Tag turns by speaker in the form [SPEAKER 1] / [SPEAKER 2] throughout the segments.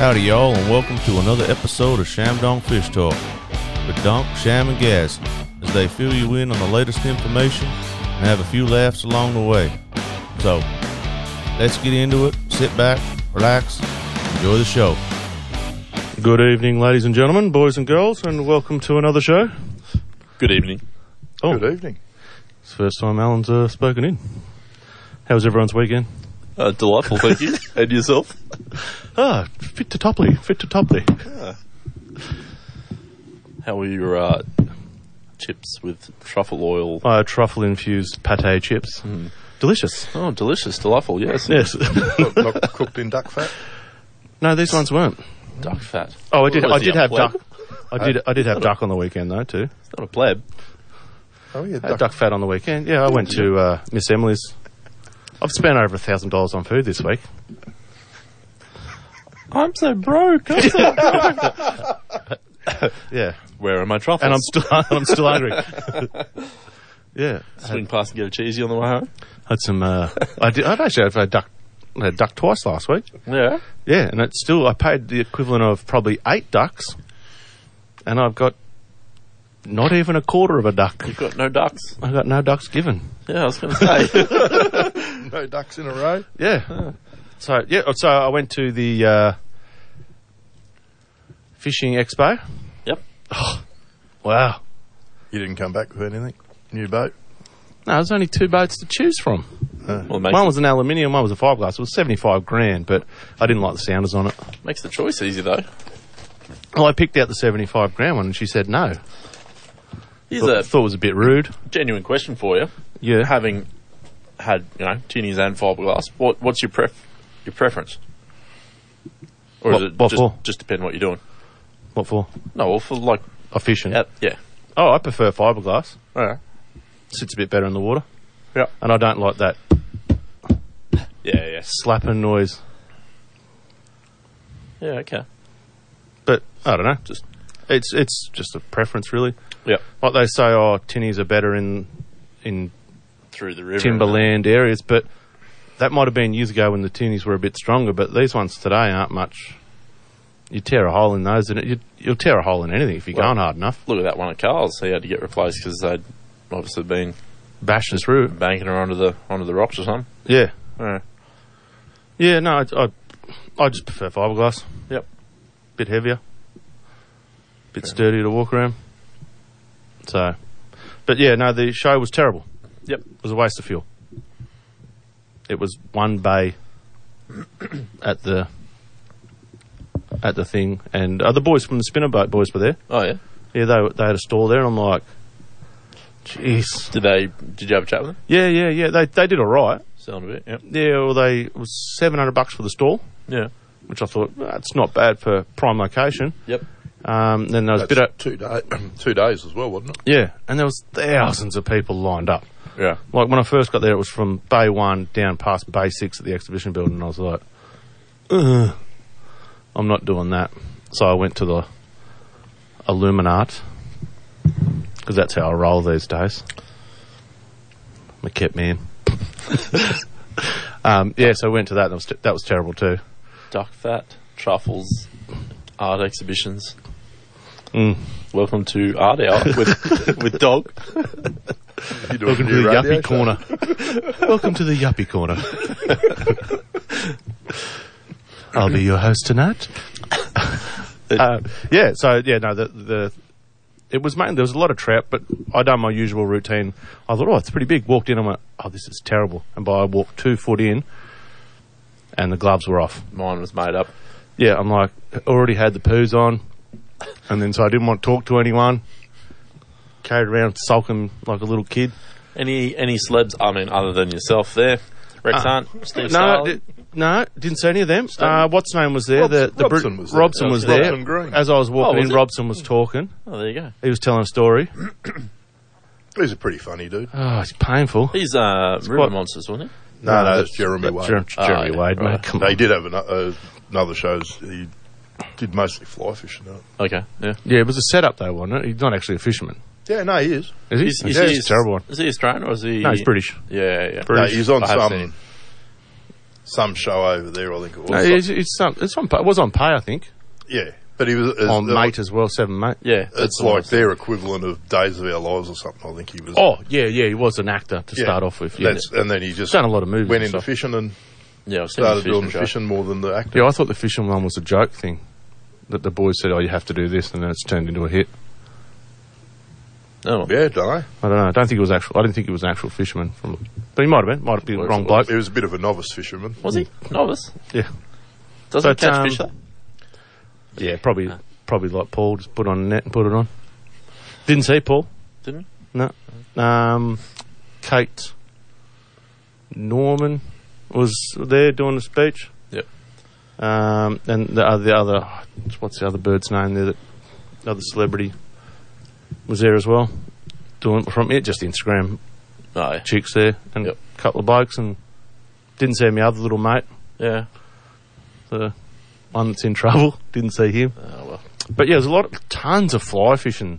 [SPEAKER 1] Howdy, y'all, and welcome to another episode of Shamdong Fish Talk with Donk, Sham, and Gaz as they fill you in on the latest information and have a few laughs along the way. So, let's get into it. Sit back, relax, enjoy the show. Good evening, ladies and gentlemen, boys and girls, and welcome to another show.
[SPEAKER 2] Good evening.
[SPEAKER 1] Oh,
[SPEAKER 3] Good evening.
[SPEAKER 1] it's the first time Alan's uh, spoken in. How was everyone's weekend?
[SPEAKER 2] Uh, delightful, thank you. and yourself?
[SPEAKER 1] Ah, fit to topply, fit to topply.
[SPEAKER 2] How were your uh, chips with truffle oil? Hmm.
[SPEAKER 1] Uh, truffle infused pate chips. Delicious.
[SPEAKER 2] Oh, delicious, delightful, yes.
[SPEAKER 1] Yes.
[SPEAKER 3] Not, not cooked in duck fat.
[SPEAKER 1] no, these ones weren't.
[SPEAKER 2] Duck fat.
[SPEAKER 1] Oh, I did.
[SPEAKER 2] What
[SPEAKER 1] I
[SPEAKER 2] was
[SPEAKER 1] did
[SPEAKER 2] it, a
[SPEAKER 1] have
[SPEAKER 2] pleb? Uh,
[SPEAKER 1] duck. I did. I did have duck on the weekend though too.
[SPEAKER 2] It's not a pleb.
[SPEAKER 3] Oh yeah, duck.
[SPEAKER 1] Had duck fat on the weekend. Yeah, I went to uh, Miss Emily's. I've spent over a thousand dollars on food this week.
[SPEAKER 2] I'm so broke. I'm so-
[SPEAKER 1] Yeah,
[SPEAKER 2] Where are my truffles?
[SPEAKER 1] and I'm still. I'm still hungry. yeah,
[SPEAKER 2] swing past and get a cheesy on the way home.
[SPEAKER 1] had some. Uh, I did. I'd actually had duck. I had duck twice last week.
[SPEAKER 2] Yeah.
[SPEAKER 1] Yeah, and it's still. I paid the equivalent of probably eight ducks, and I've got not even a quarter of a duck.
[SPEAKER 2] You've got no ducks.
[SPEAKER 1] I got no ducks given.
[SPEAKER 2] Yeah, I was going to say.
[SPEAKER 3] No ducks in a row.
[SPEAKER 1] Yeah. So yeah, so I went to the uh, fishing expo.
[SPEAKER 2] Yep.
[SPEAKER 1] Wow.
[SPEAKER 3] You didn't come back with anything. New boat.
[SPEAKER 1] No, there's only two boats to choose from.
[SPEAKER 2] Well, it makes,
[SPEAKER 1] One was an aluminium, one was a fiberglass. It was seventy-five grand, but I didn't like the sounders on it.
[SPEAKER 2] makes the choice easy, though.
[SPEAKER 1] Well, I picked out the seventy-five grand one, and she said no.
[SPEAKER 2] Here's
[SPEAKER 1] Thought,
[SPEAKER 2] a
[SPEAKER 1] thought it was a bit rude.
[SPEAKER 2] genuine question for you.
[SPEAKER 1] Yeah.
[SPEAKER 2] Having had, you know, tinnies and fiberglass, what, what's your pref- your preference? Or
[SPEAKER 1] What-
[SPEAKER 2] does it
[SPEAKER 1] what
[SPEAKER 2] just,
[SPEAKER 1] for?
[SPEAKER 2] just depend what you're doing?
[SPEAKER 1] What for?
[SPEAKER 2] No, well, for like,
[SPEAKER 1] A fishing.
[SPEAKER 2] out, yeah.
[SPEAKER 1] Oh, I prefer fiberglass.
[SPEAKER 2] Yeah.
[SPEAKER 1] Sits a bit better in the water.
[SPEAKER 2] Yeah.
[SPEAKER 1] And I don't like that
[SPEAKER 2] Yeah, yeah.
[SPEAKER 1] slapping noise.
[SPEAKER 2] Yeah, okay.
[SPEAKER 1] But I don't know.
[SPEAKER 2] Just,
[SPEAKER 1] It's it's just a preference, really.
[SPEAKER 2] yeah.
[SPEAKER 1] like they say, oh, tinnies are better in in
[SPEAKER 2] Through the river.
[SPEAKER 1] timberland areas, but that might have been years ago when the tinnies were a bit stronger. But these ones today aren't much. You tear a hole in those, and it, you, you'll tear a hole in anything if you're
[SPEAKER 2] Well-
[SPEAKER 1] going hard enough.
[SPEAKER 2] Look at that one at Carl's. He had to get replaced because they'd obviously been
[SPEAKER 1] Bashing through,
[SPEAKER 2] banking her onto the onto the rocks or something.
[SPEAKER 1] yeah,
[SPEAKER 2] Yeah.
[SPEAKER 1] yeah. No, I, I, I just prefer fiberglass.
[SPEAKER 2] Yep.
[SPEAKER 1] bit heavier, bit sturdier to walk around. So, but yeah, no, the show was terrible.
[SPEAKER 2] Yep.
[SPEAKER 1] It was a waste of fuel. It was one bay at the at the thing, and uh, the boys from the spinner boat boys were there.
[SPEAKER 2] Oh yeah.
[SPEAKER 1] Yeah, they were- they had a stall there, and I'm like, jeez.
[SPEAKER 2] Did they? Did you have a chat with them?
[SPEAKER 1] Yeah, yeah, yeah. They they did all right.
[SPEAKER 2] Sound a bit. Yep.
[SPEAKER 1] Yeah, well, they it was seven hundred bucks for the stall,
[SPEAKER 2] Yeah.
[SPEAKER 1] which I thought "Well, that's not bad for prime location.
[SPEAKER 2] Yep.
[SPEAKER 1] Um, then there was a bit of
[SPEAKER 3] two, day, two days as well, wasn't it?
[SPEAKER 1] yeah, and there was thousands of people lined up.
[SPEAKER 2] Yeah.
[SPEAKER 1] Like when I first got there, it was from Bay One down past Bay Six at the exhibition building, and I was like, Ugh, "I'm not doing that." So I went to the Illuminat because that's how I roll these days. I'm a kept man. um, yeah, so I went to that. And that was that was terrible too.
[SPEAKER 2] Duck fat, truffles, art exhibitions.
[SPEAKER 1] Mm.
[SPEAKER 2] Welcome to art hour with with dog.
[SPEAKER 3] You do
[SPEAKER 1] Welcome
[SPEAKER 3] a
[SPEAKER 1] to
[SPEAKER 3] new
[SPEAKER 1] the
[SPEAKER 3] radio
[SPEAKER 1] yuppie
[SPEAKER 3] show.
[SPEAKER 1] corner. Welcome to the yuppie corner. I'll be your host tonight. uh, yeah, so yeah, no, the the it was mainly there was a lot of trout, but I done my usual routine. I thought, oh, it's pretty big. Walked in, I went, oh, this is terrible. And by I walked two foot in, and the gloves were off.
[SPEAKER 2] Mine was made up.
[SPEAKER 1] Yeah, I'm like already had the poos on, and then so I didn't want to talk to anyone. Carried around sulking like a little kid.
[SPEAKER 2] Any any celebs? I mean, other than yourself, there. Rex
[SPEAKER 1] Ah.
[SPEAKER 2] Hunt, Steve
[SPEAKER 1] No,
[SPEAKER 2] Starling.
[SPEAKER 1] di- no, didn't see any of them. Uh, what's name was there?
[SPEAKER 3] Robson-
[SPEAKER 1] the, the Brit-
[SPEAKER 3] Robson was there.
[SPEAKER 1] Robson was there.
[SPEAKER 3] Robson Green.
[SPEAKER 1] As I was
[SPEAKER 2] Oh,
[SPEAKER 1] walking
[SPEAKER 2] was
[SPEAKER 1] in,
[SPEAKER 2] it?
[SPEAKER 1] Robson was talking.
[SPEAKER 2] oh, there you go.
[SPEAKER 1] He was telling a story.
[SPEAKER 3] He's a pretty funny dude.
[SPEAKER 1] Oh, it's painful.
[SPEAKER 2] He's uh, river
[SPEAKER 1] quite-
[SPEAKER 2] monsters, wasn't he? Oh,
[SPEAKER 3] No, no, that's Jeremy Wade.
[SPEAKER 1] Jer- Jeremy
[SPEAKER 2] yeah,
[SPEAKER 1] Wade, mate.
[SPEAKER 2] right.
[SPEAKER 1] Come
[SPEAKER 3] No,
[SPEAKER 1] on.
[SPEAKER 3] he did have another, uh, another shows. He did mostly fly fishing. Though.
[SPEAKER 2] Okay. Yeah.
[SPEAKER 1] Yeah, it was a setup though, wasn't it? He's not actually a fisherman,
[SPEAKER 3] Yeah, no, he is.
[SPEAKER 1] is he?
[SPEAKER 2] Is, is
[SPEAKER 1] yeah,
[SPEAKER 2] he
[SPEAKER 1] he's a terrible one.
[SPEAKER 2] Is he Australian or is he?
[SPEAKER 1] No, he's British.
[SPEAKER 2] Yeah, yeah.
[SPEAKER 3] No, he's on
[SPEAKER 2] I have seen him.
[SPEAKER 3] some some show over there, I think it was.
[SPEAKER 1] No, it's, it's, some, it's on, pay- it was on pay, I think,
[SPEAKER 3] yeah, but he was it's-
[SPEAKER 1] on
[SPEAKER 3] uh,
[SPEAKER 1] Mate as well, Seven Mate.
[SPEAKER 4] Yeah.
[SPEAKER 3] It's like their equivalent of Days of Our Lives or something. I think he was.
[SPEAKER 1] Oh, yeah, yeah, he was an actor to
[SPEAKER 3] Yeah.
[SPEAKER 1] start off with. Yeah.
[SPEAKER 3] That's, and then he just
[SPEAKER 1] He's done a lot of movies.
[SPEAKER 3] went
[SPEAKER 1] and
[SPEAKER 3] into
[SPEAKER 1] stuff.
[SPEAKER 3] fishing and
[SPEAKER 4] yeah, I've seen
[SPEAKER 3] started
[SPEAKER 4] the
[SPEAKER 3] doing
[SPEAKER 4] fishing show.
[SPEAKER 3] fishing more than the acting.
[SPEAKER 1] Yeah, I thought the fishing one was a joke thing. That the boys said, oh, you have to do this, and then it's turned into a hit.
[SPEAKER 4] Oh,
[SPEAKER 3] Yeah, don't know.
[SPEAKER 1] I don't know. I don't think it was actual. I didn't think it was an actual fisherman from. But he might have been. Might have been the wrong bloke. Mm.
[SPEAKER 3] He was a bit of a novice fisherman.
[SPEAKER 4] Was he? Novice?
[SPEAKER 1] Yeah.
[SPEAKER 4] Doesn't Uh.
[SPEAKER 1] But,
[SPEAKER 4] catch
[SPEAKER 1] um,
[SPEAKER 4] fish though?
[SPEAKER 1] Yeah, probably. Probably like Paul, just put on a net and put it on. Didn't see Paul.
[SPEAKER 4] Didn't?
[SPEAKER 1] No. Um, Kate Norman was there doing the speech.
[SPEAKER 4] Yep.
[SPEAKER 1] Um, and the, uh, the other, what's the other bird's name there? That the other celebrity was there as well, doing from it just Instagram
[SPEAKER 4] No.
[SPEAKER 1] chicks there and
[SPEAKER 4] Oh, Yep.
[SPEAKER 1] a couple of blokes and didn't see my other little mate,
[SPEAKER 4] Yeah.
[SPEAKER 1] the one that's in trouble. Didn't see him.
[SPEAKER 4] Oh well.
[SPEAKER 1] But yeah, there's a lot, of, tons of fly fishing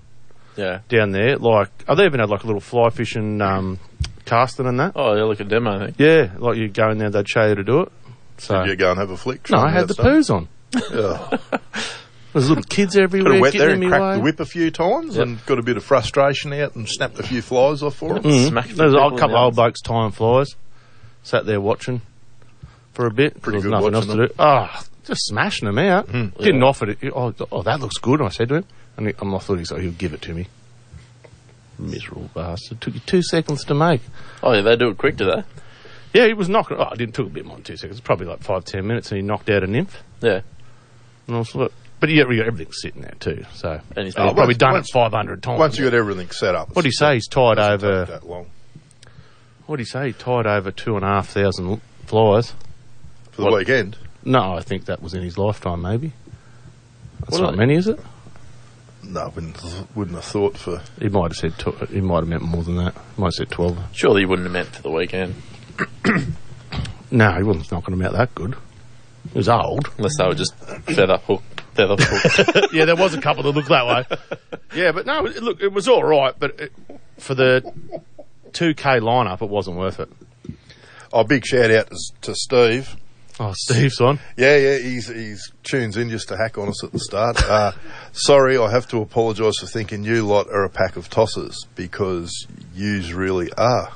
[SPEAKER 4] Yeah.
[SPEAKER 1] down there. Like, oh, they even had like a little fly fishing um, casting and that.
[SPEAKER 4] Oh, yeah, look at demo, I think.
[SPEAKER 1] Yeah, like you go in there, they'd show you to do it. So
[SPEAKER 3] You go and have a flick.
[SPEAKER 1] no,
[SPEAKER 3] try
[SPEAKER 1] I
[SPEAKER 3] and
[SPEAKER 1] had the
[SPEAKER 3] get some.
[SPEAKER 1] poos on.
[SPEAKER 3] Yeah.
[SPEAKER 1] There's little kids
[SPEAKER 3] Could
[SPEAKER 1] everywhere.
[SPEAKER 3] have went
[SPEAKER 1] getting
[SPEAKER 3] there
[SPEAKER 1] in
[SPEAKER 3] and
[SPEAKER 1] my
[SPEAKER 3] cracked
[SPEAKER 1] way.
[SPEAKER 3] the whip a few times
[SPEAKER 1] Yep.
[SPEAKER 3] and got a bit of frustration out and snapped a few flies off for him.
[SPEAKER 1] Mm.
[SPEAKER 4] Smacked the
[SPEAKER 1] There's a
[SPEAKER 4] people
[SPEAKER 1] old-
[SPEAKER 4] in
[SPEAKER 1] couple
[SPEAKER 4] the
[SPEAKER 1] of old blokes tying flies. Sat there watching for a bit. 'cause
[SPEAKER 3] Pretty
[SPEAKER 1] there was
[SPEAKER 3] good
[SPEAKER 1] nothing else
[SPEAKER 3] watching
[SPEAKER 1] to do. Ah, just smashing them out. Didn't
[SPEAKER 4] Yeah.
[SPEAKER 1] offer it. Oh, th- oh, that looks good. I said to him, and he, I'm not thought he's like, he'll give it to me. Miserable bastard. Took you two seconds to make.
[SPEAKER 4] Oh yeah, they do it quick, do they?
[SPEAKER 1] Yeah, he was knocking. Oh, I didn't took a bit more than two seconds. Probably like five, ten minutes, and he knocked out a nymph.
[SPEAKER 4] Yeah.
[SPEAKER 1] And I was like, but you got everything sitting there too. So
[SPEAKER 4] And he's-
[SPEAKER 1] And
[SPEAKER 4] Oh,
[SPEAKER 1] probably
[SPEAKER 3] once-
[SPEAKER 1] done
[SPEAKER 3] once-
[SPEAKER 1] it five hundred times.
[SPEAKER 3] Once you got everything set up,
[SPEAKER 1] what do you say? He's tied over.
[SPEAKER 3] that long
[SPEAKER 1] What do you say? He tied over two and a half thousand l- flies.
[SPEAKER 3] for the
[SPEAKER 4] What-
[SPEAKER 3] weekend?
[SPEAKER 1] No, I think that was in his lifetime. Maybe that's
[SPEAKER 4] What are
[SPEAKER 1] not
[SPEAKER 4] they?
[SPEAKER 1] many, is it?
[SPEAKER 3] No, I wouldn't, wouldn't have thought for.
[SPEAKER 1] He might have said. Tw- he might have meant more than that. He might have said twelve.
[SPEAKER 4] Surely you wouldn't have meant for the weekend.
[SPEAKER 1] No, he wasn't knocking them out that good. He was old.
[SPEAKER 4] Unless they were just feather hook feather hook.
[SPEAKER 1] yeah, there was a couple that looked that way. Yeah, but no, it- look, it was all right, but it, for the 2K lineup, it wasn't worth it.
[SPEAKER 3] Oh, big shout out to, to Steve.
[SPEAKER 1] Oh, Steve's on.
[SPEAKER 3] Yeah, yeah, he's he's tunes in just to hack on us at the start. Uh, sorry, I have to apologise for thinking you lot are a pack of tossers because yous really are.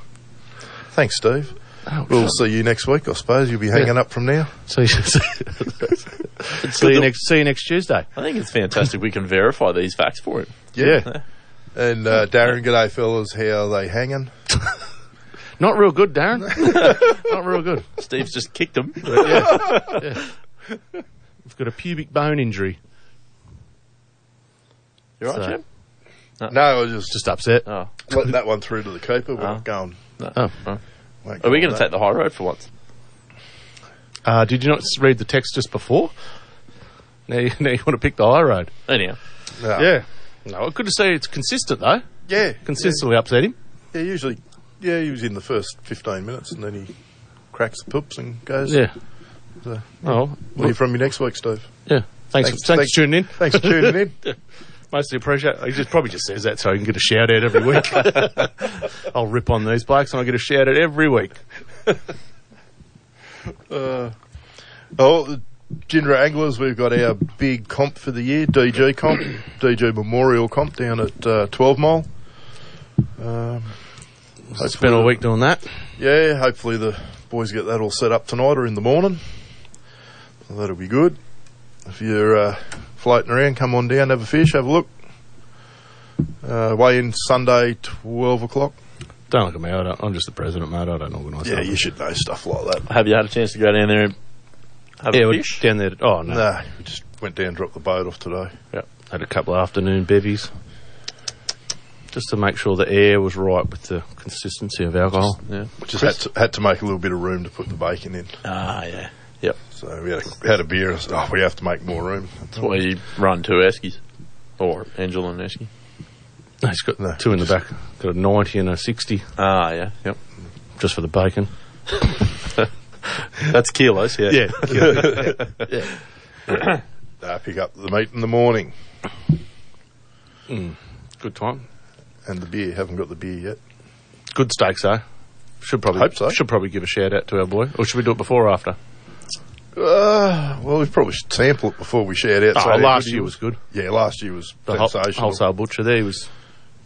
[SPEAKER 3] Thanks, Steve.
[SPEAKER 1] Oh,
[SPEAKER 3] We'll see you next week, I suppose. You'll be hanging up from now.
[SPEAKER 1] See, see, see you next. See you next Tuesday.
[SPEAKER 4] I think it's fantastic we can verify these facts for him.
[SPEAKER 1] Yeah.
[SPEAKER 3] And uh, Darren, g'day, fellas. How are they hanging?
[SPEAKER 1] not real good, Darren. not real good.
[SPEAKER 4] Steve's just kicked him.
[SPEAKER 1] I've got a pubic bone injury.
[SPEAKER 4] You're right,
[SPEAKER 1] So-
[SPEAKER 4] Jim?
[SPEAKER 3] No, I was just,
[SPEAKER 1] Just upset.
[SPEAKER 4] Oh.
[SPEAKER 3] just letting that one through to the keeper. We're
[SPEAKER 4] Ah.
[SPEAKER 3] going.
[SPEAKER 1] Oh.
[SPEAKER 4] Are we gonna take the high road for once?
[SPEAKER 1] Uh, did you not s- read the text just before? Now you, now you want to pick the high road.
[SPEAKER 4] Anyhow.
[SPEAKER 3] No.
[SPEAKER 1] Yeah. No, good to see it's consistent though.
[SPEAKER 3] yeah,
[SPEAKER 1] Consistently upset him.
[SPEAKER 3] yeah. Usually, yeah, he was in the first fifteen minutes, and then he cracks the poops and goes.
[SPEAKER 1] Yeah.
[SPEAKER 3] So-
[SPEAKER 1] Oh,
[SPEAKER 3] We'll hear from you next week, Steve.
[SPEAKER 1] yeah.
[SPEAKER 3] Thanks-
[SPEAKER 1] Thanks, thanks, thanks
[SPEAKER 3] thanks-
[SPEAKER 1] for tuning in.
[SPEAKER 3] Thanks for tuning in.
[SPEAKER 1] Mostly appreciate. He just probably just says that so he can get a shout out every week. I'll rip on these blokes and I get a shout out every week.
[SPEAKER 3] Uh, Oh, the Gindra Anglers, we've got our big comp for the year, DG comp, DG Memorial comp down at uh, 12 Mile. Um,
[SPEAKER 1] I spent all week doing that.
[SPEAKER 3] yeah, hopefully the boys get that all set up tonight or in the morning. So that'll be good. If you're uh, floating around, come on down, have a fish, have a look. Uh, weigh in Sunday, 12 o'clock.
[SPEAKER 1] Don't look at me. I don't, I'm just the president, mate. I don't organise.
[SPEAKER 3] Yeah,
[SPEAKER 1] nothing.
[SPEAKER 3] you should know stuff like that.
[SPEAKER 4] Have you had a chance to go down there and have
[SPEAKER 1] Yeah,
[SPEAKER 4] a
[SPEAKER 1] we're
[SPEAKER 4] fish?
[SPEAKER 1] down there. Oh no,
[SPEAKER 3] Nah, we just went down and dropped the boat off today.
[SPEAKER 1] Yeah, had a couple of afternoon bevies just to make sure the air was right with the consistency of alcohol.
[SPEAKER 4] Yeah.
[SPEAKER 3] Just had to, had to make a little bit of room to put the bacon in.
[SPEAKER 4] Ah yeah.
[SPEAKER 3] So we had a, had a beer and said, oh, we have to make more room.
[SPEAKER 4] That's why you run two Eskies. Or Angela and Esky.
[SPEAKER 1] No, he's got
[SPEAKER 3] No,
[SPEAKER 1] two in the back. Got a ninety and a sixty
[SPEAKER 4] Ah yeah. Yep.
[SPEAKER 1] just for the bacon.
[SPEAKER 4] That's kilos, yeah.
[SPEAKER 3] Uh, pick up the meat in the morning
[SPEAKER 1] Good time. Hmm.
[SPEAKER 3] and the beer. Haven't got the beer yet.
[SPEAKER 1] Good steaks though. Should probably
[SPEAKER 3] Hope so.
[SPEAKER 1] should probably give a shout out to our boy, or should we do it before or after?
[SPEAKER 3] Uh, well, we probably should sample it before we shout out.
[SPEAKER 1] Oh,
[SPEAKER 3] so
[SPEAKER 1] last
[SPEAKER 3] everybody-
[SPEAKER 1] year was good.
[SPEAKER 3] Yeah, last year was
[SPEAKER 1] The whole,
[SPEAKER 3] sensational.
[SPEAKER 1] wholesale butcher there, he was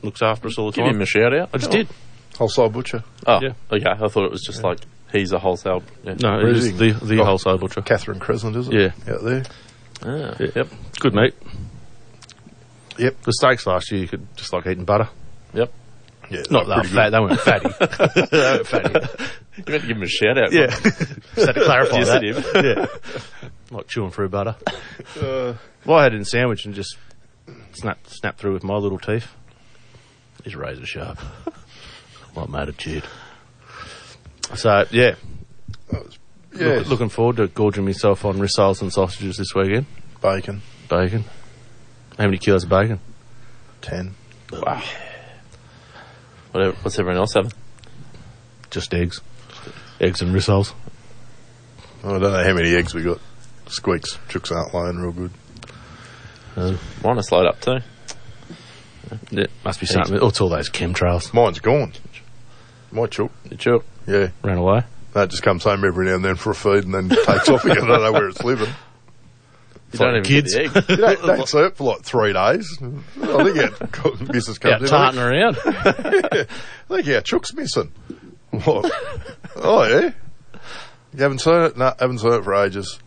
[SPEAKER 1] looks after us all the
[SPEAKER 4] Give
[SPEAKER 1] time.
[SPEAKER 4] him a shout out.
[SPEAKER 1] I just did.
[SPEAKER 3] Wholesale butcher.
[SPEAKER 4] Oh,
[SPEAKER 1] Yeah.
[SPEAKER 4] okay. I thought it was just like he's a wholesale. Yeah.
[SPEAKER 1] No, he was the
[SPEAKER 3] Really?
[SPEAKER 1] the
[SPEAKER 3] Oh.
[SPEAKER 1] wholesale butcher.
[SPEAKER 3] Catherine Cresland, is it?
[SPEAKER 1] Yeah.
[SPEAKER 3] Out there.
[SPEAKER 4] Ah.
[SPEAKER 1] Yeah, Yep, good meat.
[SPEAKER 3] Yep.
[SPEAKER 1] The steaks last year, you could just like eating butter.
[SPEAKER 4] Yep.
[SPEAKER 3] Yeah.
[SPEAKER 1] Not that
[SPEAKER 3] pretty
[SPEAKER 1] fat. They weren't fatty. they weren't fatty.
[SPEAKER 4] You meant to give him a shout out.
[SPEAKER 1] Yeah. Just had to clarify
[SPEAKER 4] Yes,
[SPEAKER 1] that.
[SPEAKER 4] it is.
[SPEAKER 1] Yeah. Like chewing through butter.
[SPEAKER 3] good. Uh,
[SPEAKER 1] Well, I had it in a sandwich and just snap snap through with my little teeth. He's razor sharp. like made of jute. So yeah,
[SPEAKER 3] yeah.
[SPEAKER 1] look- looking forward to gorging myself on rissoles and sausages this weekend.
[SPEAKER 3] bacon.
[SPEAKER 1] Bacon. How many kilos of bacon?
[SPEAKER 3] Ten.
[SPEAKER 4] Wow. Whatever, what's everyone else having?
[SPEAKER 1] Just eggs. Eggs and rissoles.
[SPEAKER 3] Oh, I don't know how many eggs we got. Squeaks. Chooks aren't lying real good.
[SPEAKER 4] Uh, Mine are slowed up too.
[SPEAKER 1] Yeah, must be something. Oh, it's all those chemtrails.
[SPEAKER 3] Mine's gone. My chook.
[SPEAKER 4] It's your
[SPEAKER 3] Yeah.
[SPEAKER 1] Ran away.
[SPEAKER 3] That just comes home every now and then for a feed and then takes off again. I don't know where it's living.
[SPEAKER 4] You don't even
[SPEAKER 1] like
[SPEAKER 4] kids. get the egg.
[SPEAKER 3] You don't, don't see it for like three days. I think our co- business comes
[SPEAKER 1] Out
[SPEAKER 3] in. I
[SPEAKER 1] tarting
[SPEAKER 3] think,
[SPEAKER 1] around.
[SPEAKER 3] I think our chook's missing. What? oh, yeah. You haven't seen it? No, haven't seen it for ages.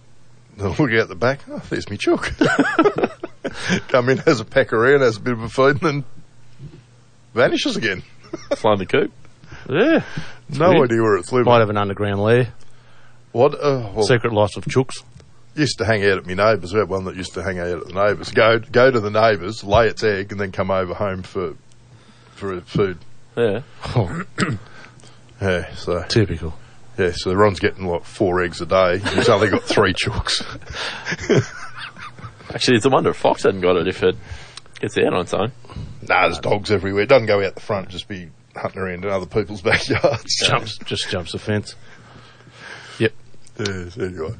[SPEAKER 3] I look out the back. Oh, there's me chook. Come in, has a peck around, has a bit of a feed, and then vanishes again.
[SPEAKER 4] Flying the coop.
[SPEAKER 1] yeah.
[SPEAKER 3] No
[SPEAKER 1] weird.
[SPEAKER 3] idea where it's living.
[SPEAKER 1] Might have an underground lair.
[SPEAKER 3] What? Uh, well,
[SPEAKER 1] Secret life of chooks.
[SPEAKER 3] used to hang out at my neighbours. We had one that used to hang out at the neighbours. Go go to the neighbours, lay its egg, and then come over home for for food.
[SPEAKER 4] Yeah.
[SPEAKER 1] Oh,
[SPEAKER 3] Yeah, so
[SPEAKER 1] typical.
[SPEAKER 3] yeah, so Ron's getting like four eggs a day. He's only got three chooks.
[SPEAKER 4] Actually, it's a wonder if Fox hadn't got it if it gets out on its own.
[SPEAKER 3] nah, there's dogs everywhere. It doesn't go out the front. Just be hunting around in other people's backyards.
[SPEAKER 1] jumps, just jumps the fence. Yep.
[SPEAKER 3] yeah, so anyway.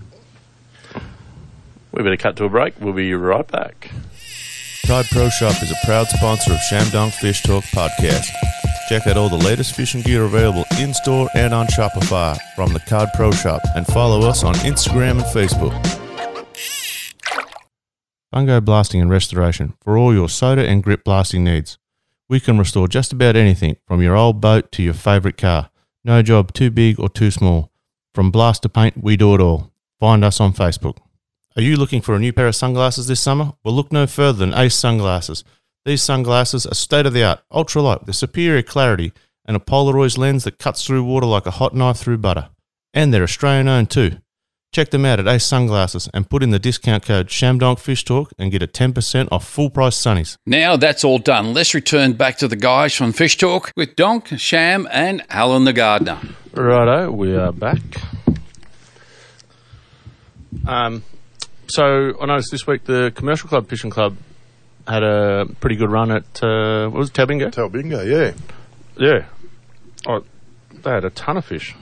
[SPEAKER 4] We better cut to a break. We'll be right back.
[SPEAKER 2] Cod Pro Shop is a proud sponsor of Shamdong Fish Talk podcast. Check out all the latest fishing gear available in store and on Shopify from the Cod Pro Shop and follow us on Instagram and Facebook. Fungo Blasting and Restoration for all your soda and grip blasting needs. We can restore just about anything from your old boat to your favorite car. No job too big or too small. From blast to paint, we do it all. Find us on Facebook. Are you looking for a new pair of sunglasses this summer? Well, look no further than Ace Sunglasses. These sunglasses are state of the art, ultralight with superior clarity and a Polaroid lens that cuts through water like a hot knife through butter. And they're Australian owned too. Check them out at Ace Sunglasses and put in the discount code ShamDonkFishTalk and get a 10% off full price sunnies.
[SPEAKER 5] Now that's all done. Let's return back to the guys from Fish Talk with Donk, Sham, and Alan the Gardener.
[SPEAKER 1] Righto, we are back. Um, so I noticed this week the commercial club fishing club had a pretty good run at uh, what was it, Tabinga?
[SPEAKER 3] Tell bingo, yeah,
[SPEAKER 1] Yeah, oh, they had a ton of fish.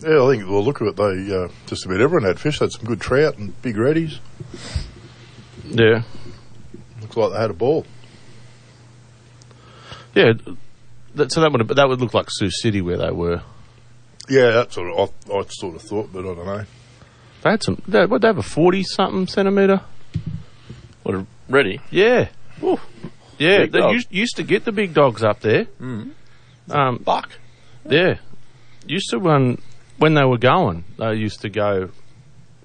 [SPEAKER 3] yeah. I think well, look at it. They uh, just about everyone had fish. They had some good trout and big reddies.
[SPEAKER 1] Yeah,
[SPEAKER 3] Looks like they had a ball.
[SPEAKER 1] yeah. That, so that would that would look like Sioux City where they were.
[SPEAKER 3] Yeah, that's what I, I sort of thought, but I don't know.
[SPEAKER 1] They had some. They, what they have a forty something centimeter?
[SPEAKER 4] What a ready.
[SPEAKER 1] Yeah,
[SPEAKER 4] Oof.
[SPEAKER 1] yeah.
[SPEAKER 4] Big
[SPEAKER 1] They
[SPEAKER 4] dog. Mm-hmm.
[SPEAKER 1] used, used to get the big dogs up there. Um,
[SPEAKER 4] Fuck.
[SPEAKER 1] Yeah. Used to run when they were going, they used to go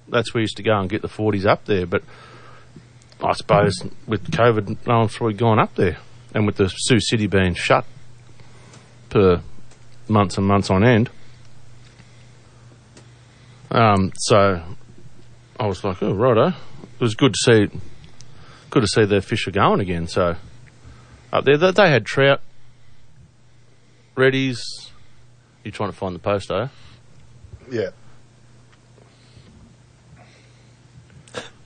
[SPEAKER 1] that's where you used to go and get the forties up there, but I suppose with COVID no one's probably gone up there. And with the Sioux City being shut for months and months on end. Um, so I was like, Oh righto. It was good to see good to see the fish are going again, so up there they, they had trout, reddies, you're trying to find the poster.
[SPEAKER 3] Yeah.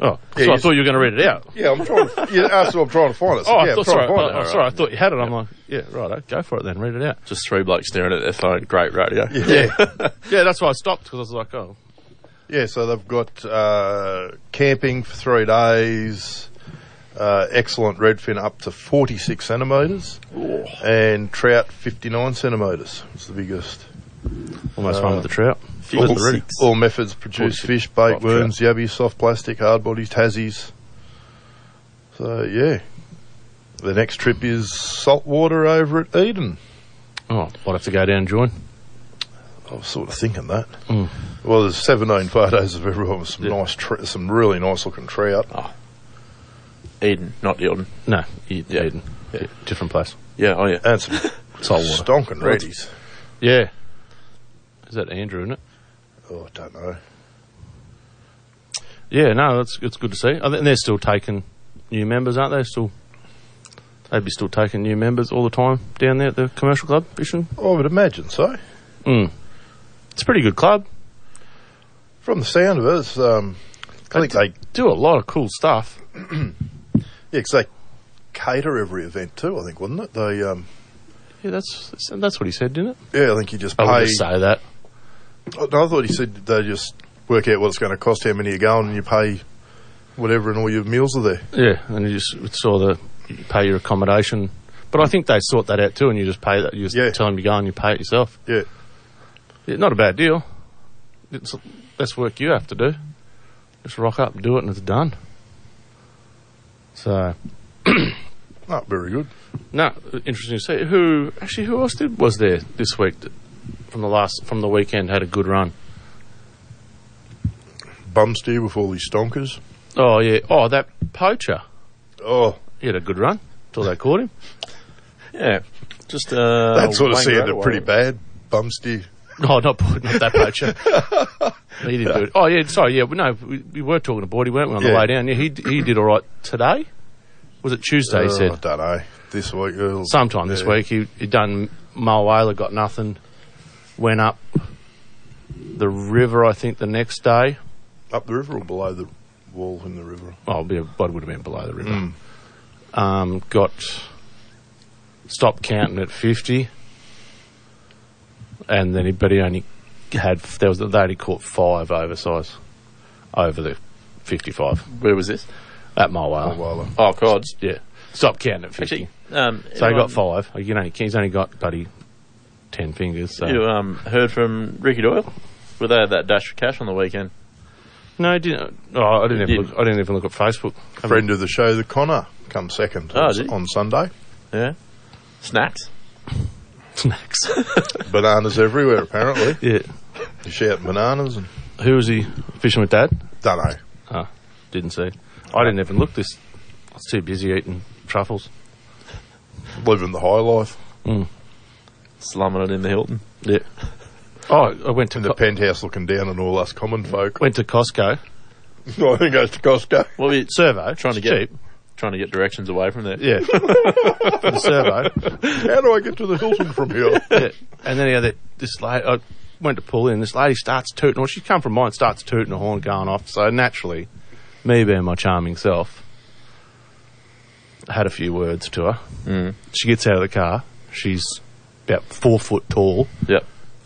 [SPEAKER 1] Oh,
[SPEAKER 3] Yeah,
[SPEAKER 1] so I
[SPEAKER 3] you-
[SPEAKER 1] thought you were going to read it out.
[SPEAKER 3] Yeah, I'm trying. To, yeah, that's what I'm trying to find. It. yeah,
[SPEAKER 1] Oh, I
[SPEAKER 3] I'm trying
[SPEAKER 1] thought,
[SPEAKER 3] to
[SPEAKER 1] sorry,
[SPEAKER 3] find
[SPEAKER 1] I,
[SPEAKER 3] it.
[SPEAKER 1] I'm sorry, I thought you had it. I'm like, yeah, right, go for it then, read it out.
[SPEAKER 4] Just three blokes staring at their phone. Great radio.
[SPEAKER 3] Yeah,
[SPEAKER 1] Yeah, that's why I stopped because I was like, oh,
[SPEAKER 3] yeah. So they've got uh, camping for three days, uh, excellent redfin up to 46 centimetres, and trout 59 centimetres. It's the biggest.
[SPEAKER 1] Almost
[SPEAKER 3] Uh,
[SPEAKER 1] one with the trout.
[SPEAKER 4] Fifty
[SPEAKER 1] Wasn't ready.
[SPEAKER 4] six.
[SPEAKER 3] All methods produce
[SPEAKER 1] Forty-six.
[SPEAKER 3] fish, bait,
[SPEAKER 1] Five
[SPEAKER 3] worms, yabbies, soft plastic, hard bodies, tassies. So, yeah. The next trip is saltwater over at Eden.
[SPEAKER 1] Oh, I'd have to go down and join.
[SPEAKER 3] I was sort of thinking that.
[SPEAKER 1] Mm.
[SPEAKER 3] Well, there's 17 photos of everyone with some
[SPEAKER 1] Yeah. Ah.
[SPEAKER 3] nice, tr- some really nice looking trout.
[SPEAKER 4] Eden, not Eildon.
[SPEAKER 1] No, you,
[SPEAKER 4] Yeah.
[SPEAKER 1] Eden.
[SPEAKER 3] Yeah.
[SPEAKER 1] Different place.
[SPEAKER 4] Yeah, oh yeah.
[SPEAKER 3] And some
[SPEAKER 1] Saltwater.
[SPEAKER 3] stonking reddies.
[SPEAKER 1] Yeah. Is that Andrew, isn't it?
[SPEAKER 3] Oh, I don't know.
[SPEAKER 1] Yeah, no, that's it's good to see. I think they're still taking new members, aren't they? Still, they'd be still taking new members all the time down there at the commercial club fishing.
[SPEAKER 3] I would imagine so.
[SPEAKER 1] Mm. It's a pretty good club.
[SPEAKER 3] From the sound of it, it's, um, I think they, yeah,
[SPEAKER 1] Do a lot of cool stuff.
[SPEAKER 3] 'cause they cater every event too. I think, wouldn't it? They, um,
[SPEAKER 1] Yeah, that's that's- that's what he said, didn't it?
[SPEAKER 3] yeah, I think you just pay.
[SPEAKER 1] I would just say that.
[SPEAKER 3] Oh, no, I thought he said they just work out what it's going to cost, how many you're going, and you pay whatever, and all your meals are there.
[SPEAKER 1] Yeah, and you just saw the you pay your accommodation. But I think they sort that out too, and you just pay that. You just
[SPEAKER 3] Yeah.
[SPEAKER 1] tell them you go and you pay it yourself.
[SPEAKER 3] Yeah,
[SPEAKER 1] Yeah, not a bad deal. It's less work you have to do. Just rock up, do it, and it's done. So
[SPEAKER 3] not very good.
[SPEAKER 1] No, interesting to see. Who actually? Who else did was there this week that- from the last from the weekend had a good run?
[SPEAKER 3] Bum steer with all these stonkers.
[SPEAKER 1] Oh yeah. Oh, that poacher.
[SPEAKER 3] Oh,
[SPEAKER 1] He had a good run until they caught him.
[SPEAKER 4] Yeah. Just uh
[SPEAKER 3] that sort of
[SPEAKER 4] Wayne
[SPEAKER 3] sounded
[SPEAKER 4] Grey,
[SPEAKER 3] pretty
[SPEAKER 4] whatever.
[SPEAKER 3] bad. Bum steer.
[SPEAKER 1] Oh, not po- not that poacher. he didn't do it. Oh yeah. Sorry. Yeah. No, we, we were talking to Bordy, weren't we, on the
[SPEAKER 3] Yeah.
[SPEAKER 1] way down? Yeah. He d- he did all right today. Was it Tuesday?
[SPEAKER 4] Uh,
[SPEAKER 1] he
[SPEAKER 3] Oh,
[SPEAKER 1] said
[SPEAKER 3] I don't know. This week, uh, it'll-
[SPEAKER 1] sometime this
[SPEAKER 3] yeah.
[SPEAKER 1] week. He he done Mulwala, got nothing. Went up the river, I think, the next day.
[SPEAKER 3] up the river or below the wall in the river. Mm.
[SPEAKER 1] well, be, what would have been below the river. Um, got stopped counting at fifty, and then he, but he only had there was they only caught five oversize over the fifty-five
[SPEAKER 4] Where was this?
[SPEAKER 1] at my way.
[SPEAKER 3] While I'm-
[SPEAKER 4] Oh Cods.
[SPEAKER 1] Yeah, stopped counting at fifty,
[SPEAKER 4] Actually, um
[SPEAKER 1] so he got
[SPEAKER 4] anyone-
[SPEAKER 1] five. Like, You know, he's only got buddy ten fingers. So
[SPEAKER 4] You um heard from Ricky Doyle? Were they had that dash for cash on the weekend?
[SPEAKER 1] no, he didn't. Oh, I didn't even
[SPEAKER 4] Didn't.
[SPEAKER 1] look. I didn't even look at Facebook.
[SPEAKER 3] Friend of the show, the Connor, come second
[SPEAKER 4] Oh,
[SPEAKER 3] on-
[SPEAKER 4] did he?
[SPEAKER 3] on Sunday.
[SPEAKER 4] Yeah. Snacks?
[SPEAKER 1] snacks.
[SPEAKER 3] Bananas everywhere, apparently.
[SPEAKER 1] yeah,
[SPEAKER 3] You shout bananas and
[SPEAKER 1] who was he fishing with? Dad.
[SPEAKER 3] don't know.
[SPEAKER 1] Oh, didn't see. I didn't even look this. I was too busy eating truffles. Mm.
[SPEAKER 3] Living the high life
[SPEAKER 4] Slumming it in the Hilton.
[SPEAKER 1] Yeah. Oh, I went to
[SPEAKER 3] in the
[SPEAKER 1] Co-
[SPEAKER 3] penthouse, looking down on all us common folk.
[SPEAKER 1] went to Costco.
[SPEAKER 3] I think goes to Costco.
[SPEAKER 4] What were you
[SPEAKER 1] Servo.
[SPEAKER 4] trying to
[SPEAKER 1] it's
[SPEAKER 4] get
[SPEAKER 1] cheap.
[SPEAKER 4] trying to get directions away from there?
[SPEAKER 1] Yeah. For the servo.
[SPEAKER 3] How do I get to the Hilton from here?
[SPEAKER 1] Yeah. And then the other this lady, I went to pull in. This lady starts tooting. Well, she's come from mine. Starts tooting a horn, going off. So naturally, me being my charming self, I had a few words to her. Mm. She gets out of the car. Ah, She's about four foot tall.
[SPEAKER 4] Yep.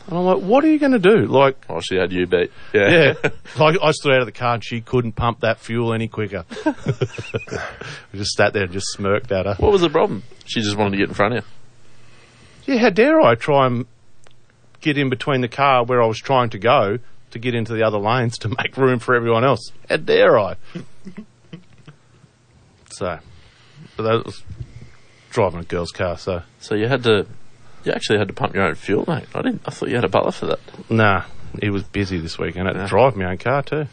[SPEAKER 1] And I'm like, what are you going to do? Like,
[SPEAKER 4] Oh, she had you beat. Yeah.
[SPEAKER 1] Yeah. like I stood out of the car and she couldn't pump that fuel any quicker. I just sat there and just smirked at her.
[SPEAKER 4] What was the problem? She just wanted to get in front of you.
[SPEAKER 1] Yeah, how dare I try and get in between the car where I was trying to go to get into the other lanes to make room for everyone else? How dare I? so, but that was driving a girl's car, so
[SPEAKER 4] So you had to you actually had to pump your own fuel, mate. I didn't I thought you had a butler for that.
[SPEAKER 1] nah, he was busy this weekend. I had
[SPEAKER 4] Yeah. Oh,
[SPEAKER 1] to drive my own car too.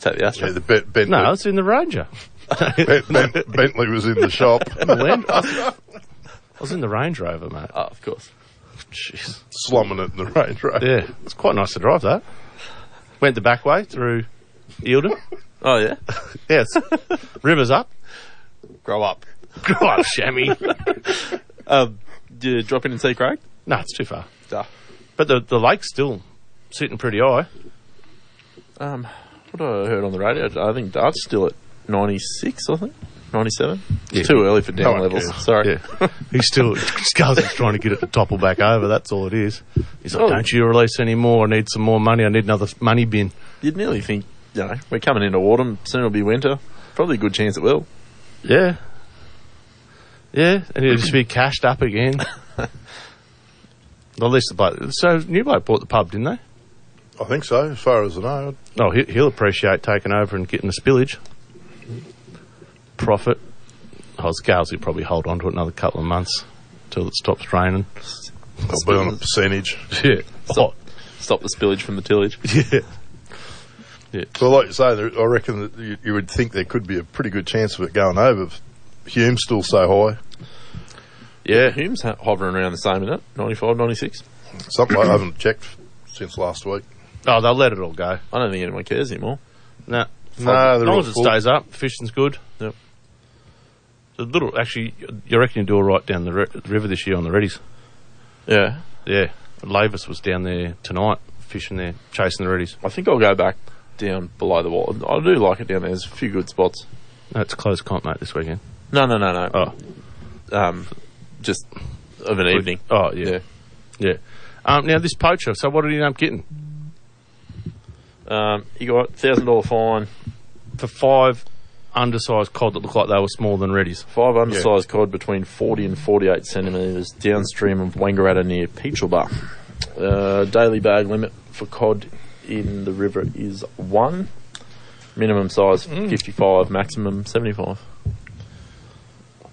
[SPEAKER 4] Take the Astra.
[SPEAKER 3] Yeah, the Bent- Bentley,
[SPEAKER 1] No, it's in the Ranger.
[SPEAKER 3] Bent- Bent- Bentley was in the shop.
[SPEAKER 1] Land- I was in the Range Rover, mate.
[SPEAKER 4] Oh, of course.
[SPEAKER 1] Jeez.
[SPEAKER 3] slumming it in the Range Rover.
[SPEAKER 1] Yeah, it's quite nice to drive that. Went the back way through Eildon.
[SPEAKER 4] Oh yeah.
[SPEAKER 1] Yes, rivers up.
[SPEAKER 4] Grow up.
[SPEAKER 1] Grow up, Shammy.
[SPEAKER 4] Um, do you drop in and see Craig?
[SPEAKER 1] no, it's too far.
[SPEAKER 4] Duh.
[SPEAKER 1] But the the lake's still sitting pretty high.
[SPEAKER 4] Um, what I heard on the radio, I think Dart's still at 96, I think. 97?
[SPEAKER 1] Yeah.
[SPEAKER 4] It's too early for down
[SPEAKER 3] one
[SPEAKER 4] levels.
[SPEAKER 3] cares.
[SPEAKER 4] Sorry.
[SPEAKER 1] Yeah, he's still Scar's just trying to get it to topple back over. That's all it is. He's like,
[SPEAKER 4] Oh.
[SPEAKER 1] "Don't you release any more? I need some more money. I need another money bin."
[SPEAKER 4] You'd nearly think, you know, we're coming into autumn, soon it'll be winter. Probably a good chance it will.
[SPEAKER 1] Yeah, yeah, and he'll just be cashed up again. At least the bloke. So new bloke bought the pub, didn't they?
[SPEAKER 3] I think so, as far as I know.
[SPEAKER 1] Oh, he, he'll appreciate taking over and getting the spillage. Profit. I was Gales will probably hold on to it another couple of months till it stops raining.
[SPEAKER 3] I'll be on a percentage.
[SPEAKER 1] Yeah. Oh.
[SPEAKER 4] Stop, stop the spillage from the tillage.
[SPEAKER 1] yeah.
[SPEAKER 3] So, like you say, there, I reckon that you, you would think there could be a pretty good chance of it going over. if Hume's still so high.
[SPEAKER 4] Yeah, Hume's ho- hovering around the same, isn't it? 95, 96?
[SPEAKER 3] Something like- I haven't checked since last week.
[SPEAKER 1] Oh, they'll let it all go.
[SPEAKER 4] I don't think anyone cares anymore.
[SPEAKER 1] No.
[SPEAKER 3] No,
[SPEAKER 1] as
[SPEAKER 3] they're
[SPEAKER 1] long
[SPEAKER 3] all
[SPEAKER 1] as it
[SPEAKER 3] full.
[SPEAKER 1] stays up, fishing's good.
[SPEAKER 4] Yep.
[SPEAKER 1] The little, actually, you reckon you'll do all right down the ri- river this year on the Reddies?
[SPEAKER 4] Yeah.
[SPEAKER 1] Yeah. Lavis was down there tonight fishing there, chasing the Reddies.
[SPEAKER 4] I think I'll go back down below the wall. I do like it down there. There's a few good spots.
[SPEAKER 1] That's close comp, mate, this weekend.
[SPEAKER 4] No, no, no, no.
[SPEAKER 1] Oh,
[SPEAKER 4] Um, just of an evening.
[SPEAKER 1] Oh,
[SPEAKER 4] Yeah.
[SPEAKER 1] yeah. Yeah. Um, now, this poacher, so what did he end up getting?
[SPEAKER 4] Um, you got $1,000 fine,
[SPEAKER 1] For five undersized cod that looked like they were smaller than Reddies.
[SPEAKER 4] five undersized cod between 40 and 48 centimetres downstream of Wangaratta near Peachelbar. Uh, daily bag limit for cod in the river is one. Minimum size
[SPEAKER 1] Mm.
[SPEAKER 4] 55, maximum 75.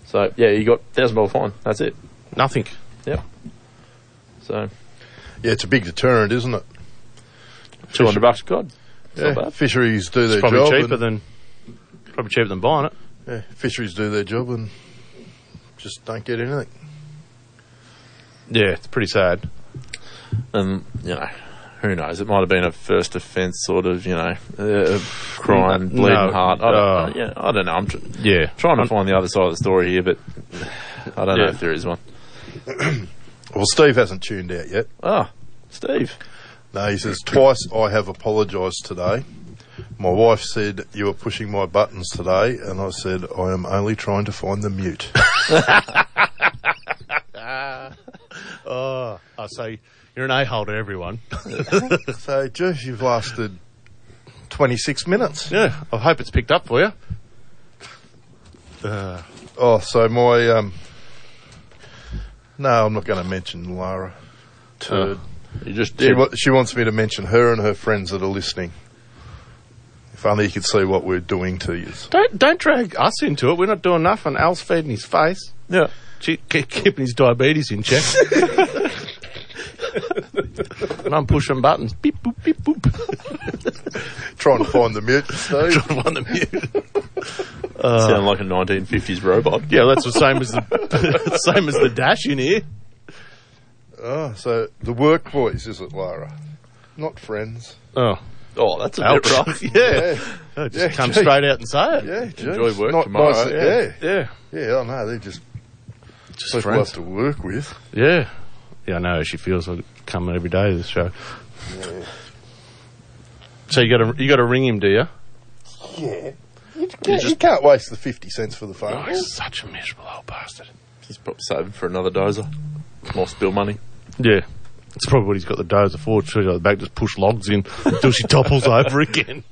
[SPEAKER 4] So, yeah, you got $1,000 fine. That's it.
[SPEAKER 1] Nothing.
[SPEAKER 4] Yep. So,
[SPEAKER 3] Yeah, it's a big deterrent, isn't it?
[SPEAKER 4] 200 bucks a cod. not
[SPEAKER 3] Yeah,
[SPEAKER 4] bad.
[SPEAKER 3] fisheries do their
[SPEAKER 1] It's probably
[SPEAKER 3] job.
[SPEAKER 1] cheaper
[SPEAKER 3] and-
[SPEAKER 1] than probably cheaper than buying it.
[SPEAKER 3] yeah, fisheries do their job and just don't get anything.
[SPEAKER 1] Yeah, it's pretty sad.
[SPEAKER 4] and Um, you know, who knows? It might have been a first offence sort of, you know, uh, crime,
[SPEAKER 1] No.
[SPEAKER 4] bleeding heart. I
[SPEAKER 1] Oh.
[SPEAKER 4] don't, uh, yeah, I don't know. I'm tr-
[SPEAKER 1] Yeah.
[SPEAKER 4] trying to find the other side of the story here, but I don't know
[SPEAKER 1] Yeah.
[SPEAKER 4] if there is one.
[SPEAKER 3] Well, Steve hasn't tuned out yet.
[SPEAKER 4] Oh, Steve.
[SPEAKER 3] No, he says, twice I have apologised today. My wife said, You were pushing my buttons today. And I said, I am only trying to find the mute.
[SPEAKER 1] Oh, I Uh, say you're an a hole to everyone.
[SPEAKER 3] so, geez, you've lasted 26 minutes.
[SPEAKER 1] yeah, I hope it's picked up for you.
[SPEAKER 3] Oh, so my. Um, no, I'm not going to mention Lara.
[SPEAKER 1] Oh,
[SPEAKER 3] Turd.
[SPEAKER 4] You just
[SPEAKER 3] She,
[SPEAKER 4] did.
[SPEAKER 3] wa- she wants me to mention her and her friends that are listening. If only you could see what we're doing to you.
[SPEAKER 1] Don't don't drag us into it. We're not doing nothing. Al's feeding his face.
[SPEAKER 4] yeah.
[SPEAKER 1] She keep keeping his diabetes in check. and I'm pushing buttons. Beep boop beep boop.
[SPEAKER 3] Trying to find the mute, Steve.
[SPEAKER 1] One of them.
[SPEAKER 4] Sound like a 1950s robot.
[SPEAKER 1] Uh, Yeah, that's the same as the same as the dash in here.
[SPEAKER 3] Oh, so the work boys, is it, Lara? Not friends.
[SPEAKER 1] Oh,
[SPEAKER 4] Oh, that's a
[SPEAKER 1] ouch.
[SPEAKER 4] bit rough.
[SPEAKER 1] yeah. Oh, just
[SPEAKER 3] Yeah,
[SPEAKER 1] come
[SPEAKER 3] geez.
[SPEAKER 1] straight out and say it.
[SPEAKER 3] Yeah, geez.
[SPEAKER 4] Enjoy work
[SPEAKER 3] Not
[SPEAKER 4] tomorrow,
[SPEAKER 3] nice-
[SPEAKER 4] yeah.
[SPEAKER 3] yeah,
[SPEAKER 1] Yeah.
[SPEAKER 3] yeah. I know they're just
[SPEAKER 1] Just
[SPEAKER 3] people I
[SPEAKER 1] friends.
[SPEAKER 3] have to work with.
[SPEAKER 1] Yeah. Yeah, I know. She feels like coming every day to this show. So you got to you got to ring him, do you?
[SPEAKER 3] Yeah, you, you can't waste the fifty cents for the phone.
[SPEAKER 1] Oh, he's such a miserable old bastard.
[SPEAKER 4] He's probably saving for another dozer. More spill money.
[SPEAKER 1] Yeah, it's probably what he's got the dozer for. She's got the back, just push logs in until she topples over again.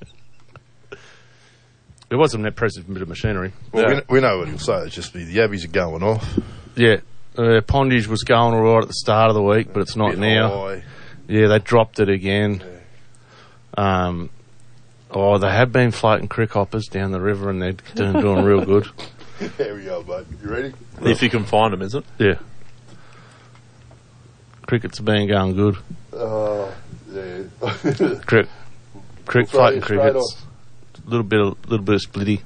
[SPEAKER 1] It was an impressive bit of machinery.
[SPEAKER 3] Well,
[SPEAKER 4] Yeah.
[SPEAKER 3] we, we know what he'll say. It's just the yabbies are going off.
[SPEAKER 1] Yeah, uh, pondage was going all right at the start of the week, but it's not
[SPEAKER 3] Bit
[SPEAKER 1] now.
[SPEAKER 3] high.
[SPEAKER 1] Yeah, they dropped it again. Um, oh, they have been floating crick hoppers down the river, and they're doing, doing real good.
[SPEAKER 3] There we go, mate. You ready?
[SPEAKER 4] If you can find him, is it?
[SPEAKER 1] Yeah, cricket's been going good.
[SPEAKER 3] Uh, yeah.
[SPEAKER 1] Crick, crick
[SPEAKER 3] Australia
[SPEAKER 1] floating
[SPEAKER 3] straight
[SPEAKER 1] crickets. Little bit, of, little bit of splitty.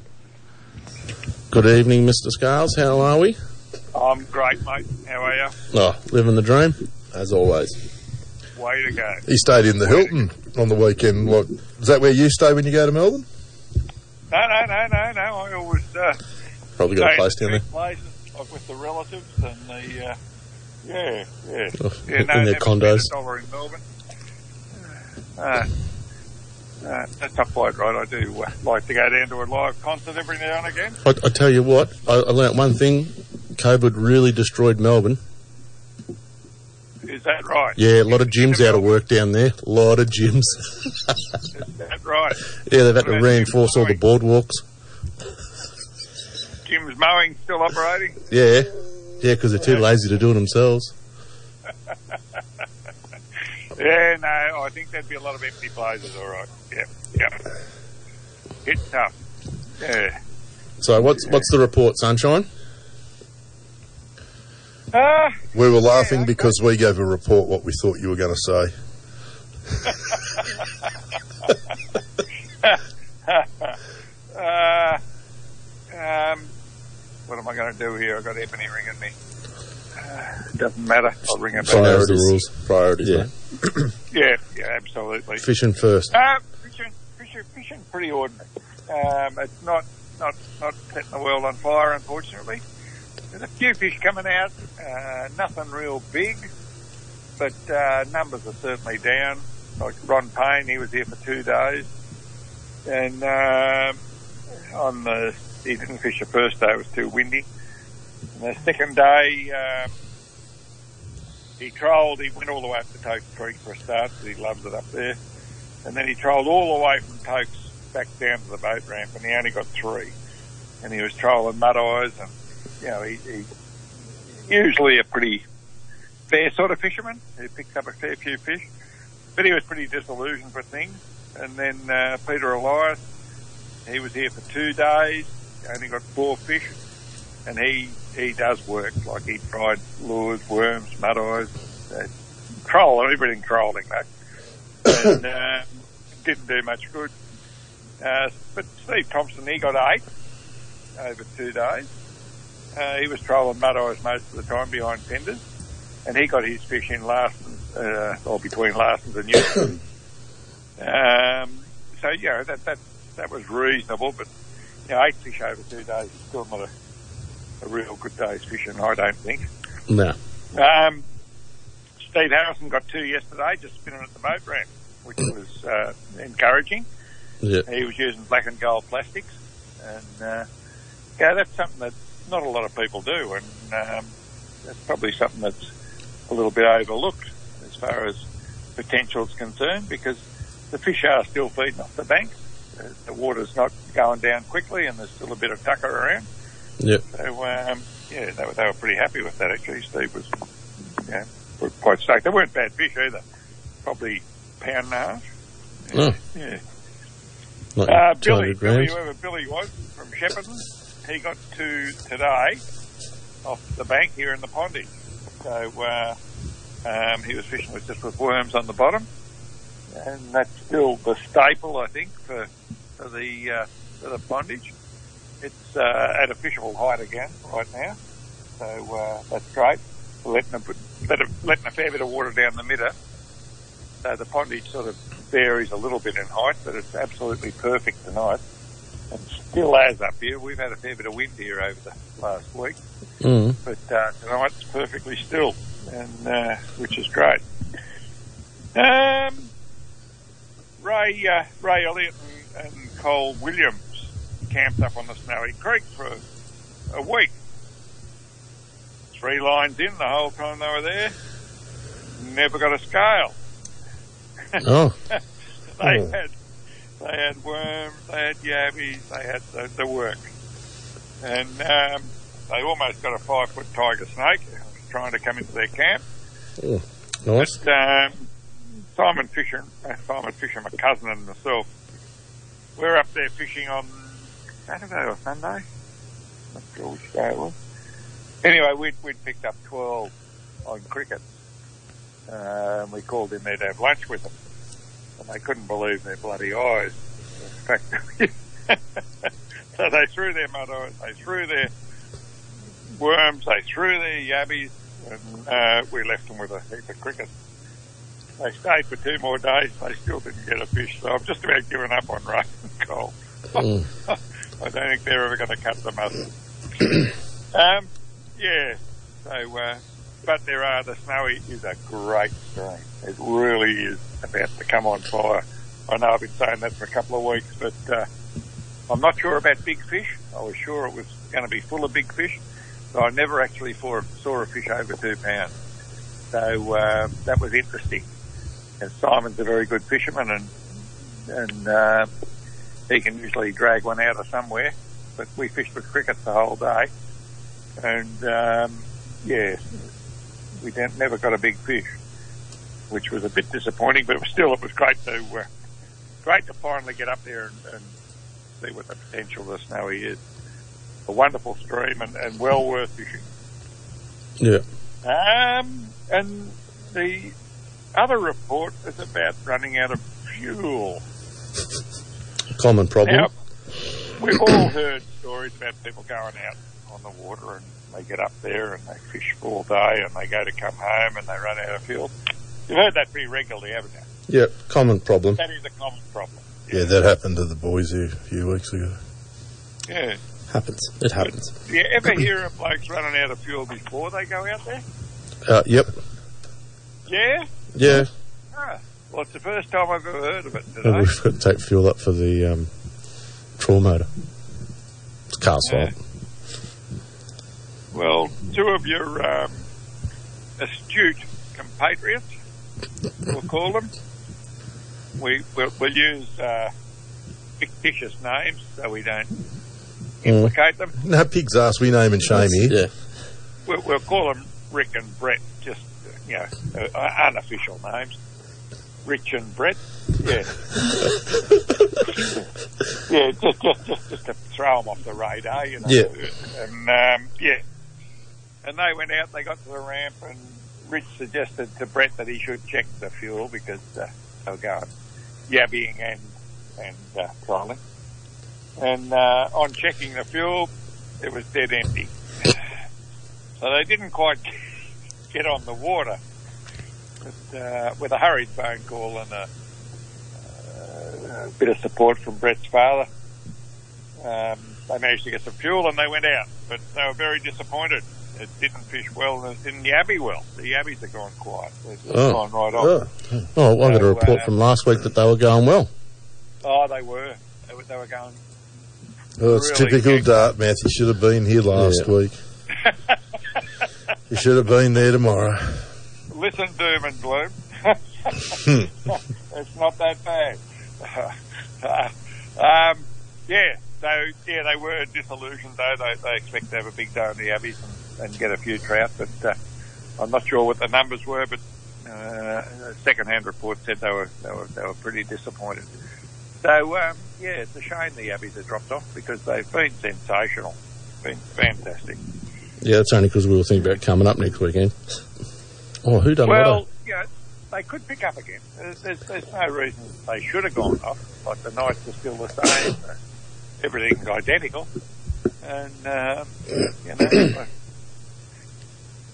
[SPEAKER 1] Good evening, Mr. Scales. How are we?
[SPEAKER 6] I'm great, mate. How are you?
[SPEAKER 1] Oh, living the dream, as always.
[SPEAKER 6] Way to go.
[SPEAKER 3] Uh, he stayed in the Hilton on the weekend. Like, is that where you stay when you go to Melbourne?
[SPEAKER 6] No, no, no, no, no. I always uh,
[SPEAKER 1] Probably
[SPEAKER 6] stay at the best places, like with the relatives and the uh, yeah, yeah, yeah. No, never spent a dollar in Melbourne. Uh, uh, that's not quite right. I do uh, like to go down to a live concert every now and again.
[SPEAKER 1] I, I tell you what, I, I learnt one thing. COVID really destroyed Melbourne.
[SPEAKER 6] Is that right?
[SPEAKER 1] Yeah, a lot of gyms out of work down there. A lot of gyms.
[SPEAKER 6] Is that right?
[SPEAKER 1] Yeah, they've had to reinforce all the boardwalks.
[SPEAKER 6] Jim's mowing still operating?
[SPEAKER 1] Yeah, yeah, because they're too lazy to do it themselves.
[SPEAKER 6] Yeah, no, I think there'd be a lot of empty places, all right. Yeah, yeah. It's tough. Yeah.
[SPEAKER 7] So what's what's the report, Sunshine?
[SPEAKER 6] Ah,
[SPEAKER 3] We were laughing because we gave a report what we thought you were going to say.
[SPEAKER 6] uh, um, what am I going to do here? I've got Ebony ringing me. Uh, doesn't matter. I'll ring her back.
[SPEAKER 7] Sorry.
[SPEAKER 6] Sorry.
[SPEAKER 7] Priorities. rules. Priorities, Yeah. mate.
[SPEAKER 6] Yeah, yeah, absolutely.
[SPEAKER 7] Fishing first.
[SPEAKER 6] Uh, fishing, fishing, fishing, pretty ordinary. Um, it's not, not, not setting the world on fire, unfortunately. There's a few fish coming out, uh, nothing real big, but uh, numbers are certainly down. Like Ron Payne, he was here for two days, and um, on the he didn't fish the first day; it was too windy. And the second day, um, he trolled. He went all the way up to Tote Creek for a start. 'cause He loves it up there and then he trolled all the way from Tokes back down to the boat ramp, and he only got three. And he was trolling mud eyes, and you know, he, he usually a pretty fair sort of fisherman who picks up a fair few fish, but he was pretty disillusioned with things. And then uh, Peter Elias, he was here for two days, only got four fish, and he he does work like he tried lures, worms, mud eyes, uh, troll, everything trolling though and um, didn't do much good. Uh, but Steve Thompson, he got eight over two days. Uh, he was trolling mud eyes most of the time behind fenders, and he got his fish in Larson's, uh, or between Larson's and Newton. um, so, you know, that, that, that was reasonable, but, you know, eight fish over two days is still not a, a real good day's fishing, I don't think.
[SPEAKER 7] No.
[SPEAKER 6] Um, Steve Harrison got two yesterday, just spinning at the boat ramp, which was uh, encouraging.
[SPEAKER 7] Yeah.
[SPEAKER 6] He was using black and gold plastics, and uh, yeah, that's something that not a lot of people do, and um, that's probably something that's a little bit overlooked as far as potential is concerned, because the fish are still feeding off the bank. The- The water's not going down quickly, and there's still a bit of tucker around.
[SPEAKER 7] Yep.
[SPEAKER 6] So um, yeah, they were, they were pretty happy with that actually. Steve was yeah, were quite stoked. They weren't bad fish either. Probably pound and a half. Yeah.
[SPEAKER 7] Oh.
[SPEAKER 6] yeah.
[SPEAKER 7] Like
[SPEAKER 6] Uh,
[SPEAKER 7] 200
[SPEAKER 6] Billy, Billy,
[SPEAKER 7] grams.
[SPEAKER 6] whoever Billy was from Shepparton, he got two today off the bank here in the pondage. So uh, um, he was fishing with just with worms on the bottom, and that's still the staple, I think, for, for the uh, for the pondage. It's uh, at a fishable height again right now, so uh, that's great. Letting a, bit- let a, letting a fair bit of water down the midder, so the pondage sort of varies a little bit in height, but it's absolutely perfect tonight. And still as up here. We've had a fair bit of wind here over the last week,
[SPEAKER 7] Mm.
[SPEAKER 6] but uh, tonight's perfectly still, and uh, which is great. Um, Ray uh, Ray Elliott and, and Cole Williams camped up on the Snowy Creek for a week. Three lines in the whole time they were there. Never got a scale.
[SPEAKER 7] Oh,
[SPEAKER 6] They
[SPEAKER 7] Oh.
[SPEAKER 6] had they had worms, they had yabbies, they had the, the work, and um, they almost got a five foot tiger snake uh, trying to come into their camp.
[SPEAKER 1] Oh,
[SPEAKER 7] nice.
[SPEAKER 6] Um, Simon Fisher, uh, Simon Fisher, my cousin and myself, we were up there fishing on Saturday or Sunday. Not sure which day it was. Anyway, we'd, we'd picked up 12 on cricket. Uh, and we called in there to have lunch with them. And they couldn't believe their bloody eyes. In fact, so they threw their mud eyes, they threw their worms, they threw their yabbies, and uh, we left them with a heap of cricket. They stayed for two more days. They still didn't get a fish. So I've just about given up on Ray and Cole. I don't think they're ever going to cut the mustard. um, yeah. So, uh, but there are the snowy is a great stream. It really is about to come on fire. I know I've been saying that for a couple of weeks, but uh, I'm not sure about big fish. I was sure it was going to be full of big fish, so I never actually saw, saw a fish over two pounds. So uh, that was interesting. And Simon's a very good fisherman, and and uh, he can usually drag one out of somewhere. But we fished with crickets the whole day, and um, yeah, we didn't, never got a big fish. which was a bit disappointing. But it was still, it was great to uh, great to finally get up there and, and see what the potential of the snowy is. A wonderful stream and, and well worth fishing.
[SPEAKER 7] Yeah.
[SPEAKER 6] Um, and the other report is about running out of fuel.
[SPEAKER 7] Common problem.
[SPEAKER 6] Now, we've all heard stories about people going out on the water and they get up there and they fish all day and they go to come home and they run out of fuel. You've heard that pretty regularly, haven't you?
[SPEAKER 7] Yeah, common problem.
[SPEAKER 6] That is a common problem.
[SPEAKER 3] Yeah, that happened to the boys here a few weeks ago.
[SPEAKER 6] Yeah.
[SPEAKER 7] Happens. It happens.
[SPEAKER 6] Do you ever hear of blokes running out of fuel before they go out there?
[SPEAKER 7] Uh, yep.
[SPEAKER 6] Yeah?
[SPEAKER 7] Yeah.
[SPEAKER 6] Ah, well, it's the first time I've ever heard of it
[SPEAKER 7] Maybe
[SPEAKER 6] today.
[SPEAKER 7] we've got to take fuel up for the um, trawl motor. It's car's
[SPEAKER 6] Yeah.
[SPEAKER 7] fault.
[SPEAKER 6] Well, two of your um, astute compatriots, we'll call them. We will we'll use uh, fictitious names so we don't implicate them.
[SPEAKER 3] Mm. No, pig's ass, we name and shame here.
[SPEAKER 7] Yeah.
[SPEAKER 6] We'll, we'll call them Rick and Brett, just you know, uh, unofficial names. Rich and Brett, yeah, yeah, just, just just just to throw them off the radar, you know.
[SPEAKER 7] Yeah.
[SPEAKER 6] And um, yeah, and they went out. They got to the ramp, and Rich suggested to Brett that he should check the fuel because uh, they were going yabbying and and uh, trolling. And uh, on checking the fuel, it was dead empty. So they didn't quite get on the water. But uh, with a hurried phone call and a, uh, a bit of support from Brett's father, um, they managed to get some fuel and they went out. But they were very disappointed. It didn't fish well and it didn't yabby well. The yabbies have gone quiet. They've just
[SPEAKER 7] Oh.
[SPEAKER 6] gone right off.
[SPEAKER 7] Oh. oh, I got a
[SPEAKER 6] So,
[SPEAKER 7] report
[SPEAKER 6] uh,
[SPEAKER 7] from last week that they were going well.
[SPEAKER 6] Oh, they were. They were, they were going.
[SPEAKER 3] Oh, it's
[SPEAKER 6] Really
[SPEAKER 3] typical
[SPEAKER 6] kicked.
[SPEAKER 3] Dartmouth. You should have been here last
[SPEAKER 7] Yeah.
[SPEAKER 3] week. you should have been there tomorrow.
[SPEAKER 6] Listen, doom and gloom.
[SPEAKER 3] Hmm.
[SPEAKER 6] it's not that bad. um, yeah, so yeah, they were disillusioned though. They, they expect to have a big day in the Abbey and, and get a few trout, but uh, I'm not sure what the numbers were. But uh, second-hand report said they were they were they were pretty disappointed. So um, yeah, it's a shame the Abbeys have dropped off because they've been sensational, been fantastic.
[SPEAKER 7] Yeah, that's only because we were thinking about coming up next weekend. Oh, who done what?
[SPEAKER 6] Well, yeah, they could pick up again. There's, there's, there's no reason they should have gone off. Like the nights are still the same. uh, Everything's identical, and um, you know. like,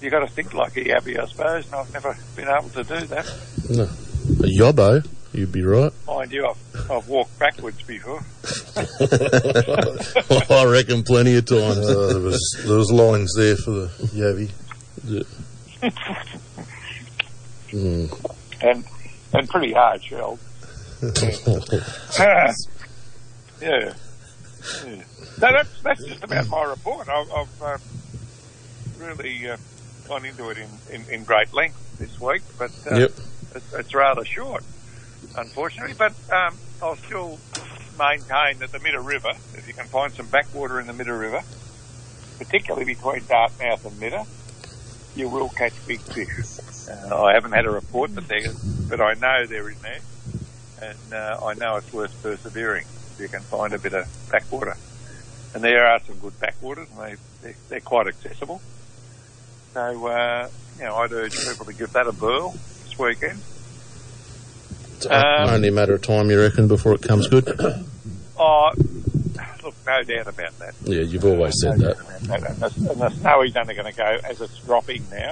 [SPEAKER 6] You got to think like a yabby, I suppose, and I've never been able to do that.
[SPEAKER 7] A yobbo. You'd be right.
[SPEAKER 6] Mind you, I've, I've walked backwards before.
[SPEAKER 7] I reckon plenty of times.
[SPEAKER 3] Oh, there was there was lines there for the Yabby.
[SPEAKER 7] hmm.
[SPEAKER 6] and and pretty hard shelled. yeah. yeah. So that's that's just about my report. I've, I've um, really uh, gone into it in, in, in great length this week, but uh,
[SPEAKER 7] Yep.
[SPEAKER 6] it's, it's rather short, unfortunately. But um, I'll still maintain that the Middle River, if you can find some backwater in the Middle River, particularly between Dartmouth and Mitter, you will catch big fish. Uh, I haven't had a report, but there, but I know there is now, and uh, I know it's worth persevering. if You can find a bit of backwater, and there are some good backwaters, and they, they they're quite accessible. So uh, you know, I'd urge people to give that a burl this weekend. Um,
[SPEAKER 7] It's only a matter of time, you reckon, before it comes good.
[SPEAKER 6] Oh, look, no doubt about that.
[SPEAKER 7] yeah, you've always said that.
[SPEAKER 6] And the, and the snowy's only going to go as it's dropping now,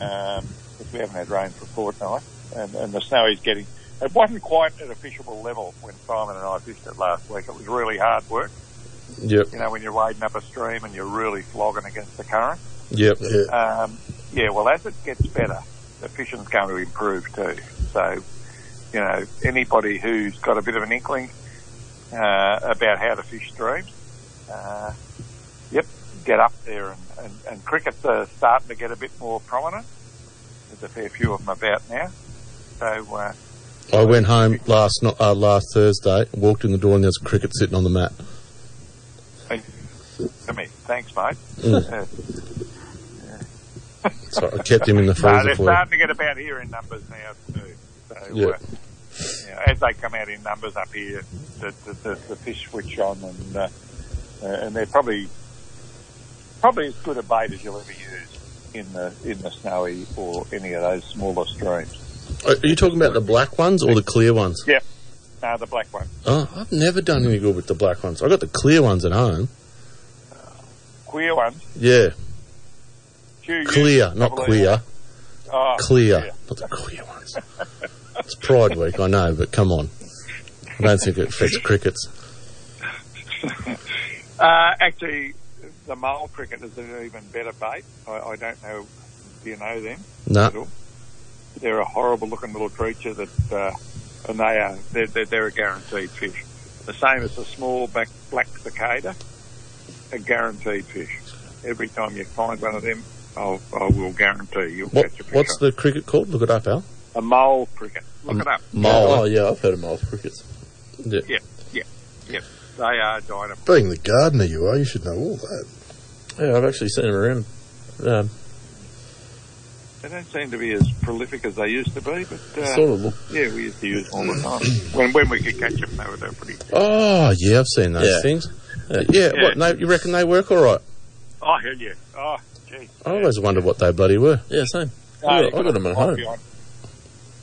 [SPEAKER 6] um, because we haven't had rain for a fortnight, and, and the snowy's getting. It wasn't quite at a fishable level when Simon and I fished it last week. It was really hard work.
[SPEAKER 7] Yep,
[SPEAKER 6] You know, when you're wading up a stream and you're really flogging against the current.
[SPEAKER 7] yep.
[SPEAKER 3] Yeah.
[SPEAKER 6] Um, yeah, well, as it gets better, the fishing's going to improve too. So, you know, anybody who's got a bit of an inkling uh, about how to fish streams, uh, yep, get up there. And, and, and cricket's are starting to get a bit more prominent. There's a fair few of them about now. So, uh,
[SPEAKER 7] I went home last no- uh, last Thursday, walked in the door, and there's a cricket sitting on the mat. Mm.
[SPEAKER 6] to me, thanks, mate. Uh,
[SPEAKER 1] So I kept him in the
[SPEAKER 6] No,
[SPEAKER 1] freezer
[SPEAKER 6] they're
[SPEAKER 1] for you.
[SPEAKER 6] starting to get about here in numbers now too. So,
[SPEAKER 1] Yeah.
[SPEAKER 6] uh, you know, as they come out in numbers up here, the, the, the, the fish switch on, and uh, uh, and they're probably probably as good a bait as you'll ever use in the in the snowy or any of those smaller streams.
[SPEAKER 1] Are are you talking about the black ones or the clear ones?
[SPEAKER 6] Yeah, no, the black one.
[SPEAKER 1] Oh, I've never done any good with the black ones. I got the clear ones at home.
[SPEAKER 6] Queer ones.
[SPEAKER 1] Yeah,
[SPEAKER 6] Hugh, you
[SPEAKER 1] clear, not
[SPEAKER 6] probably-
[SPEAKER 1] queer.
[SPEAKER 6] E. Oh,
[SPEAKER 1] Clear, not the clear ones. It's Pride Week, I know, but come on. I don't think it affects crickets.
[SPEAKER 6] Uh, actually, the mole cricket is an even better bait. I, I don't know. Do you know them?
[SPEAKER 1] No.
[SPEAKER 6] at all. They're a horrible looking little creature that, uh, and they are, they're, they're, they're a guaranteed fish. The same as the small back, black cicada, a guaranteed fish. Every time you find one of them, I'll, I will guarantee you'll
[SPEAKER 1] What,
[SPEAKER 6] catch a fish.
[SPEAKER 1] what's
[SPEAKER 6] on it.
[SPEAKER 1] the cricket called? Look it up, Al.
[SPEAKER 6] A mole cricket. Look it up.
[SPEAKER 1] Mole.
[SPEAKER 8] Oh, yeah, I've heard of mole crickets.
[SPEAKER 6] Yeah, yeah, yeah. They are dynamite.
[SPEAKER 3] Being the gardener you are, you should know all that.
[SPEAKER 8] Yeah, I've actually seen them around. Um,
[SPEAKER 6] They don't seem to be as prolific as they used to be, but uh,
[SPEAKER 8] Sort of look.
[SPEAKER 6] yeah, we used to use them all the time. when, when we could catch them, they were they were pretty.
[SPEAKER 1] Oh, yeah, I've seen those
[SPEAKER 8] Yeah.
[SPEAKER 1] things. Uh, Yeah,
[SPEAKER 8] Yeah.
[SPEAKER 1] What, no, you reckon they work all right?
[SPEAKER 6] Oh, hell yeah. Oh, gee.
[SPEAKER 1] I always wondered what they bloody were.
[SPEAKER 8] Yeah, same.
[SPEAKER 6] No,
[SPEAKER 8] I
[SPEAKER 6] you
[SPEAKER 8] got, I got them at
[SPEAKER 6] Light
[SPEAKER 8] home.
[SPEAKER 6] behind,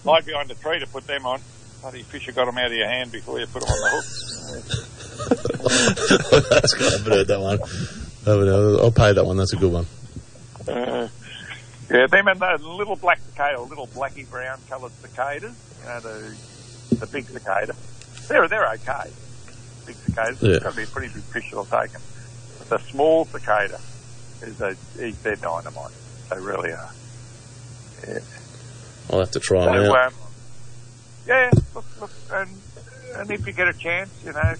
[SPEAKER 6] light behind the tree to put them on. Bloody fish have got them out of your hand before you put them on the hook.
[SPEAKER 1] That's good. I haven't heard that one. I haven't heard- I'll pay that one. That's a good one.
[SPEAKER 6] Uh, yeah, them and the little black cicada, little blacky brown coloured cicadas, you know, the, the big cicada. They're, they're okay. Big cicadas,
[SPEAKER 1] Yeah.
[SPEAKER 6] it's going to be a pretty big fish that'll take them. But the small cicada, is a, is their dynamite. They really are.
[SPEAKER 1] I'll have to try
[SPEAKER 6] So,
[SPEAKER 1] them out.
[SPEAKER 6] um, yeah, look, look, and, and if you get a chance, you know,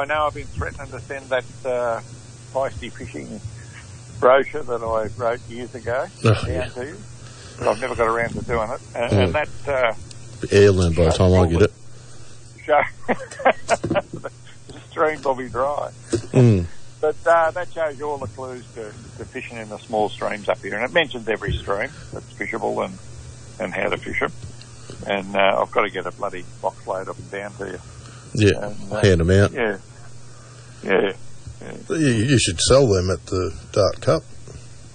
[SPEAKER 6] I know I've been threatening to send that uh, feisty fishing brochure that I wrote years ago
[SPEAKER 1] Oh,
[SPEAKER 6] down
[SPEAKER 1] yeah. Mm.
[SPEAKER 6] to you, but I've never got around to doing it. And, and that uh,
[SPEAKER 1] Heirloom by the time I get it.
[SPEAKER 6] show, the stream will be dry.
[SPEAKER 1] Mm.
[SPEAKER 6] But uh, that shows you all the clues to, to fishing in the small streams up here, and it mentions every stream that's fishable and and how to fish them. And uh, I've got to get a bloody box load of them down to you.
[SPEAKER 1] Yeah,
[SPEAKER 6] And, uh,
[SPEAKER 1] hand them out.
[SPEAKER 6] yeah, yeah.
[SPEAKER 3] You, you should sell them at the Dart Cup.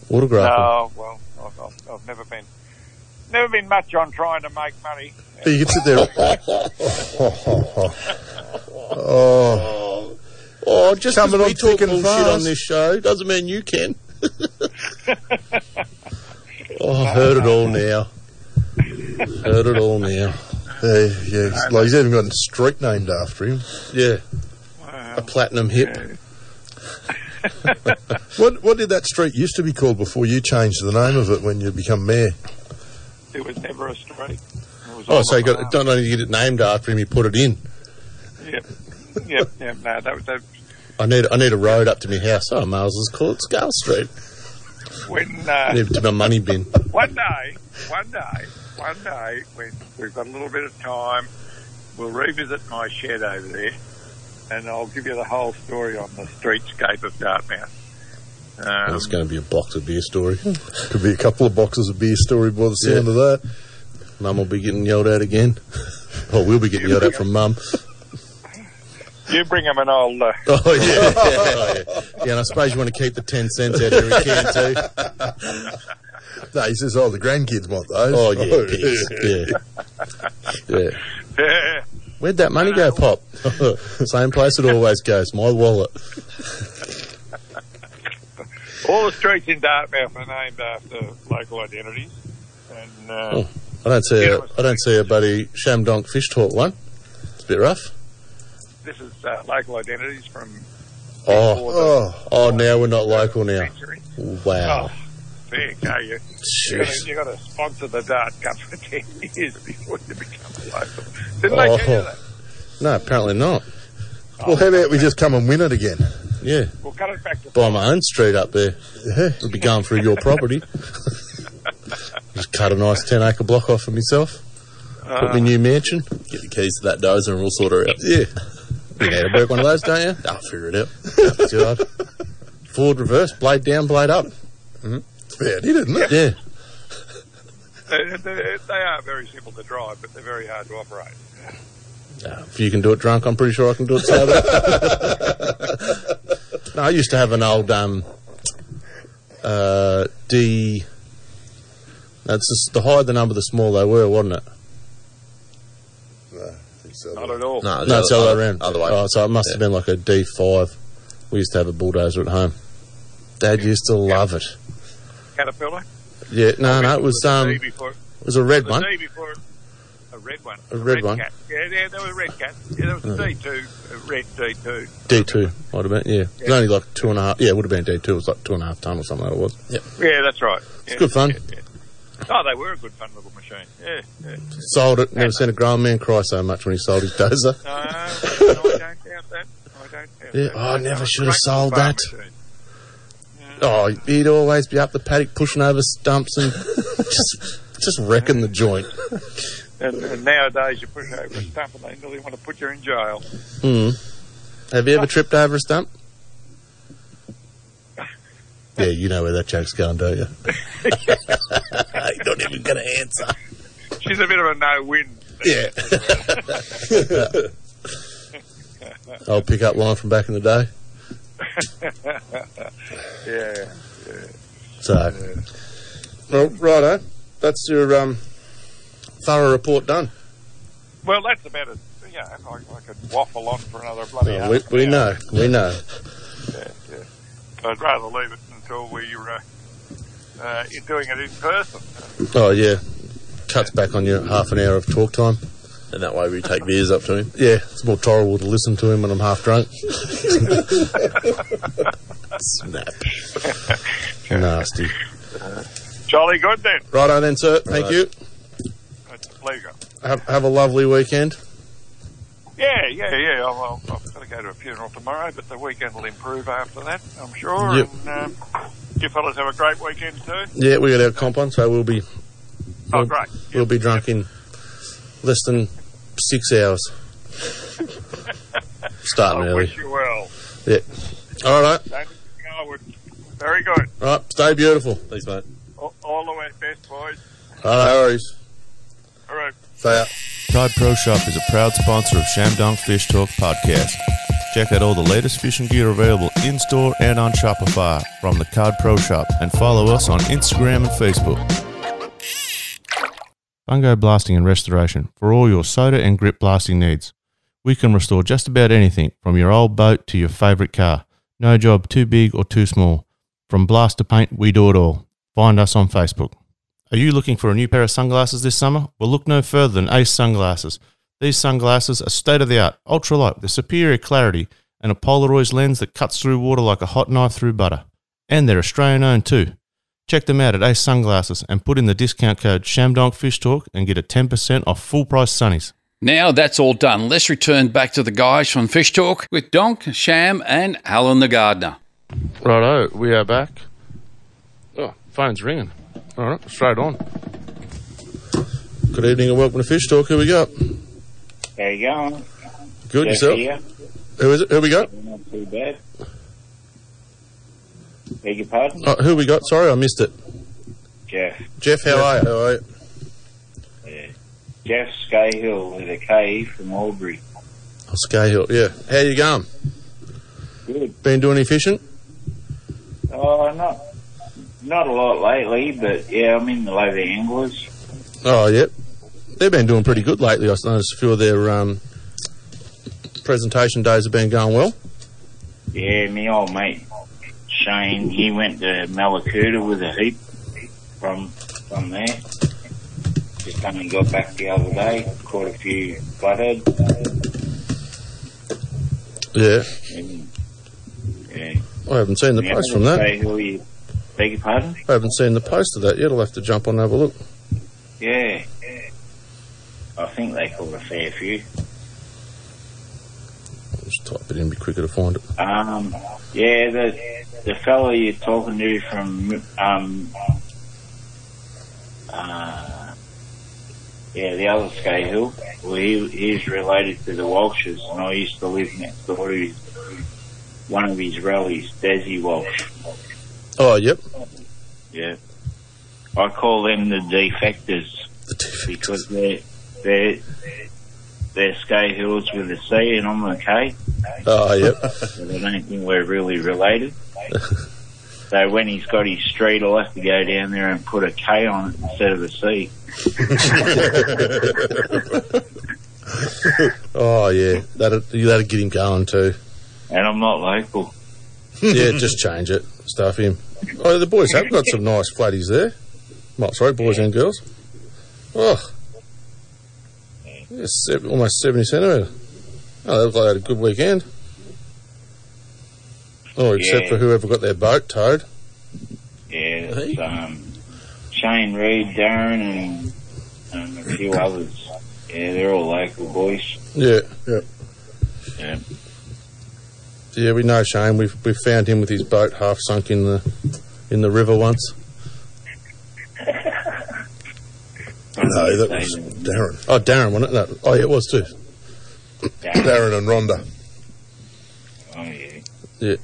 [SPEAKER 1] Autograph
[SPEAKER 6] No, well, I've, I've, I've never been never been much on trying to make money.
[SPEAKER 3] But you could sit there. oh,
[SPEAKER 1] Oh, just
[SPEAKER 3] Come
[SPEAKER 1] 'cause
[SPEAKER 3] along
[SPEAKER 1] we talk
[SPEAKER 3] thick and
[SPEAKER 1] bullshit
[SPEAKER 3] fast.
[SPEAKER 1] on this show doesn't mean you can. oh, I've heard it all now. heard it all now.
[SPEAKER 3] yeah, yeah. It's Like he's even got a street named after him.
[SPEAKER 1] Yeah. A platinum hip.
[SPEAKER 3] What What did that street used to be called before you changed the name of it when you become mayor?
[SPEAKER 6] It was never a straight.
[SPEAKER 1] Oh, so he got it,
[SPEAKER 6] um,
[SPEAKER 1] don't only did you get it named after him, he put it in.
[SPEAKER 6] Yep, yep, yep. No, that was that.
[SPEAKER 1] I need I need a road up to my house. Oh, Miles, let's call it Scale Street.
[SPEAKER 6] When uh,
[SPEAKER 1] I need it to my money bin.
[SPEAKER 6] One day, one day, one day, when we've got a little bit of time, we'll revisit my shed over there, and I'll give you the whole story on the streetscape of Dartmouth. Um,
[SPEAKER 1] That's going to be a box of beer story.
[SPEAKER 3] Could be a couple of boxes of beer story by the sound of that.
[SPEAKER 1] Mum will be getting yelled at again. Oh, we'll be getting yelled at from Mum.
[SPEAKER 6] you bring him and I'll. Uh,
[SPEAKER 1] Oh yeah. oh, yeah. Yeah, and I suppose you want to keep the ten cents out every can too.
[SPEAKER 3] No, he says, "Oh, the grandkids want those."
[SPEAKER 1] Oh yeah, pigs. yeah, yeah.
[SPEAKER 6] yeah,
[SPEAKER 1] Where'd that money
[SPEAKER 6] Um,
[SPEAKER 1] go, Pop? Same place it always goes. My wallet.
[SPEAKER 6] all the streets in Dartmouth are named after local identities, and uh,
[SPEAKER 1] Oh. I don't see. A, I don't see a buddy Shamdonk fish taught one. It's a bit rough.
[SPEAKER 6] this is uh, local identities from
[SPEAKER 1] Oh,
[SPEAKER 6] before
[SPEAKER 3] Oh,
[SPEAKER 1] oh. Now we're not local
[SPEAKER 6] the
[SPEAKER 1] now.
[SPEAKER 6] century.
[SPEAKER 1] Wow.
[SPEAKER 6] Oh, fair go you. You
[SPEAKER 1] Jeez.
[SPEAKER 6] gotta- you got to sponsor the Dart Cup for ten years before you become local. Didn't they tell you
[SPEAKER 1] Oh.
[SPEAKER 6] that?
[SPEAKER 1] No, apparently not.
[SPEAKER 3] well, how about we just come and win it again?
[SPEAKER 1] Yeah,
[SPEAKER 6] We'll cut it back to
[SPEAKER 1] buy my own street up there. It'll be going through your property. Just cut a nice ten acre block off for myself.
[SPEAKER 6] Ah.
[SPEAKER 1] Put me new mansion.
[SPEAKER 8] Get the keys to that dozer and we'll sort her out.
[SPEAKER 1] Yeah. You need to work one of those, don't you?
[SPEAKER 9] Mm-hmm.
[SPEAKER 1] I'll figure it out. God. Forward, reverse, blade down, blade up.
[SPEAKER 3] about it, isn't it?
[SPEAKER 1] Yeah.
[SPEAKER 6] They, they, they are very simple to drive, but they're very hard to operate.
[SPEAKER 1] If you can do it drunk, I'm pretty sure I can do it sober. no, I used to have an old um, uh, D. That's just the higher the number, the smaller they were, wasn't it?
[SPEAKER 3] No, I think so.
[SPEAKER 6] Not at all.
[SPEAKER 9] No,
[SPEAKER 1] no, it's the other way around.
[SPEAKER 9] Other way.
[SPEAKER 1] Oh, so it must have
[SPEAKER 9] Yeah.
[SPEAKER 1] been like a D5. We used to have a bulldozer at home. Dad used to love it.
[SPEAKER 6] Caterpillar.
[SPEAKER 1] Yeah, no, no, it was
[SPEAKER 6] The
[SPEAKER 1] um,
[SPEAKER 6] day
[SPEAKER 1] it
[SPEAKER 6] before,
[SPEAKER 1] was a red
[SPEAKER 6] the
[SPEAKER 1] one.
[SPEAKER 6] day before, a red one.
[SPEAKER 1] A red one. Uh.
[SPEAKER 6] Cat. Yeah, yeah, there was a red cat. Yeah, there was a D2, a red D2.
[SPEAKER 1] D2 might have been, yeah. It was only like two and a half. Yeah, it would have been D2. It was like two and a half ton or something. Like it was.
[SPEAKER 6] Yeah, that's right. It's
[SPEAKER 1] good fun.
[SPEAKER 6] Oh, they were a good fun little machine. Yeah, yeah.
[SPEAKER 1] Sold it. Never seen a grown man cry so much when he sold his dozer.
[SPEAKER 6] No, I don't doubt that. I don't doubt
[SPEAKER 1] Yeah,
[SPEAKER 6] that.
[SPEAKER 1] I never
[SPEAKER 6] That's a
[SPEAKER 1] should have
[SPEAKER 6] great
[SPEAKER 1] sold
[SPEAKER 6] farm
[SPEAKER 1] that.
[SPEAKER 6] machine.
[SPEAKER 1] Oh, he'd always be up the paddock pushing over stumps and just just wrecking the joint.
[SPEAKER 6] And, and nowadays you uh, push over a stump and they nearly want to put you in jail.
[SPEAKER 1] Mm. Have you ever tripped over a stump? Yeah, you know where that joke's going, don't you? You're not even going to answer.
[SPEAKER 6] She's a bit of a no-win.
[SPEAKER 1] Yeah. I'll pick up line from back in the day.
[SPEAKER 6] Yeah.
[SPEAKER 1] So, well, righto. That's your um, thorough report done.
[SPEAKER 6] Well, that's about it. Yeah, I, I could waffle on for another bloody
[SPEAKER 1] Well,
[SPEAKER 6] hour.
[SPEAKER 1] we, we know. We know.
[SPEAKER 6] Yeah, yeah. I'd rather leave it until we were uh, uh, you're doing it in person.
[SPEAKER 1] Oh, yeah. Cuts back on your half an hour of talk time.
[SPEAKER 9] And that way we take beers up to him.
[SPEAKER 1] Yeah, it's more tolerable to listen to him when I'm half drunk. Snap. Nasty.
[SPEAKER 6] Jolly good then.
[SPEAKER 1] Righto then, sir. Thank you.
[SPEAKER 6] It's a pleasure.
[SPEAKER 1] Have, have a lovely weekend.
[SPEAKER 6] Yeah, yeah, yeah. I'll, I'll, I've got to go to a funeral tomorrow, but the weekend will improve after that, I'm sure.
[SPEAKER 1] Yep.
[SPEAKER 6] And um, you fellas have a great weekend too.
[SPEAKER 1] Yeah, we got our comp on, so we'll be
[SPEAKER 6] Oh,
[SPEAKER 1] Well,
[SPEAKER 6] great.
[SPEAKER 1] we'll be drunk in less than six hours.
[SPEAKER 6] I
[SPEAKER 1] Starting early.
[SPEAKER 6] wish you well.
[SPEAKER 1] All right,
[SPEAKER 6] Don't I would. Very good.
[SPEAKER 1] all right. Stay beautiful.
[SPEAKER 9] Thanks, mate.
[SPEAKER 6] All, all the way, best boys.
[SPEAKER 1] All right. No worries.
[SPEAKER 6] All right.
[SPEAKER 1] Stay out.
[SPEAKER 2] Cod Pro Shop is a proud sponsor of Shamdong Fish Talk podcast. Check out all the latest fishing gear available in store and on Shopify from the Cod Pro Shop and follow us on Instagram and Facebook. Fungo Blasting and Restoration for all your soda and grip blasting needs. We can restore just about anything from your old boat to your favorite car. No job too big or too small. From blast to paint, we do it all. Find us on Facebook. Are you looking for a new pair of sunglasses this summer? Well, look no further than Ace Sunglasses. These sunglasses are state of the art, ultralight with superior clarity and a Polaroid lens that cuts through water like a hot knife through butter. And they're Australian owned too. Check them out at Ace Sunglasses and put in the discount code ShamDonkFishTalk and get a 10% off full price sunnies.
[SPEAKER 5] Now that's all done. Let's return back to the guys from Fish Talk with Donk, Sham, and Alan the Gardener.
[SPEAKER 10] Righto, we are back. Oh, phone's ringing. All right, straight on.
[SPEAKER 1] Good evening and welcome to Fish Talk. Who we got?
[SPEAKER 11] There you go.
[SPEAKER 1] Good
[SPEAKER 11] Just
[SPEAKER 1] yourself.
[SPEAKER 11] here.
[SPEAKER 1] Who is it? Who we got?
[SPEAKER 11] Not too bad. Beg your pardon?
[SPEAKER 1] Oh, who we got? Sorry, I missed it.
[SPEAKER 11] Jeff.
[SPEAKER 1] Jeff, how are you? How are you?
[SPEAKER 11] Yeah. Jeff Scahill with a K from Albury.
[SPEAKER 1] Oh, Sky Hill. Yeah. How you going?
[SPEAKER 11] Good.
[SPEAKER 1] Been doing any fishing?
[SPEAKER 11] Oh, not not a lot lately, but yeah, I'm in the Lower Anglers.
[SPEAKER 1] Oh, yeah. They've been doing pretty good lately. I noticed a few of their um, presentation days have been going well.
[SPEAKER 11] Yeah, me old mate Shane, he went to Malakuta with a heap from from there. Just only got back the other day, caught a few butthead.
[SPEAKER 1] Yeah.
[SPEAKER 11] And, yeah.
[SPEAKER 1] I haven't seen the
[SPEAKER 11] Yeah,
[SPEAKER 1] post from that.
[SPEAKER 11] Scahill, you- Beg your pardon?
[SPEAKER 1] I haven't seen the post of that yet. I'll have to jump on and have a look.
[SPEAKER 11] Yeah. I think they caught a fair few.
[SPEAKER 1] Just type it in, be quicker to find it.
[SPEAKER 11] Um, yeah, the the fellow you're talking to from um, uh, yeah, the other Sky Hill. Well, he he's related to the Walshes, and I used to live next door to his, one of his rallies, Desi Walsh.
[SPEAKER 1] Oh, yep.
[SPEAKER 11] Yeah, I call them the defectors because they're they're they're Skye Hills with a C and I'm a K.
[SPEAKER 1] Oh, yep.
[SPEAKER 11] So they don't think we're really related. so when he's got his street, I'll have to go down there and put a K on it instead of a C.
[SPEAKER 1] oh yeah, that'd that'd get him going too.
[SPEAKER 11] And I'm not local.
[SPEAKER 1] yeah, just change it, stuff him. Oh, the boys have got some nice flatties there. Well, sorry, boys and girls. Oh, yeah, se- almost seventy centimetre. Oh, they look like they had a good weekend. Oh, except
[SPEAKER 11] Yeah.
[SPEAKER 1] for whoever got their boat towed.
[SPEAKER 11] Yeah, it's, um, Shane Reed, Darren, and, and a few others. Yeah, they're all local boys.
[SPEAKER 1] Yeah, yeah,
[SPEAKER 11] Yeah.
[SPEAKER 1] yeah. We know Shane. We we found him with his boat half sunk in the in the river once.
[SPEAKER 3] No, that was Darren.
[SPEAKER 1] Oh, Darren, wasn't it? No. Oh, yeah, it was too.
[SPEAKER 3] Darren and Rhonda.
[SPEAKER 11] Oh, yeah.
[SPEAKER 1] Yeah,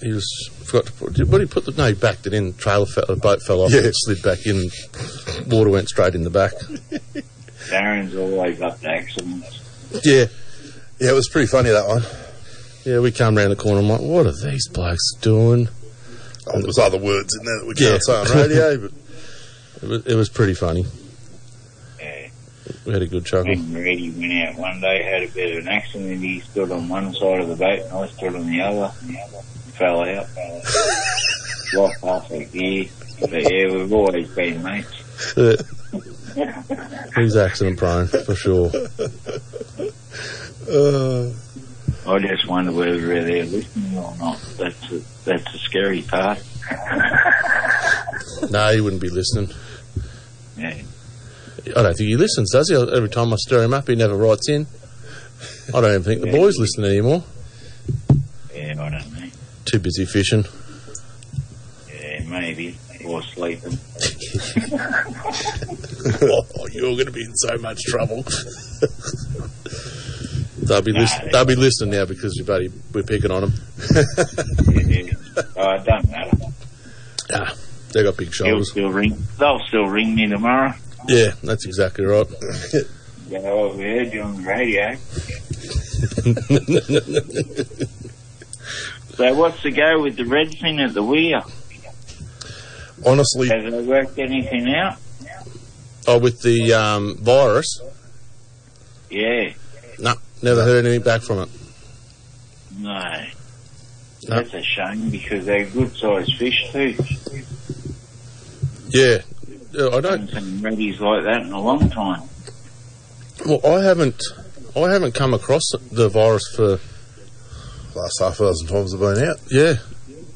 [SPEAKER 1] he was forgot to put. Did, what did he put the? No, he backed it in. Trailer fell, the boat fell off. Yeah,
[SPEAKER 3] Yeah.
[SPEAKER 1] it slid back in. Water went straight in the back.
[SPEAKER 11] Darren's always up to accidents.
[SPEAKER 1] Yeah,
[SPEAKER 3] Yeah, it was pretty funny that one.
[SPEAKER 1] yeah. We come round the corner. I'm like, what are these blokes doing?
[SPEAKER 3] Oh, there was other words in there that we
[SPEAKER 1] Yeah.
[SPEAKER 3] can't say on radio, but
[SPEAKER 1] It was, it was pretty funny.
[SPEAKER 11] Yeah.
[SPEAKER 1] We had a good chuckle.
[SPEAKER 11] Shane Reedy went out one day, had a bit of an accident. He stood on one side of the boat and I stood on the other. Fell out. Lost half a gear. But yeah, we've always been mates.
[SPEAKER 1] Yeah. He's accident prone for sure.
[SPEAKER 11] Uh. I just wonder whether they're listening or not. That's a, that's the scary part.
[SPEAKER 1] No, he wouldn't be listening.
[SPEAKER 11] Yeah.
[SPEAKER 1] I don't think he listens, does he? Every time I stir him up, he never writes in. I don't even think the boys listen anymore.
[SPEAKER 11] Yeah, I don't know.
[SPEAKER 1] Too busy fishing.
[SPEAKER 11] Yeah, maybe. Or sleeping.
[SPEAKER 1] oh, you're going to be in so much trouble. they'll be lis- they'll be listening now because we're buddy, we're picking on them.
[SPEAKER 11] Yeah. Oh, it doesn't matter.
[SPEAKER 1] Ah, they got big
[SPEAKER 11] He'll
[SPEAKER 1] shoulders.
[SPEAKER 11] still ring. They'll still ring me tomorrow.
[SPEAKER 1] Yeah, that's exactly right.
[SPEAKER 11] Yeah, well, we heard you on the radio. so what's the go with the red thing at the wheel?
[SPEAKER 1] Honestly,
[SPEAKER 11] Has it worked anything out?
[SPEAKER 1] oh, with the um, virus,
[SPEAKER 11] Yeah.
[SPEAKER 1] no, never heard anything back from it.
[SPEAKER 11] No.
[SPEAKER 1] No.
[SPEAKER 11] That's a shame because they're good sized fish too.
[SPEAKER 1] Yeah, Yeah, I don't.
[SPEAKER 11] haven't seen reddies like that in a long time.
[SPEAKER 1] Well, I haven't. I haven't come across the virus for
[SPEAKER 3] last half a dozen times I've been out.
[SPEAKER 1] yeah.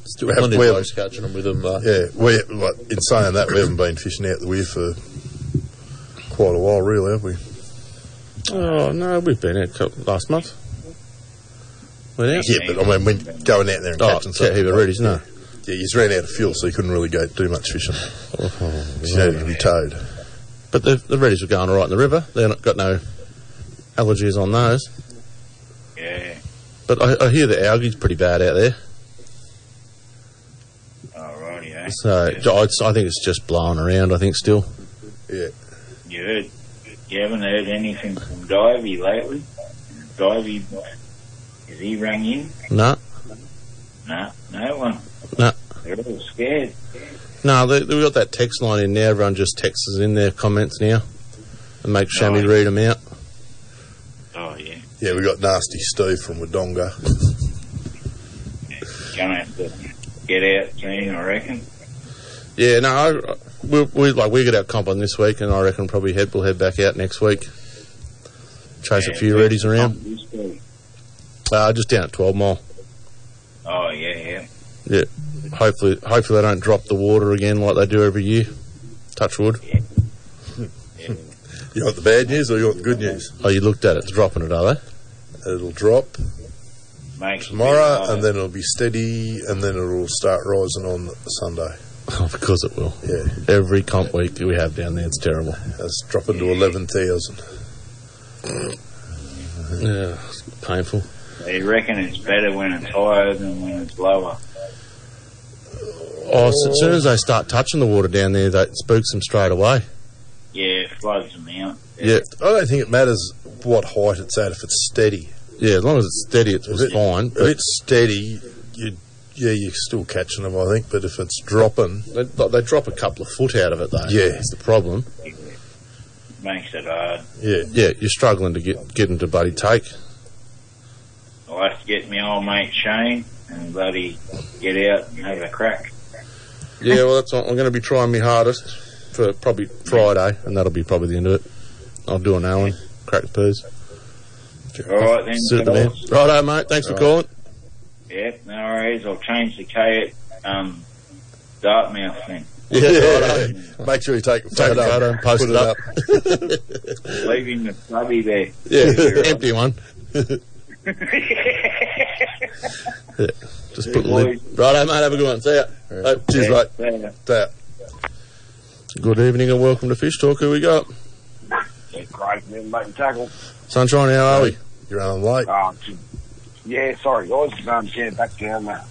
[SPEAKER 3] Still
[SPEAKER 12] Plenty of
[SPEAKER 3] we
[SPEAKER 12] blokes catching them with them. Uh,
[SPEAKER 3] yeah, we like in saying that we haven't been fishing out the weir for quite a while, really, have we?
[SPEAKER 1] Oh no, we've been out cou- last month. Went out.
[SPEAKER 3] Yeah, but I mean, when going out there and
[SPEAKER 1] Oh,
[SPEAKER 3] catching
[SPEAKER 1] yeah,
[SPEAKER 3] something,
[SPEAKER 1] he already, no.
[SPEAKER 3] yeah, you just ran out of fuel, so you couldn't really go do much fishing. You needed to be towed.
[SPEAKER 1] Oh, But the, the reddies were going all right in the river. They've not got no allergies on those.
[SPEAKER 11] Yeah.
[SPEAKER 1] But I, I hear the algae's pretty bad out there.
[SPEAKER 11] Alrighty, eh?
[SPEAKER 1] So I, I think it's just blowing around, I think, still.
[SPEAKER 11] You heard? You haven't heard anything from Divey lately? Divey, has he rang in?
[SPEAKER 1] No.
[SPEAKER 11] No, no one.
[SPEAKER 1] No.
[SPEAKER 11] They're all scared.
[SPEAKER 1] No, they, they- we got that text line in there. Everyone just texts us in their comments now and make Shammy
[SPEAKER 11] Right.
[SPEAKER 1] read them out.
[SPEAKER 11] Oh yeah,
[SPEAKER 3] Yeah, we got nasty Steve from Wodonga.
[SPEAKER 11] gonna have to get out soon, I reckon.
[SPEAKER 1] Yeah, no, I, we, we like we get out comp on this week, and I reckon probably head we'll head back out next week. Chase a
[SPEAKER 11] Yeah,
[SPEAKER 1] few
[SPEAKER 11] where's
[SPEAKER 1] reddies
[SPEAKER 11] the
[SPEAKER 1] around.
[SPEAKER 11] pump this week?
[SPEAKER 1] Uh, just down at twelve mile.
[SPEAKER 11] Oh yeah, yeah.
[SPEAKER 1] Hopefully, hopefully they don't drop the water again like they do every year. Touch wood.
[SPEAKER 3] You want the bad news or you want the good news?
[SPEAKER 1] Oh, you looked at it. It's dropping it, are they?
[SPEAKER 3] It'll drop
[SPEAKER 11] Makes
[SPEAKER 3] tomorrow,
[SPEAKER 11] me-
[SPEAKER 3] and then it'll be steady, and then it'll start rising on Sunday.
[SPEAKER 1] of course it will.
[SPEAKER 3] Yeah,
[SPEAKER 1] Every comp week that we have down there, it's terrible.
[SPEAKER 3] it's dropping to eleven thousand.
[SPEAKER 1] Yeah, it's painful.
[SPEAKER 11] they reckon it's better when it's higher than when it's lower.
[SPEAKER 1] Oh, as soon as they start touching the water down there, that spooks them straight away.
[SPEAKER 11] Yeah, floods them out.
[SPEAKER 1] Yeah,
[SPEAKER 3] I don't think it matters what height it's at if it's steady.
[SPEAKER 1] yeah. As long as it's steady, it was
[SPEAKER 3] it-
[SPEAKER 1] fine.
[SPEAKER 3] If
[SPEAKER 1] But
[SPEAKER 3] it's steady, you yeah, you're still catching them, I think. But if it's dropping,
[SPEAKER 1] they, they drop a couple of foot out of it, though.
[SPEAKER 3] Yeah.
[SPEAKER 1] it's the problem.
[SPEAKER 11] Makes it hard.
[SPEAKER 1] Yeah, yeah. You're struggling to get get into buddy take.
[SPEAKER 11] I have to get me old mate Shane and bloody get out and have a crack.
[SPEAKER 1] Yeah, well, that's what I'm going to be trying my hardest for probably Friday, and that'll be probably the end of it. I'll do an Allen, crack the peas.
[SPEAKER 11] All right then.
[SPEAKER 1] Sit the man.
[SPEAKER 11] fellas.
[SPEAKER 1] Righto, mate. Thanks for calling.
[SPEAKER 11] Yeah, no worries. I'll change the K at um, Dartmouth thing.
[SPEAKER 1] Yeah, righto.
[SPEAKER 3] make sure you take a
[SPEAKER 1] Take a
[SPEAKER 3] photo,
[SPEAKER 1] photo and post
[SPEAKER 3] put
[SPEAKER 1] it up.
[SPEAKER 11] Leaving the subby there.
[SPEAKER 1] Yeah, empty one. Just put the lid. Righto, mate. Have a good one. See ya. Oh, cheers, mate.
[SPEAKER 11] Yeah,
[SPEAKER 1] Good evening and welcome to Fish Talk. Who we got?
[SPEAKER 13] Yeah, great, man, mate, tackle.
[SPEAKER 1] Sunshine, how are we?
[SPEAKER 3] You're on late.
[SPEAKER 13] Oh, gee. yeah, sorry, guys. Um, yeah, back down there.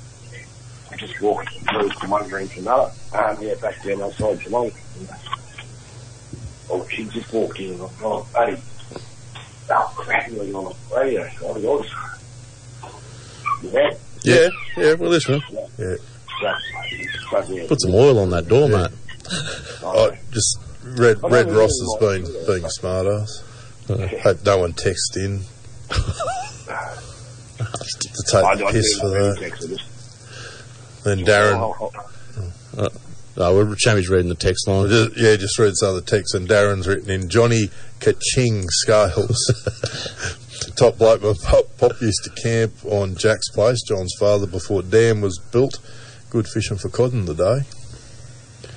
[SPEAKER 13] I'm just walking through from one green to another. Um, yeah, back down outside Geelong. Oh, she just walked in. and Oh, buddy. Oh, crap, you're on the radio. Oh, yours. Yeah,
[SPEAKER 1] Yeah, yeah, we're listening.
[SPEAKER 13] so, so, yeah.
[SPEAKER 1] Put some oil on that door, mate.
[SPEAKER 3] I Oh, just Red
[SPEAKER 13] don't
[SPEAKER 3] Red
[SPEAKER 13] really
[SPEAKER 3] Ross has
[SPEAKER 13] like
[SPEAKER 3] been being a smart ass. Hope no one texts in to
[SPEAKER 13] I, I
[SPEAKER 3] take
[SPEAKER 13] do
[SPEAKER 3] the piss for
[SPEAKER 13] that.
[SPEAKER 3] that. Then
[SPEAKER 13] Oh,
[SPEAKER 3] Darren,
[SPEAKER 1] No, we're Uh, Chammy's reading the text line.
[SPEAKER 3] just, yeah, just read some of the text, and Darren's written in Johnny Kaching Scales. Top bloke, my pop, pop used to camp on Jack's place, John's father, before dam was built. Good fishing for cod in the day.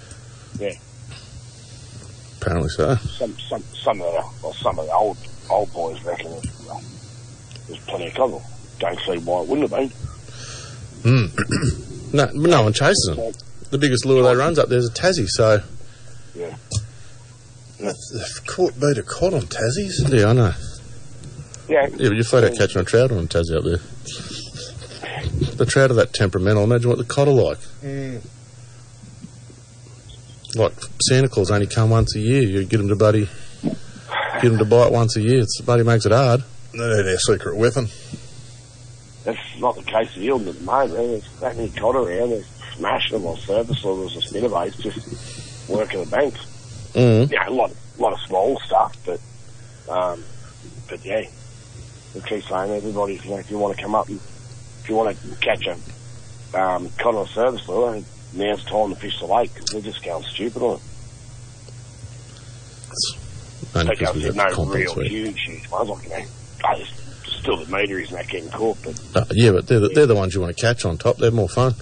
[SPEAKER 1] Apparently so.
[SPEAKER 13] some some some of the well, some of the old old boys reckon it, well, there's plenty of cover. Don't see why it wouldn't have been.
[SPEAKER 1] Mm. No, but no one chases them. The biggest lure they runs up there is a Tassie, so
[SPEAKER 3] They've caught beat a cod on Tassie's.
[SPEAKER 1] yeah, I know.
[SPEAKER 13] Yeah,
[SPEAKER 1] Yeah, but you're flat out catching a trout on a Tassie up there. The trout are that temperamental. Imagine what the cod are like. Like Santa Claus only come once a year. You get them to buddy, get them to bite once a year. It's buddy makes it hard.
[SPEAKER 3] They need their secret weapon.
[SPEAKER 13] that's not the case of Hilton at the moment. There's that many cod around. They're smashing them on service or there's a spinnerbait just working the bank.
[SPEAKER 1] Mm.
[SPEAKER 13] You know, a lot a lot of small stuff, but um, but yeah, we keep saying everybody you know, if you want to come up and if you want to catch a um, cod on a service lure, now's time to fish the lake 'cause they're just going stupid on it.
[SPEAKER 1] Only
[SPEAKER 13] Like I
[SPEAKER 1] because we
[SPEAKER 13] said,
[SPEAKER 1] have
[SPEAKER 13] no
[SPEAKER 1] compost
[SPEAKER 13] real
[SPEAKER 1] weed.
[SPEAKER 13] huge, huge ones. Like, you know, I just, still the meter is not getting caught, but
[SPEAKER 1] No, Uh, yeah, but they're the, they're the ones you want to catch on top. They're more fun.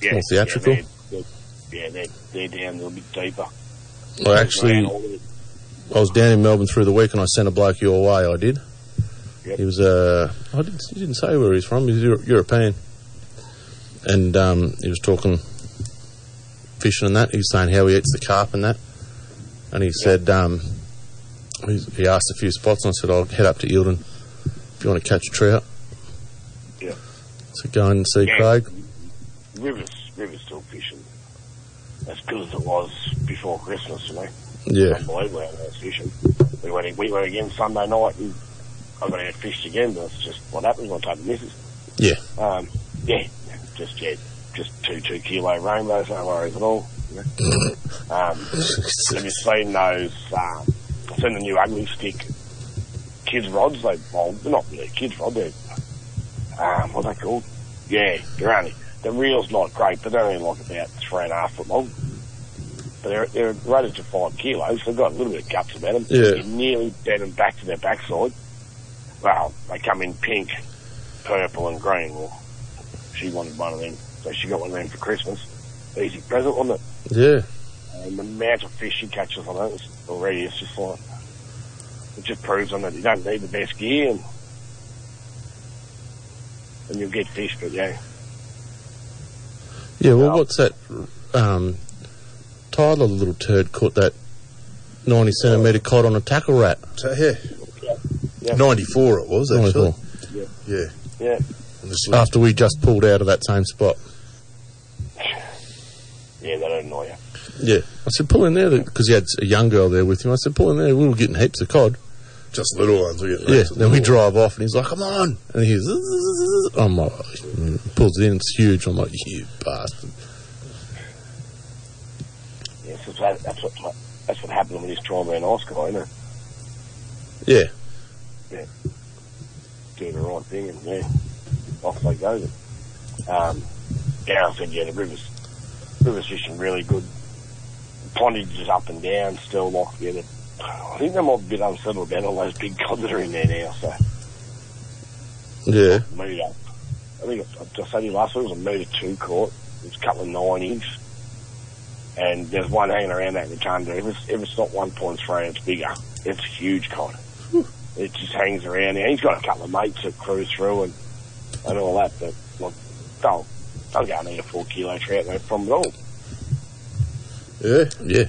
[SPEAKER 13] yeah.
[SPEAKER 1] More theatrical.
[SPEAKER 13] Yeah, they're, they're, yeah, they're, they're down a little bit deeper.
[SPEAKER 1] Well, actually, I was down in Melbourne through the week and I sent a bloke your way. I did.
[SPEAKER 13] Yep.
[SPEAKER 1] He was uh, I didn't, you didn't say where he's from. He's Euro- European, and um, he was talking fishing and that. He was saying how he eats the carp and that, and he said um, he, he asked a few spots and I said I'll head up to Eildon if you want to catch a trout.
[SPEAKER 13] Yeah.
[SPEAKER 1] So go and see
[SPEAKER 13] Yeah.
[SPEAKER 1] Craig.
[SPEAKER 13] Rivers, rivers still fishing. As good as it was before Christmas, you know.
[SPEAKER 1] Yeah.
[SPEAKER 13] Unbelievable how they was fishing. We went, we went again Sunday night and I got out fished again, but it's just what happens when I take the missus.
[SPEAKER 1] Yeah.
[SPEAKER 13] Um, yeah, just, yeah, just two, two kilo rainbows, no worries at all. you know. um, Have you seen those? Um, seen the new ugly stick kids rods? They well, they're not really kids rod. They're um, what are they called? Yeah, they're only the reel's not great, but they're only like about three and a half foot long. But they're they're rated to five kilos. They've got a little bit of guts about them.
[SPEAKER 1] Yeah.
[SPEAKER 13] You nearly bend them back to their backside. Well, they come in pink, purple, and green. Well, she wanted one of them, so she got one of them for Christmas. Easy present, wasn't it?
[SPEAKER 1] Yeah.
[SPEAKER 13] And the amount of fish he catches on it is already it's just like it just proves on that you don't need the best gear and and you'll get fish, but yeah.
[SPEAKER 1] Yeah, well,
[SPEAKER 13] Yeah.
[SPEAKER 1] what's that? Um, Tyler, the little turd, caught that 90 centimetre cod on a tackle rat.
[SPEAKER 3] So, yeah.
[SPEAKER 13] Yeah.
[SPEAKER 3] 94 it was, actually.
[SPEAKER 1] Wonderful.
[SPEAKER 3] Yeah.
[SPEAKER 13] Yeah.
[SPEAKER 3] And this-
[SPEAKER 1] After we just pulled out of that same spot.
[SPEAKER 13] no lawyer.
[SPEAKER 7] Yeah. I said, pull in there because he had a young girl there with him. I said, pull in there. We were getting heaps of cod.
[SPEAKER 3] Just little ones. We
[SPEAKER 7] Yeah. Then we drive off and he's like, come on. And he's, "Zzz." I'm like, mm, pulls it in. It's huge. I'm like, you bastard.
[SPEAKER 13] Yes, that's what, that's what, that's what happened with this trauma in Oscar, isn't it?
[SPEAKER 7] Yeah.
[SPEAKER 13] Yeah. Doing the right thing and yeah, off they go. Um, Darren said, yeah, the rivers, rivers fishing really good. Pondage is up and down, still locked together. I think they're more a bit unsettled about all those big cod that are in there now, so
[SPEAKER 7] Yeah.
[SPEAKER 13] meter. I think I, I said to you last week it was a meter two court. It was a couple of nineties, and there's one hanging around that Rotunda. If it's if it's not one point three, it's bigger. It's huge cod.
[SPEAKER 1] Ah.
[SPEAKER 13] it just hangs around there. He's got a couple of mates that cruise through and and all that, but like don't don't go and eat a four kilo trout no problem at all.
[SPEAKER 7] Yeah. Yeah.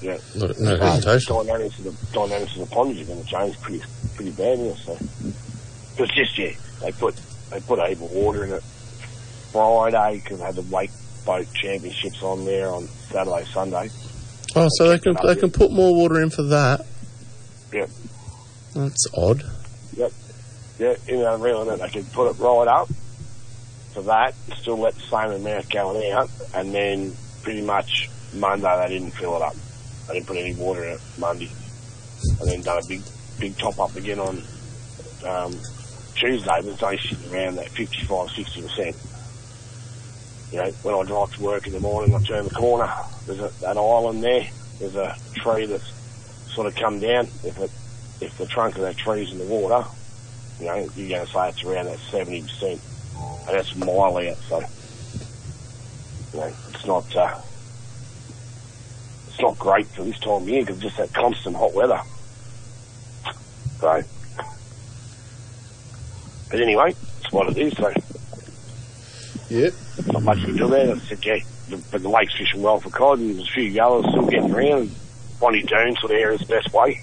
[SPEAKER 13] Yeah.
[SPEAKER 7] No, no hesitation.
[SPEAKER 13] Dynamics of the dynamics of the ponds are going to change pretty pretty bad here. So it's just yeah, they put they put a heap of water in it Friday because they had the wake boat championships on there on Saturday Sunday.
[SPEAKER 7] Oh, so they can, they can put more water in for that.
[SPEAKER 13] Yeah,
[SPEAKER 7] That's odd.
[SPEAKER 13] yeah, you know, reeling it, they could put it right up for that, still let the same amount going out, and then pretty much Monday they didn't fill it up. They didn't put any water in it Monday, and then done a big big top up again on um, Tuesday. But it's only sitting around that 55, 60 percent. You know, when I drive to work in the morning, I turn the corner. There's a, an island there. There's a tree that's sort of come down. If it, if the trunk of that tree's in the water, you know, you're going to say it's around that 70%. And that's a mile out, so, you know, it's not, uh, it's not great for this time of year because just that constant hot weather. So, but anyway, it's what it is, so
[SPEAKER 7] Yep.
[SPEAKER 13] not much we do there. I said, yeah, the, but the lake's fishing well for cod and there's a few yellows still getting around. Bonnie Doon sort of area's the best way.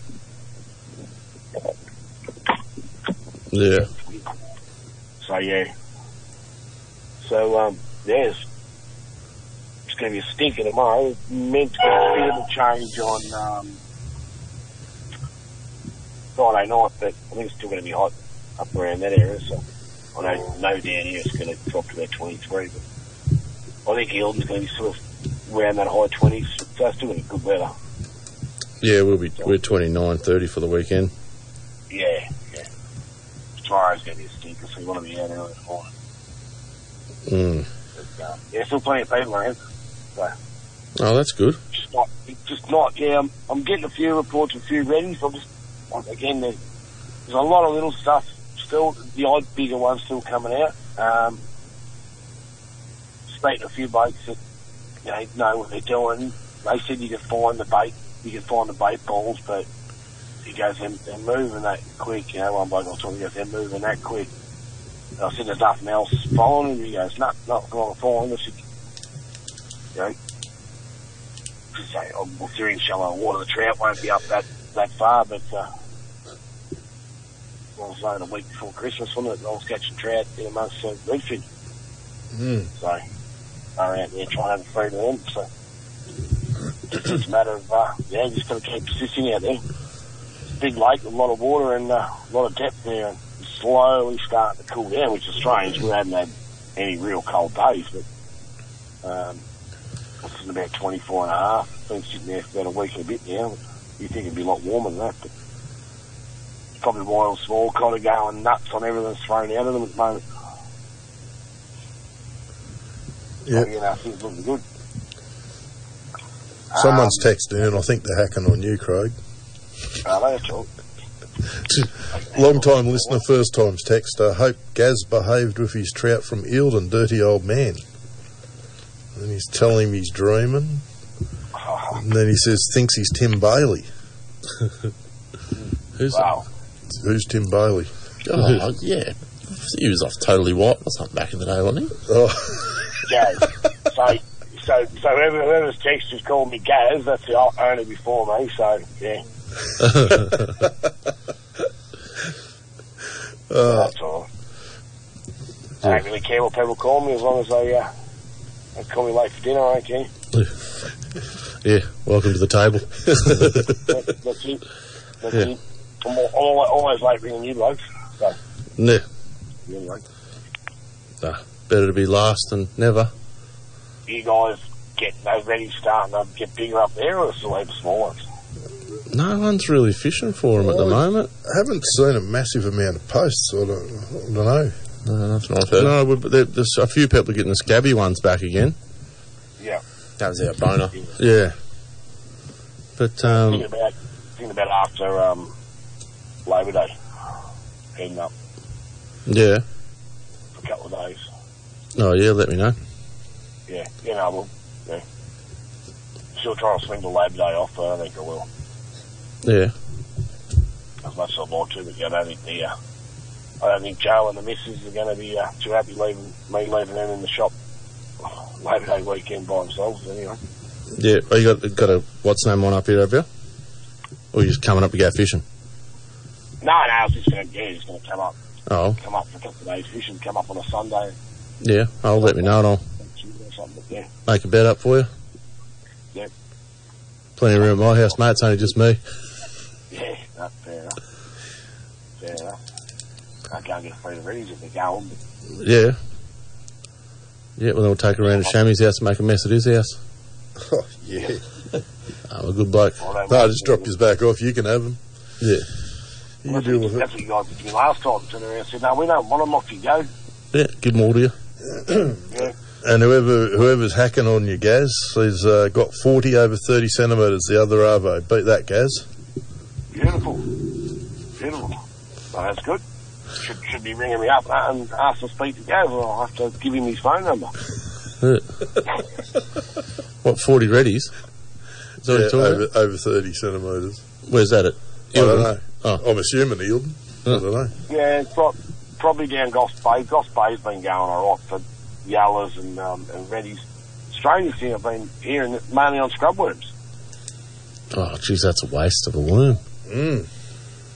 [SPEAKER 7] Yeah.
[SPEAKER 13] So yeah. So um, yeah, it's, it's going to be a stinker tomorrow. It's meant to be a bit of a change on um, Friday night, but I think it's still going to be hot up around that area. So I know, know down here it's going to drop to about 23, but I think Hilton's going to be sort of around that high 20s. So it's still going to be good weather.
[SPEAKER 7] Yeah, we'll be, we're 29, 30 for the weekend.
[SPEAKER 13] Yeah, yeah. Tomorrow's going to be a stinker, so you want to be out early in the morning.
[SPEAKER 7] Mm.
[SPEAKER 13] But, um, yeah, still plenty of people around.
[SPEAKER 7] Oh, that's good.
[SPEAKER 13] just not, it's just not. Yeah, I'm, I'm getting a few reports, a few readings. I'm just like, again, there's, there's a lot of little stuff still. The odd bigger ones still coming out. Um, speaking to a few blokes that you know, know what they're doing. They said you can find the bait, you can find the bait balls, but he goes, they're, they're moving that quick. You know, one bloke I was talking, he goes, they're moving that quick. And I said, there's nothing else following him. He goes, no, not going to follow him. I said, you know, say, oh, well, if they're in shallow water, the trout won't be up that, that far, but uh, I was only the week before Christmas, wasn't it? And I was catching trout in amongst the redfish,
[SPEAKER 7] Mm.
[SPEAKER 13] so they're out there trying to feed them, so it's just a matter of, uh, yeah, just got to keep persisting out there. It's a big lake, a lot of water and uh, a lot of depth there, and it's slowly starting to cool down, which is strange. We haven't had any real cold days, but um, this is about 24 and a half. It's been sitting there for about a week and a bit now. You think it'd be a lot warmer than that, but it's probably why all small cod are going nuts on everything that's thrown out of them at the moment.
[SPEAKER 3] Yeah.
[SPEAKER 13] So, you know, things looking good.
[SPEAKER 3] Someone's texting in. I think they're hacking on you, Craig.
[SPEAKER 13] Are they at all?
[SPEAKER 3] Long time listener, first times texter. Hope Gaz behaved with his trout from Eildon, dirty old man. And he's telling him he's dreaming.
[SPEAKER 1] Ah.
[SPEAKER 3] And then he says, thinks he's Tim Bailey.
[SPEAKER 7] Who's
[SPEAKER 13] Wow.
[SPEAKER 3] Who's Tim Bailey?
[SPEAKER 14] Oh, yeah. He was off totally white or something back in the day, wasn't he?
[SPEAKER 3] Oh,
[SPEAKER 13] Gaz. so, so, so whoever, whoever's text has called me Gaz, that's the o- owner before me, so, yeah.
[SPEAKER 1] Uh.
[SPEAKER 13] that's all. uh, I don't really care what people call me as long as they, uh, they call me late for dinner, I don't care.
[SPEAKER 1] yeah, welcome to the table.
[SPEAKER 13] That, that's it. That's
[SPEAKER 1] Yeah.
[SPEAKER 13] it. I'm al- al- always late ringing you blokes. So,
[SPEAKER 1] nah,
[SPEAKER 13] you, know,
[SPEAKER 1] nah, better to be last than never.
[SPEAKER 13] you guys get no ready start and they get bigger up there or still heaps smaller?
[SPEAKER 1] No one's really fishing for them at the
[SPEAKER 3] Well,
[SPEAKER 1] moment.
[SPEAKER 3] I haven't seen a massive amount of posts. I don't, I don't know.
[SPEAKER 1] No, nothing I've heard. No, but there, there's a few people getting the scabby ones back again.
[SPEAKER 13] Yeah.
[SPEAKER 1] That was our boner. Yeah. But, um,
[SPEAKER 13] Thinking about, thinking about after um, Labor Day, heading up
[SPEAKER 1] yeah.
[SPEAKER 13] for a couple of days.
[SPEAKER 1] Oh, yeah, let me know.
[SPEAKER 13] Yeah, you know, I will. Yeah. Still trying to swing the Labor Day off, but I don't think I will.
[SPEAKER 1] Yeah.
[SPEAKER 13] As much as I'd like to, but yeah, I don't think the, uh, I don't think Joe and the missus are going to be uh, too happy leaving me leaving them in the shop Labor Day weekend by themselves. Anyway,
[SPEAKER 1] Yeah. Oh, you got, got a what's name on up here, have you? Or you just coming up to go fishing?
[SPEAKER 13] no, no, I was just going to yeah, just going to come up,
[SPEAKER 1] Oh,
[SPEAKER 13] come up for a couple of days fishing, come up on a Sunday,
[SPEAKER 1] yeah. Oh, let me know and I'll
[SPEAKER 13] Tuesday or something. But yeah,
[SPEAKER 1] make a bed up for you.
[SPEAKER 13] Yeah.
[SPEAKER 1] Plenty of room at my house, mate. It's only just me.
[SPEAKER 13] yeah, no, fair enough, fair enough. I can't get free to readies if they're going. But
[SPEAKER 1] Yeah. Yeah, well, then we'll take her around to Shammy's house and make a mess at his house.
[SPEAKER 3] Oh, yeah.
[SPEAKER 1] I'm a good bloke.
[SPEAKER 13] I don't
[SPEAKER 3] No,
[SPEAKER 13] want
[SPEAKER 3] just
[SPEAKER 13] to-
[SPEAKER 3] drop his back off. You can have him.
[SPEAKER 1] Yeah.
[SPEAKER 3] You
[SPEAKER 13] Well,
[SPEAKER 3] deal with it.
[SPEAKER 13] That's what you guys did to me last time. Turned around and said, no, we don't want them off you go.
[SPEAKER 1] Yeah, give them all to you.
[SPEAKER 13] Yeah.
[SPEAKER 3] And whoever whoever's hacking on your Gaz, he's uh, got 40 over 30 centimetres the other Arvo. Beat that, Gaz.
[SPEAKER 13] Beautiful. Beautiful. Well, that's good. Should, should be ringing me up uh, and ask to speak to Gav. Well, I'll have to give him his phone number.
[SPEAKER 1] What, 40 readies? Is that what
[SPEAKER 3] Yeah,
[SPEAKER 1] you're talking
[SPEAKER 3] over,
[SPEAKER 1] about?
[SPEAKER 3] over 30 centimetres.
[SPEAKER 1] Where's that at?
[SPEAKER 3] I don't
[SPEAKER 1] Eildon?
[SPEAKER 3] know.
[SPEAKER 1] Oh.
[SPEAKER 3] I'm assuming Eildon. I don't know.
[SPEAKER 13] Yeah, it's prob- probably down Goss Bay. Goss Bay's been going all right for yellows and, um, and reddies. Strangest thing I've been hearing mainly on scrub worms.
[SPEAKER 1] Oh, jeez, that's a waste of a worm.
[SPEAKER 3] Mm.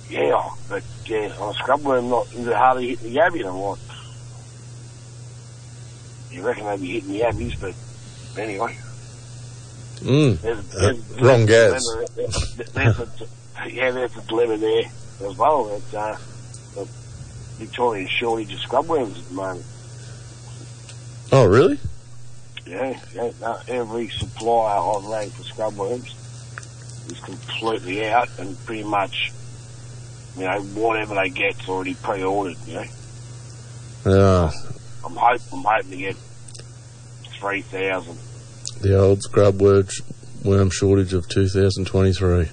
[SPEAKER 13] Yeah, but yeah, on a scrub worm, not they're hardly hitting the yabby. And I'm like, you reckon they'd be hitting the yabbies, but anyway.
[SPEAKER 1] Mm.
[SPEAKER 13] There's,
[SPEAKER 3] Uh,
[SPEAKER 13] there's,
[SPEAKER 3] wrong gas.
[SPEAKER 13] There's, there's a, yeah, there's a dilemma there as well. That uh, the Victorian shortage of scrub worms at the moment.
[SPEAKER 1] Oh, really?
[SPEAKER 13] Yeah, yeah no, every supplier I've rang for scrub worms is completely out, and pretty much, you know, whatever they get's already pre-ordered. You know,
[SPEAKER 1] Oh,
[SPEAKER 13] I'm hope I'm hoping to get three thousand.
[SPEAKER 1] the old scrub worm, sh- worm shortage of 2023.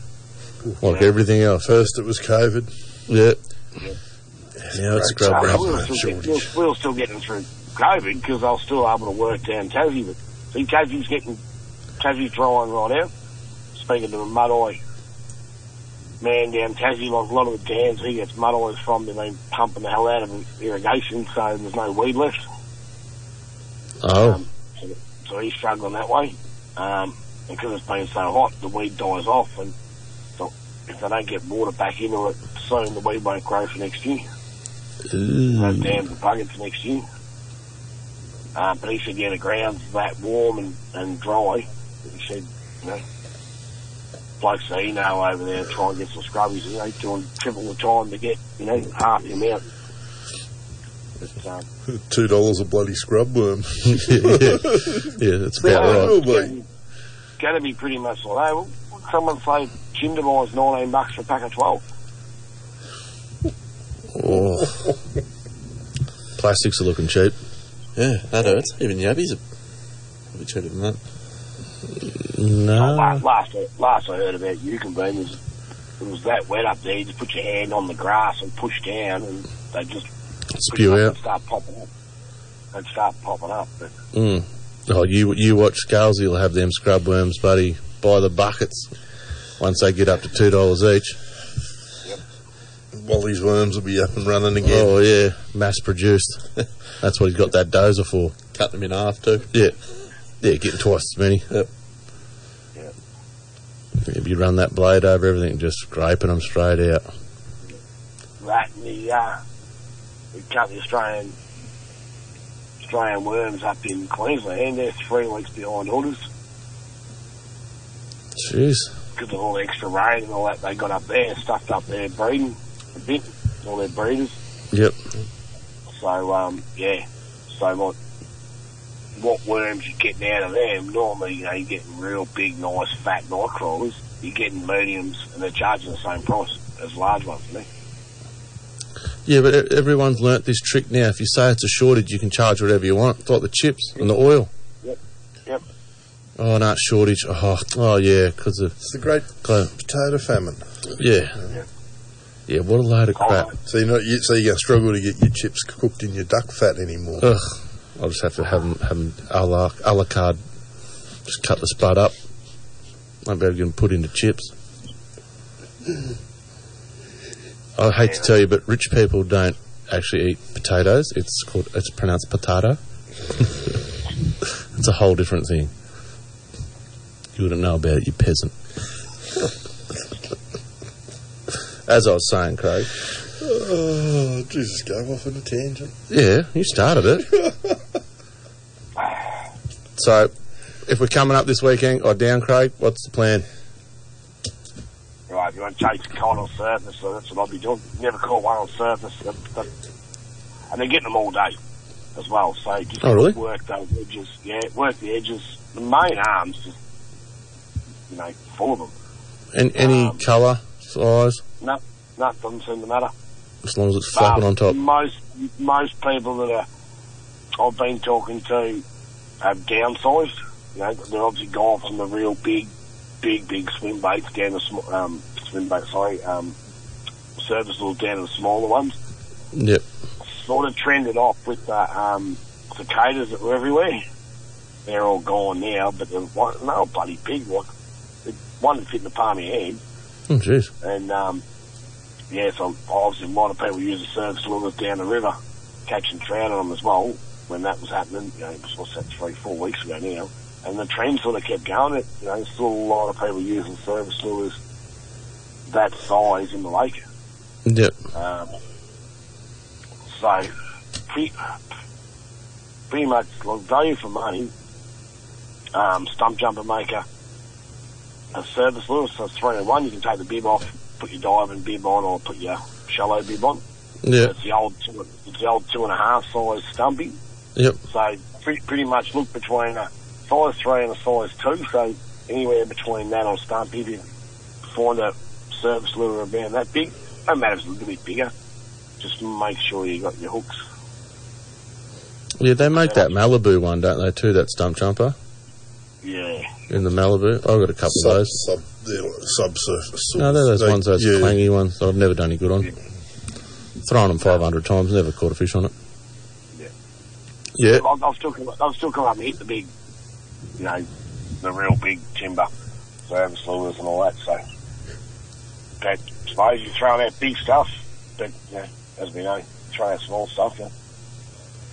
[SPEAKER 1] Like everything else.
[SPEAKER 3] First it was COVID.
[SPEAKER 1] Yeah.
[SPEAKER 13] Yeah.
[SPEAKER 1] Now it's scrub
[SPEAKER 13] we
[SPEAKER 1] worm
[SPEAKER 13] were still, get, we
[SPEAKER 1] shortage.
[SPEAKER 13] were, we were still getting through COVID because I was still able to work down Tassie. But see, Tassie's getting Tassie's drying right out. Speaking to a mud eye man down Tassie, like a lot of the dams he gets mud eyes from, they've been pumping the hell out of irrigation, so there's no weed left.
[SPEAKER 15] Um,
[SPEAKER 1] Oh,
[SPEAKER 13] So he's struggling that way. Um, and because it's been so hot, the weed dies off, and so if they don't get water back into it soon, the weed won't grow for next year. No
[SPEAKER 1] Ooh.
[SPEAKER 13] dams and buckets next year. Uh, but he said, yeah, the ground's that warm and, and dry. He said, you know, blokes that he know over there try and get some scrubbies, you know, doing triple the time to get, you know, half the amount. But, um,
[SPEAKER 3] Two dollars a bloody scrub worm.
[SPEAKER 1] yeah. yeah, that's about
[SPEAKER 13] Yeah,
[SPEAKER 1] right.
[SPEAKER 3] Will
[SPEAKER 13] it's
[SPEAKER 3] be.
[SPEAKER 13] Going to be pretty much like that. Well, Someone say Jindaby's 19 bucks for a pack of 12.
[SPEAKER 1] Oh. Plastics are looking cheap.
[SPEAKER 16] Yeah, that hurts. Even Yabbies are probably cheaper than that.
[SPEAKER 1] No.
[SPEAKER 13] Last, last, I- last I heard about Yukon Beam was it was that wet up there. You just put your hand on the grass and push down, and they just
[SPEAKER 1] Spew out.
[SPEAKER 13] and start popping up. They'd start popping up. But
[SPEAKER 1] Mm. Oh, you you watch Scales, he'll have them scrub worms, buddy, by the buckets. Once they get up to two dollars each.
[SPEAKER 3] Wally's worms will be up and running again.
[SPEAKER 1] Oh yeah, mass produced. That's what he's got that dozer for.
[SPEAKER 16] Cut them in half too.
[SPEAKER 1] Yeah, yeah, getting twice as many.
[SPEAKER 16] Yep.
[SPEAKER 13] Yeah.
[SPEAKER 1] If you run that blade over everything, just scraping them straight out.
[SPEAKER 13] that and the uh, we cut the Australian Australian worms up in Queensland. They're three weeks behind orders.
[SPEAKER 1] Jeez.
[SPEAKER 13] because of all the extra rain and all that. They got up there, stuffed up their breeding a bit, all their breeders.
[SPEAKER 1] Yep.
[SPEAKER 13] So um, yeah, so what what worms you're getting out of them? Normally, you know, you're getting real big, nice, fat night crawlers. You're getting mediums, and they're charging the same price as large ones. You know?
[SPEAKER 1] Yeah, but e- everyone's learnt this trick now. If you say it's a shortage, you can charge whatever you want. It's like the chips and the oil.
[SPEAKER 13] Yep. Yep.
[SPEAKER 1] Oh, no, shortage. Oh, oh yeah, because of.
[SPEAKER 3] It's the great potato famine.
[SPEAKER 1] Yeah. Yeah, what a load of crap.
[SPEAKER 3] So you're, not, you, so you're going to struggle to get your chips cooked in your duck fat anymore.
[SPEAKER 1] Ugh. I'll just have to have them, have 'em a, la, a la carte. Just cut the spud up. I'm better get 'em put into chips. I hate to tell you, but rich people don't actually eat potatoes. It's called. It's pronounced potato. it's a whole different thing. You wouldn't know about it, you peasant. As I was saying, Craig.
[SPEAKER 3] Oh, Jesus, going off on a tangent.
[SPEAKER 1] Yeah, you started it. so, if we're coming up this weekend or down, Craig, what's the plan?
[SPEAKER 13] Right, if you want to chase a con on surface, so that's what I'll be doing. Never caught one on surface. That- that- And they're getting them all day as well. So just
[SPEAKER 1] Oh, really?
[SPEAKER 13] work those edges. Yeah, work the edges. The main arm's just, you know, full of them.
[SPEAKER 1] An any colour, size,
[SPEAKER 13] No, no, doesn't seem to matter.
[SPEAKER 1] as long as it's flapping
[SPEAKER 13] But
[SPEAKER 1] on top.
[SPEAKER 13] Most most people that are I've been talking to have downsized. You know, they're obviously gone from the real big, big, big swim baits down to sm- um, swim baits. Sorry, um, serviceable down to the smaller ones.
[SPEAKER 1] Yep.
[SPEAKER 13] Sort of trended off with the um, cicadas that were everywhere. They're all gone now, but they're one, they were bloody big. Like one that fit in the palm of your hand.
[SPEAKER 1] Oh, jeez.
[SPEAKER 13] And um, yeah, so obviously a lot of people use the service lures down the river, catching trout on them as well. When that was happening, you know, it was what's that, three, four weeks ago now. And the trend sort of kept going. It, you know, there's still a lot of people using service lures that size in the lake.
[SPEAKER 1] Yep.
[SPEAKER 13] Um, so, pretty, pretty much like value for money. Um, stump jumper maker, a service lure, so it's three in one. You can take the bib off, put your diving bib on, or put your shallow bib on.
[SPEAKER 1] Yep.
[SPEAKER 13] It's the old two, it's the old two and a half size stumpy.
[SPEAKER 1] Yep.
[SPEAKER 13] So pretty, pretty much look between a size three and a size two. So anywhere between that or stumpy, if you find a service lure around that big, no matter if it's a little bit bigger, just make sure you got your hooks.
[SPEAKER 1] Yeah, they make that Malibu one, don't they, too? That stump jumper
[SPEAKER 13] Yeah.
[SPEAKER 1] in the Malibu. I've got a couple
[SPEAKER 3] Sub,
[SPEAKER 1] of those.
[SPEAKER 3] sub, they're like subsurface. sort
[SPEAKER 1] No,
[SPEAKER 3] of-
[SPEAKER 1] they're those
[SPEAKER 3] they-
[SPEAKER 1] ones, those
[SPEAKER 3] yeah.
[SPEAKER 1] clangy ones that I've never done any good on. Thrown them 500 times, never caught a fish on it.
[SPEAKER 13] Yeah.
[SPEAKER 1] Yeah.
[SPEAKER 13] I'll, I'll still come. I'll still come up and hit the big, you know, the real big timber, service lures and all that. So, that I suppose you throw out big stuff, but you know, as we know, throw out small stuff. And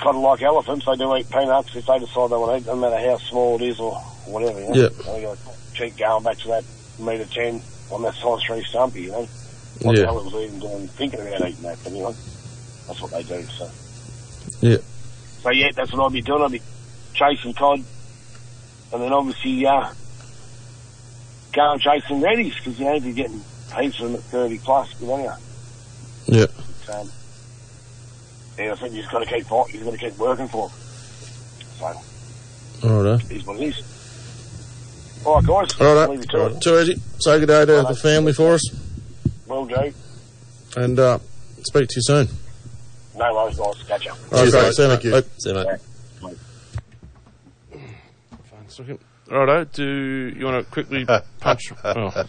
[SPEAKER 13] kind of like elephants, they do eat peanuts if they decide they want to eat. them, No matter how small it is or whatever. You know?
[SPEAKER 1] Yeah.
[SPEAKER 13] So you got to keep going back to that meter ten on that size three stumpy. You know, what
[SPEAKER 1] Yeah.
[SPEAKER 13] the hell it was even doing thinking about eating that? But anyway, that's what they do. So. So yeah, that's what I'll be doing. I'll be chasing cod, and then obviously uh, going chasing reddies because you know you're getting heaps of them at thirty plus. You know,
[SPEAKER 1] Yeah.
[SPEAKER 13] but, um, yeah, I think you just got to keep fighting. You've got to keep working for. 'em.
[SPEAKER 1] All right.
[SPEAKER 13] So it is what it is. All right, guys.
[SPEAKER 1] All
[SPEAKER 13] Leave you
[SPEAKER 1] right. All
[SPEAKER 13] to it.
[SPEAKER 1] right. eh? Too easy. Say good day to the family for us
[SPEAKER 13] Will do.
[SPEAKER 1] and uh, speak to you soon.
[SPEAKER 13] No worries, guys. Catch up.
[SPEAKER 1] All right,
[SPEAKER 3] Cheers,
[SPEAKER 1] Craig.
[SPEAKER 3] mate.
[SPEAKER 1] See you, mate.
[SPEAKER 3] Thank you.
[SPEAKER 17] See you,
[SPEAKER 1] Bye.
[SPEAKER 17] mate.
[SPEAKER 18] Righto, do you want to quickly punch? Oh,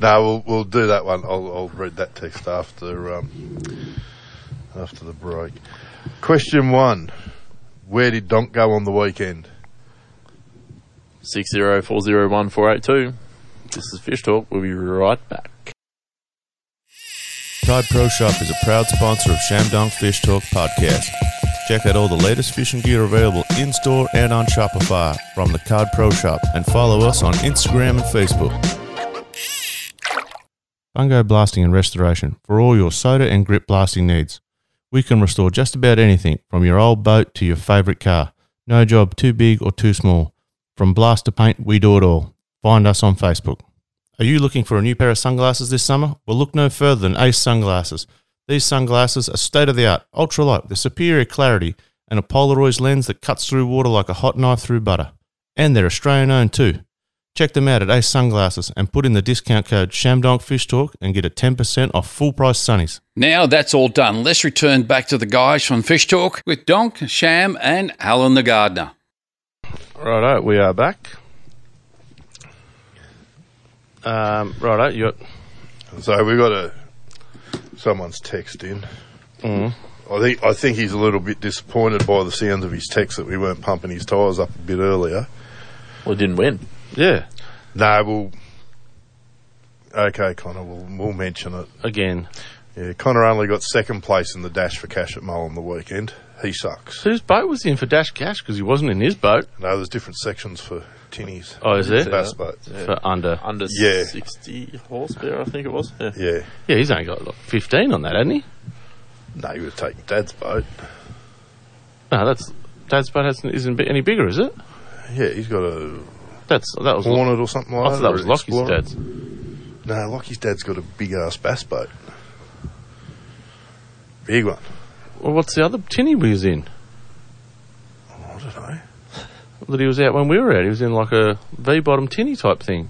[SPEAKER 3] No, we'll, we'll do that one. I'll, I'll read that text after um, after the break. Question one: Where did Donk go on the weekend?
[SPEAKER 19] Six zero four zero one four eight two. This is Fish Talk. We'll be right back.
[SPEAKER 2] Cod Pro Shop is a proud sponsor of Shamdong Fish Talk podcast. Check out all the latest fishing gear available in store and on Shopify from the Cod Pro Shop and follow us on Instagram and Facebook. Fungo Blasting and Restoration for all your soda and grip blasting needs. We can restore just about anything from your old boat to your favorite car. No job too big or too small. From blast to paint, we do it all.
[SPEAKER 1] Find us on Facebook. Are you looking for a new pair of sunglasses this summer? Well, look no further than Ace Sunglasses. These sunglasses are state of the art, ultralight with superior clarity and a Polaroid lens that cuts through water like a hot knife through butter. And they're Australian owned too. Check them out at Ace Sunglasses and put in the discount code ShamDonkFishTalk and get a 10% off full price sunnies.
[SPEAKER 5] Now that's all done. Let's return back to the guys from Fish Talk with Donk, Sham, and Alan the Gardener.
[SPEAKER 1] Righto, we are back. Um, righto, you
[SPEAKER 3] So we got a someone's text in.
[SPEAKER 1] Mm.
[SPEAKER 3] I think I think he's a little bit disappointed by the sounds of his text that we weren't pumping his tyres up a bit earlier.
[SPEAKER 4] Well, didn't win.
[SPEAKER 1] Yeah.
[SPEAKER 3] No, we'll. Okay, Connor, we'll, we'll mention it
[SPEAKER 1] again.
[SPEAKER 3] Yeah, Connor only got second place in the dash for cash at Mole on the weekend. He sucks.
[SPEAKER 1] Whose boat was he in for Dash Cash? Because he wasn't in his boat.
[SPEAKER 3] No, there's different sections for tinnies.
[SPEAKER 1] Oh, is there?
[SPEAKER 3] Bass boats.
[SPEAKER 1] For under.
[SPEAKER 4] Under
[SPEAKER 3] Yeah.
[SPEAKER 4] 60 horsepower, I think it was. Yeah.
[SPEAKER 3] Yeah.
[SPEAKER 1] Yeah, he's only got like 15 on that, hasn't he?
[SPEAKER 3] No, you would have taken Dad's boat.
[SPEAKER 1] No, that's. Dad's boat hasn't, isn't bi- any bigger, is it?
[SPEAKER 3] Yeah, he's got a
[SPEAKER 1] That's that was
[SPEAKER 3] Hornet or something like
[SPEAKER 1] I
[SPEAKER 3] that,
[SPEAKER 1] thought that
[SPEAKER 3] or
[SPEAKER 1] was
[SPEAKER 3] an
[SPEAKER 1] Lockie's
[SPEAKER 3] Explorer.
[SPEAKER 1] dad's.
[SPEAKER 3] No, Lockie's dad's got a big ass bass boat. Big one.
[SPEAKER 1] Well, what's the other tinny we was in?
[SPEAKER 3] Oh, I don't know.
[SPEAKER 1] That he was out when we were out. He was in like a V bottom tinny type thing.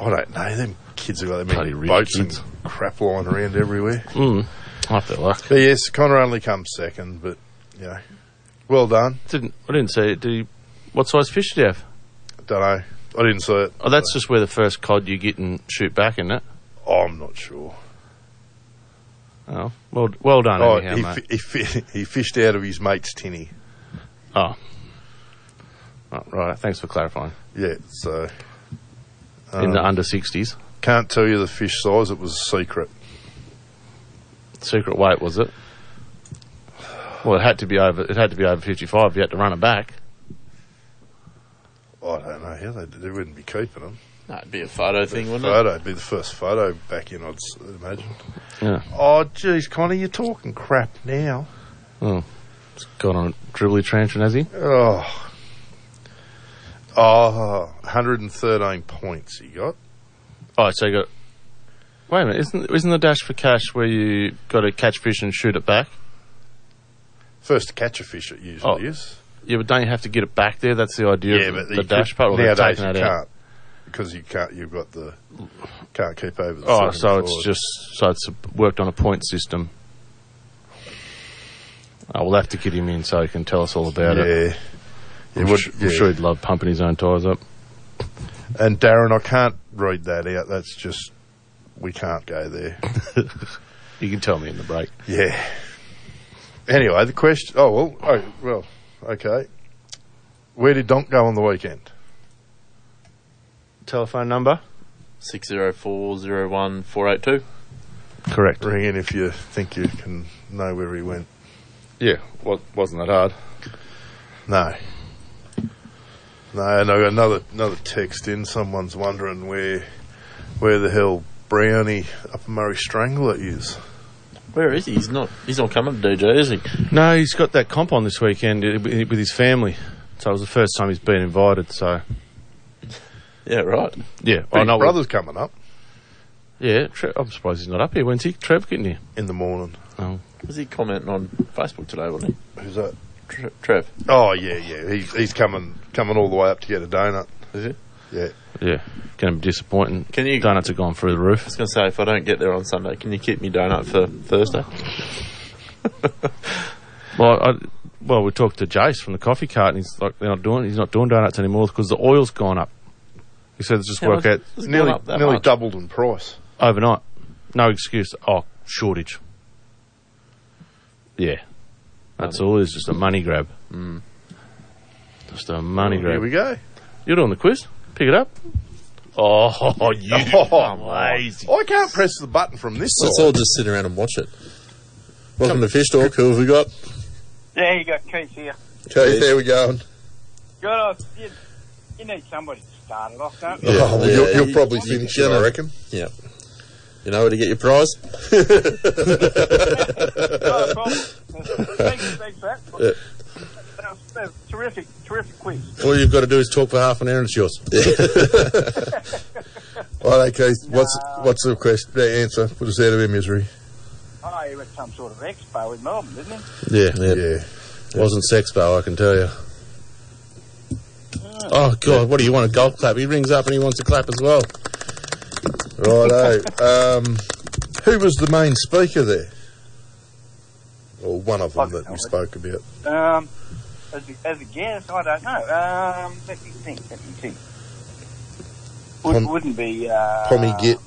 [SPEAKER 3] I don't know. Them kids have got them
[SPEAKER 1] Bloody
[SPEAKER 3] many
[SPEAKER 1] rich
[SPEAKER 3] boats
[SPEAKER 1] kids.
[SPEAKER 3] and crap lying around everywhere.
[SPEAKER 1] Mm. Not that luck.
[SPEAKER 3] But yes, Connor only comes second, but you know, well done.
[SPEAKER 1] Didn't I didn't see it. Did he, what size fish did he have?
[SPEAKER 3] Don't know. I didn't see it.
[SPEAKER 1] Oh, that's just where the first cod you get and shoot back, isn't it?
[SPEAKER 3] I'm not sure.
[SPEAKER 1] Oh, well, well done.
[SPEAKER 3] Oh,
[SPEAKER 1] anyhow,
[SPEAKER 3] he,
[SPEAKER 1] mate.
[SPEAKER 3] fi- he, fi- he fished out of his mate's tinny.
[SPEAKER 1] Oh. Oh, Right, thanks for clarifying.
[SPEAKER 3] Yeah, so
[SPEAKER 1] In the
[SPEAKER 3] Um,
[SPEAKER 1] under 60s.
[SPEAKER 3] can't tell you the fish size. It was a secret.
[SPEAKER 1] Secret weight, was it? Well, it had to be over. It had to be over 55. You had to run it back.
[SPEAKER 3] I don't know how they, they wouldn't be keeping them.
[SPEAKER 4] That'd be a photo thing, wouldn't it?
[SPEAKER 3] Photo be the first photo back in. I'd s- imagine.
[SPEAKER 1] Yeah.
[SPEAKER 3] Oh, geez, Connor, you're talking crap now.
[SPEAKER 1] Oh, it's gone on a dribbly tangent, has he?
[SPEAKER 3] Oh. Oh, 113 points he got.
[SPEAKER 1] Oh, so you got. Wait a minute, isn't isn't the dash for cash where you got to catch fish and shoot it back?
[SPEAKER 3] First to catch a fish, it
[SPEAKER 1] Oh,
[SPEAKER 3] usually is.
[SPEAKER 1] Yeah, but don't you have to get it back there? That's the idea.
[SPEAKER 3] Yeah,
[SPEAKER 1] of
[SPEAKER 3] but
[SPEAKER 1] the,
[SPEAKER 3] you
[SPEAKER 1] dash
[SPEAKER 3] could-
[SPEAKER 1] part. Or they've
[SPEAKER 3] nowadays
[SPEAKER 1] taken
[SPEAKER 3] you
[SPEAKER 1] that
[SPEAKER 3] can't
[SPEAKER 1] out.
[SPEAKER 3] because you can't. You've got the can't keep over. The
[SPEAKER 1] Oh,
[SPEAKER 3] second
[SPEAKER 1] so it's
[SPEAKER 3] forward.
[SPEAKER 1] just so it's worked on a point system. Oh, we'll have to get him in so he can tell us all about
[SPEAKER 3] yeah.
[SPEAKER 1] it.
[SPEAKER 3] Yeah,
[SPEAKER 1] I'm,
[SPEAKER 3] what-
[SPEAKER 1] su- I'm
[SPEAKER 3] yeah.
[SPEAKER 1] sure he'd love pumping his own tyres up.
[SPEAKER 3] And Darren, I can't read that out. That's just we can't go there.
[SPEAKER 1] You can tell me in the break.
[SPEAKER 3] yeah. Anyway, the question. Oh well. Oh well. Okay. Where did Donk go on the weekend?
[SPEAKER 1] Telephone number?
[SPEAKER 4] 60401
[SPEAKER 1] Correct.
[SPEAKER 3] Ring in if you think you can know where he went.
[SPEAKER 1] Yeah, well, wasn't that hard?
[SPEAKER 3] No. No, and I got another another text in. Someone's wondering where where the hell Brownie up in Murray Strangler is.
[SPEAKER 4] Where is he? He's not. He's not coming to DJ, is he?
[SPEAKER 1] No, he's got that comp on this weekend uh, with with his family. So it was the first time he's been invited. So
[SPEAKER 4] Yeah, right.
[SPEAKER 1] yeah,
[SPEAKER 3] Big
[SPEAKER 1] I know.
[SPEAKER 3] brother's coming up
[SPEAKER 1] Yeah, Tre- I'm surprised he's not up here. When's he? Trev getting here?
[SPEAKER 3] in the morning.
[SPEAKER 1] Oh,
[SPEAKER 4] Was he commenting on Facebook today, wasn't he?
[SPEAKER 3] Who's that?
[SPEAKER 4] Tre- Trev.
[SPEAKER 3] Oh yeah, yeah. He's he's coming coming all the way up to get a donut.
[SPEAKER 4] Is he?
[SPEAKER 3] Yeah.
[SPEAKER 1] yeah, going to be disappointing.
[SPEAKER 4] Can you-
[SPEAKER 1] Donuts have gone through the
[SPEAKER 4] I
[SPEAKER 1] roof.
[SPEAKER 4] was going to say, if I don't get there on Sunday, can you keep me donut for Thursday?
[SPEAKER 1] Well, I, well, we talked to Jace from the coffee cart, and he's like, they're not doing. He's not doing donuts anymore because the oil's gone up. He said, "Let's just
[SPEAKER 4] How
[SPEAKER 1] work
[SPEAKER 4] much-
[SPEAKER 1] out
[SPEAKER 4] it's gone
[SPEAKER 3] Nearly
[SPEAKER 4] up that
[SPEAKER 3] nearly
[SPEAKER 4] much.
[SPEAKER 3] doubled in price.
[SPEAKER 1] overnight. No excuse. Oh, shortage. Yeah. That's all. It's just a money grab. Just a money
[SPEAKER 3] Mm. Oh, Here
[SPEAKER 1] grab.
[SPEAKER 3] we go.
[SPEAKER 1] You're doing the quiz. Pick it up. Oh, you lazy.
[SPEAKER 3] I can't press the button from this
[SPEAKER 14] Let's
[SPEAKER 3] side.
[SPEAKER 14] all just sit around and watch it. Welcome to Fish Talk. Who have we got?
[SPEAKER 6] There you go, Keith here.
[SPEAKER 14] Keith, there we go.
[SPEAKER 6] Good. You, you need somebody to start it off, don't you?
[SPEAKER 14] Yeah,
[SPEAKER 7] oh, well, you're,
[SPEAKER 14] yeah,
[SPEAKER 7] you're
[SPEAKER 14] you-
[SPEAKER 7] probably
[SPEAKER 14] you
[SPEAKER 7] finishing,
[SPEAKER 14] gotta-
[SPEAKER 7] I reckon.
[SPEAKER 14] Yeah.
[SPEAKER 1] You know where to get your prize?
[SPEAKER 15] No problem. Thanks, thanks, Matt.
[SPEAKER 1] Yeah.
[SPEAKER 15] That was, that was terrific, terrific quiz.
[SPEAKER 3] All you've got to do is talk for half an hour and it's yours. All right, Keith. What's what's the question? The answer. Put us out of our misery.
[SPEAKER 15] Oh, he was at some sort of expo in Melbourne, didn't he?
[SPEAKER 3] Yeah, yeah. Wasn't sex though, I can tell you.
[SPEAKER 1] Oh, God, what do you want? A golf clap? He rings up and he wants to clap as well.
[SPEAKER 3] Righto. um, who was the main speaker there? Or one of them that we spoke about.
[SPEAKER 15] Um, as, a, as a guess, I don't know. Um, let me think. Let me think. Would,
[SPEAKER 3] Pom-
[SPEAKER 15] wouldn't be. Uh,
[SPEAKER 3] Tommy Gitt.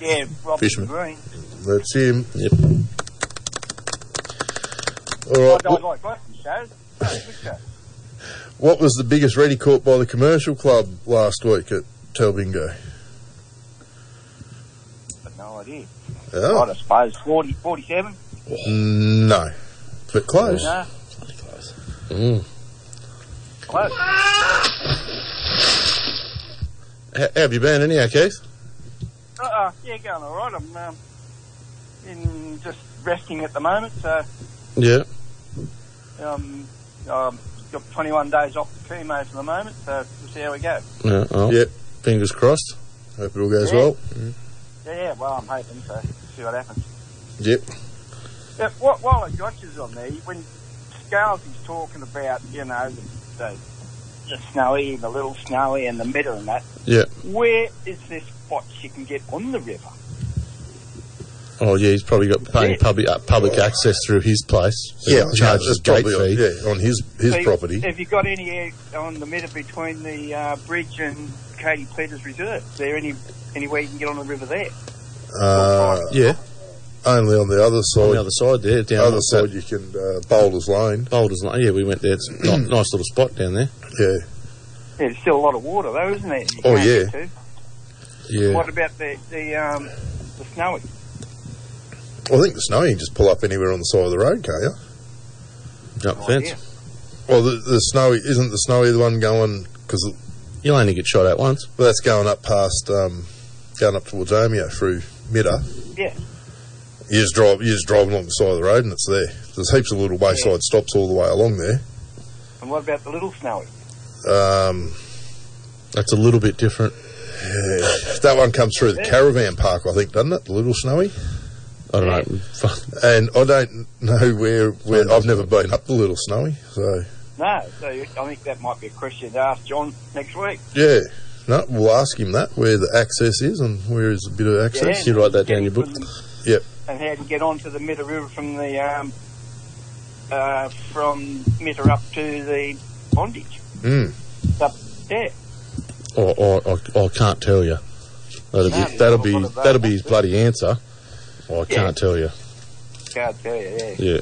[SPEAKER 15] Yeah, Robert
[SPEAKER 3] Fisherman.
[SPEAKER 15] Green.
[SPEAKER 3] That's him. Yep.
[SPEAKER 15] I,
[SPEAKER 3] All
[SPEAKER 15] I
[SPEAKER 3] right.
[SPEAKER 15] like both the shows. Oh, good show.
[SPEAKER 3] What was the biggest ready caught by the commercial club last week at Telbingo?
[SPEAKER 15] But no idea.
[SPEAKER 3] Oh.
[SPEAKER 15] I suppose 40, 47.
[SPEAKER 3] No. But close.
[SPEAKER 15] No,
[SPEAKER 3] Mm.
[SPEAKER 15] close.
[SPEAKER 3] How have you been anyhow, Keith?
[SPEAKER 15] Uh-uh, yeah, going all right. I'm um, in just resting at the moment, so
[SPEAKER 3] Yeah.
[SPEAKER 15] um, um, got 21 days off the chemo for the moment, so we'll see how we go.
[SPEAKER 3] Yeah,
[SPEAKER 1] oh.
[SPEAKER 3] Yep. Fingers crossed. Hope it all goes
[SPEAKER 15] Yeah.
[SPEAKER 3] well.
[SPEAKER 15] Yeah, yeah, well, I'm hoping so. See what happens.
[SPEAKER 3] Yep.
[SPEAKER 15] Yeah, wh- while I got you on there, when Scales is talking about, you know, the, the, the snowy, the little snowy, and the middle and that,
[SPEAKER 3] Yeah.
[SPEAKER 15] where is this spot you can get on the river?
[SPEAKER 1] Oh, yeah, he's probably got paying public, uh, public access through his place. So
[SPEAKER 3] Yeah,
[SPEAKER 1] he charges
[SPEAKER 3] that's
[SPEAKER 1] a gate
[SPEAKER 3] probably on-
[SPEAKER 1] fee.
[SPEAKER 3] yeah, on his his
[SPEAKER 15] So you-
[SPEAKER 3] property.
[SPEAKER 15] Have you got any air on the middle between the uh, bridge and Katie Peters Reserve? Is there any anywhere you can get on the river there?
[SPEAKER 3] Uh,
[SPEAKER 1] yeah.
[SPEAKER 3] Only on the other side.
[SPEAKER 1] On the other side there, down
[SPEAKER 3] other
[SPEAKER 1] on-
[SPEAKER 3] side, you can uh, Boulders Lane.
[SPEAKER 1] Boulders Lane. Yeah, we went there. It's a ni- nice little spot down there.
[SPEAKER 3] Yeah.
[SPEAKER 15] Yeah, there's still a lot of water though, isn't there? You
[SPEAKER 1] Oh,
[SPEAKER 15] can't
[SPEAKER 1] yeah.
[SPEAKER 15] get to?
[SPEAKER 1] Yeah.
[SPEAKER 15] What about the the um, the snowy?
[SPEAKER 3] Well, I think the snow you can just pull up anywhere on the side of the road, can't you?
[SPEAKER 1] Jump fence.
[SPEAKER 3] Well, the, the snowy isn't the snowy the one going because
[SPEAKER 1] You'll only get shot at once.
[SPEAKER 3] well, that's going up past um, going up towards Omeo through Midder.
[SPEAKER 15] Yeah.
[SPEAKER 3] You just drive you just drive along the side of the road and it's there. There's heaps of little wayside stops all the way along there.
[SPEAKER 15] And what about the little snowy?
[SPEAKER 3] Um,
[SPEAKER 1] That's a little bit different.
[SPEAKER 3] yeah. That one comes through the caravan park, I think, doesn't it? The little snowy.
[SPEAKER 1] I don't know.
[SPEAKER 3] And I don't know where where I've never been up the little snowy, so
[SPEAKER 15] No, so you- I think that might be a question to ask John next week.
[SPEAKER 3] yeah. No, we'll ask him that where the access is and where is a bit of access.
[SPEAKER 15] Yeah. You
[SPEAKER 3] write that down in your book. Yep.
[SPEAKER 15] And how to get onto the Mitter River from the um, uh, from Mitter up to the Bondage
[SPEAKER 3] Mm.
[SPEAKER 15] up there.
[SPEAKER 1] Or, or, or, or I can't tell you. That'll
[SPEAKER 15] No,
[SPEAKER 1] be that'll
[SPEAKER 15] you've got a
[SPEAKER 1] be
[SPEAKER 15] lot of that.
[SPEAKER 1] that'll be his bloody answer. Oh, I
[SPEAKER 15] Yeah.
[SPEAKER 1] can't tell you.
[SPEAKER 15] Can't tell you. Yeah.
[SPEAKER 1] Yeah.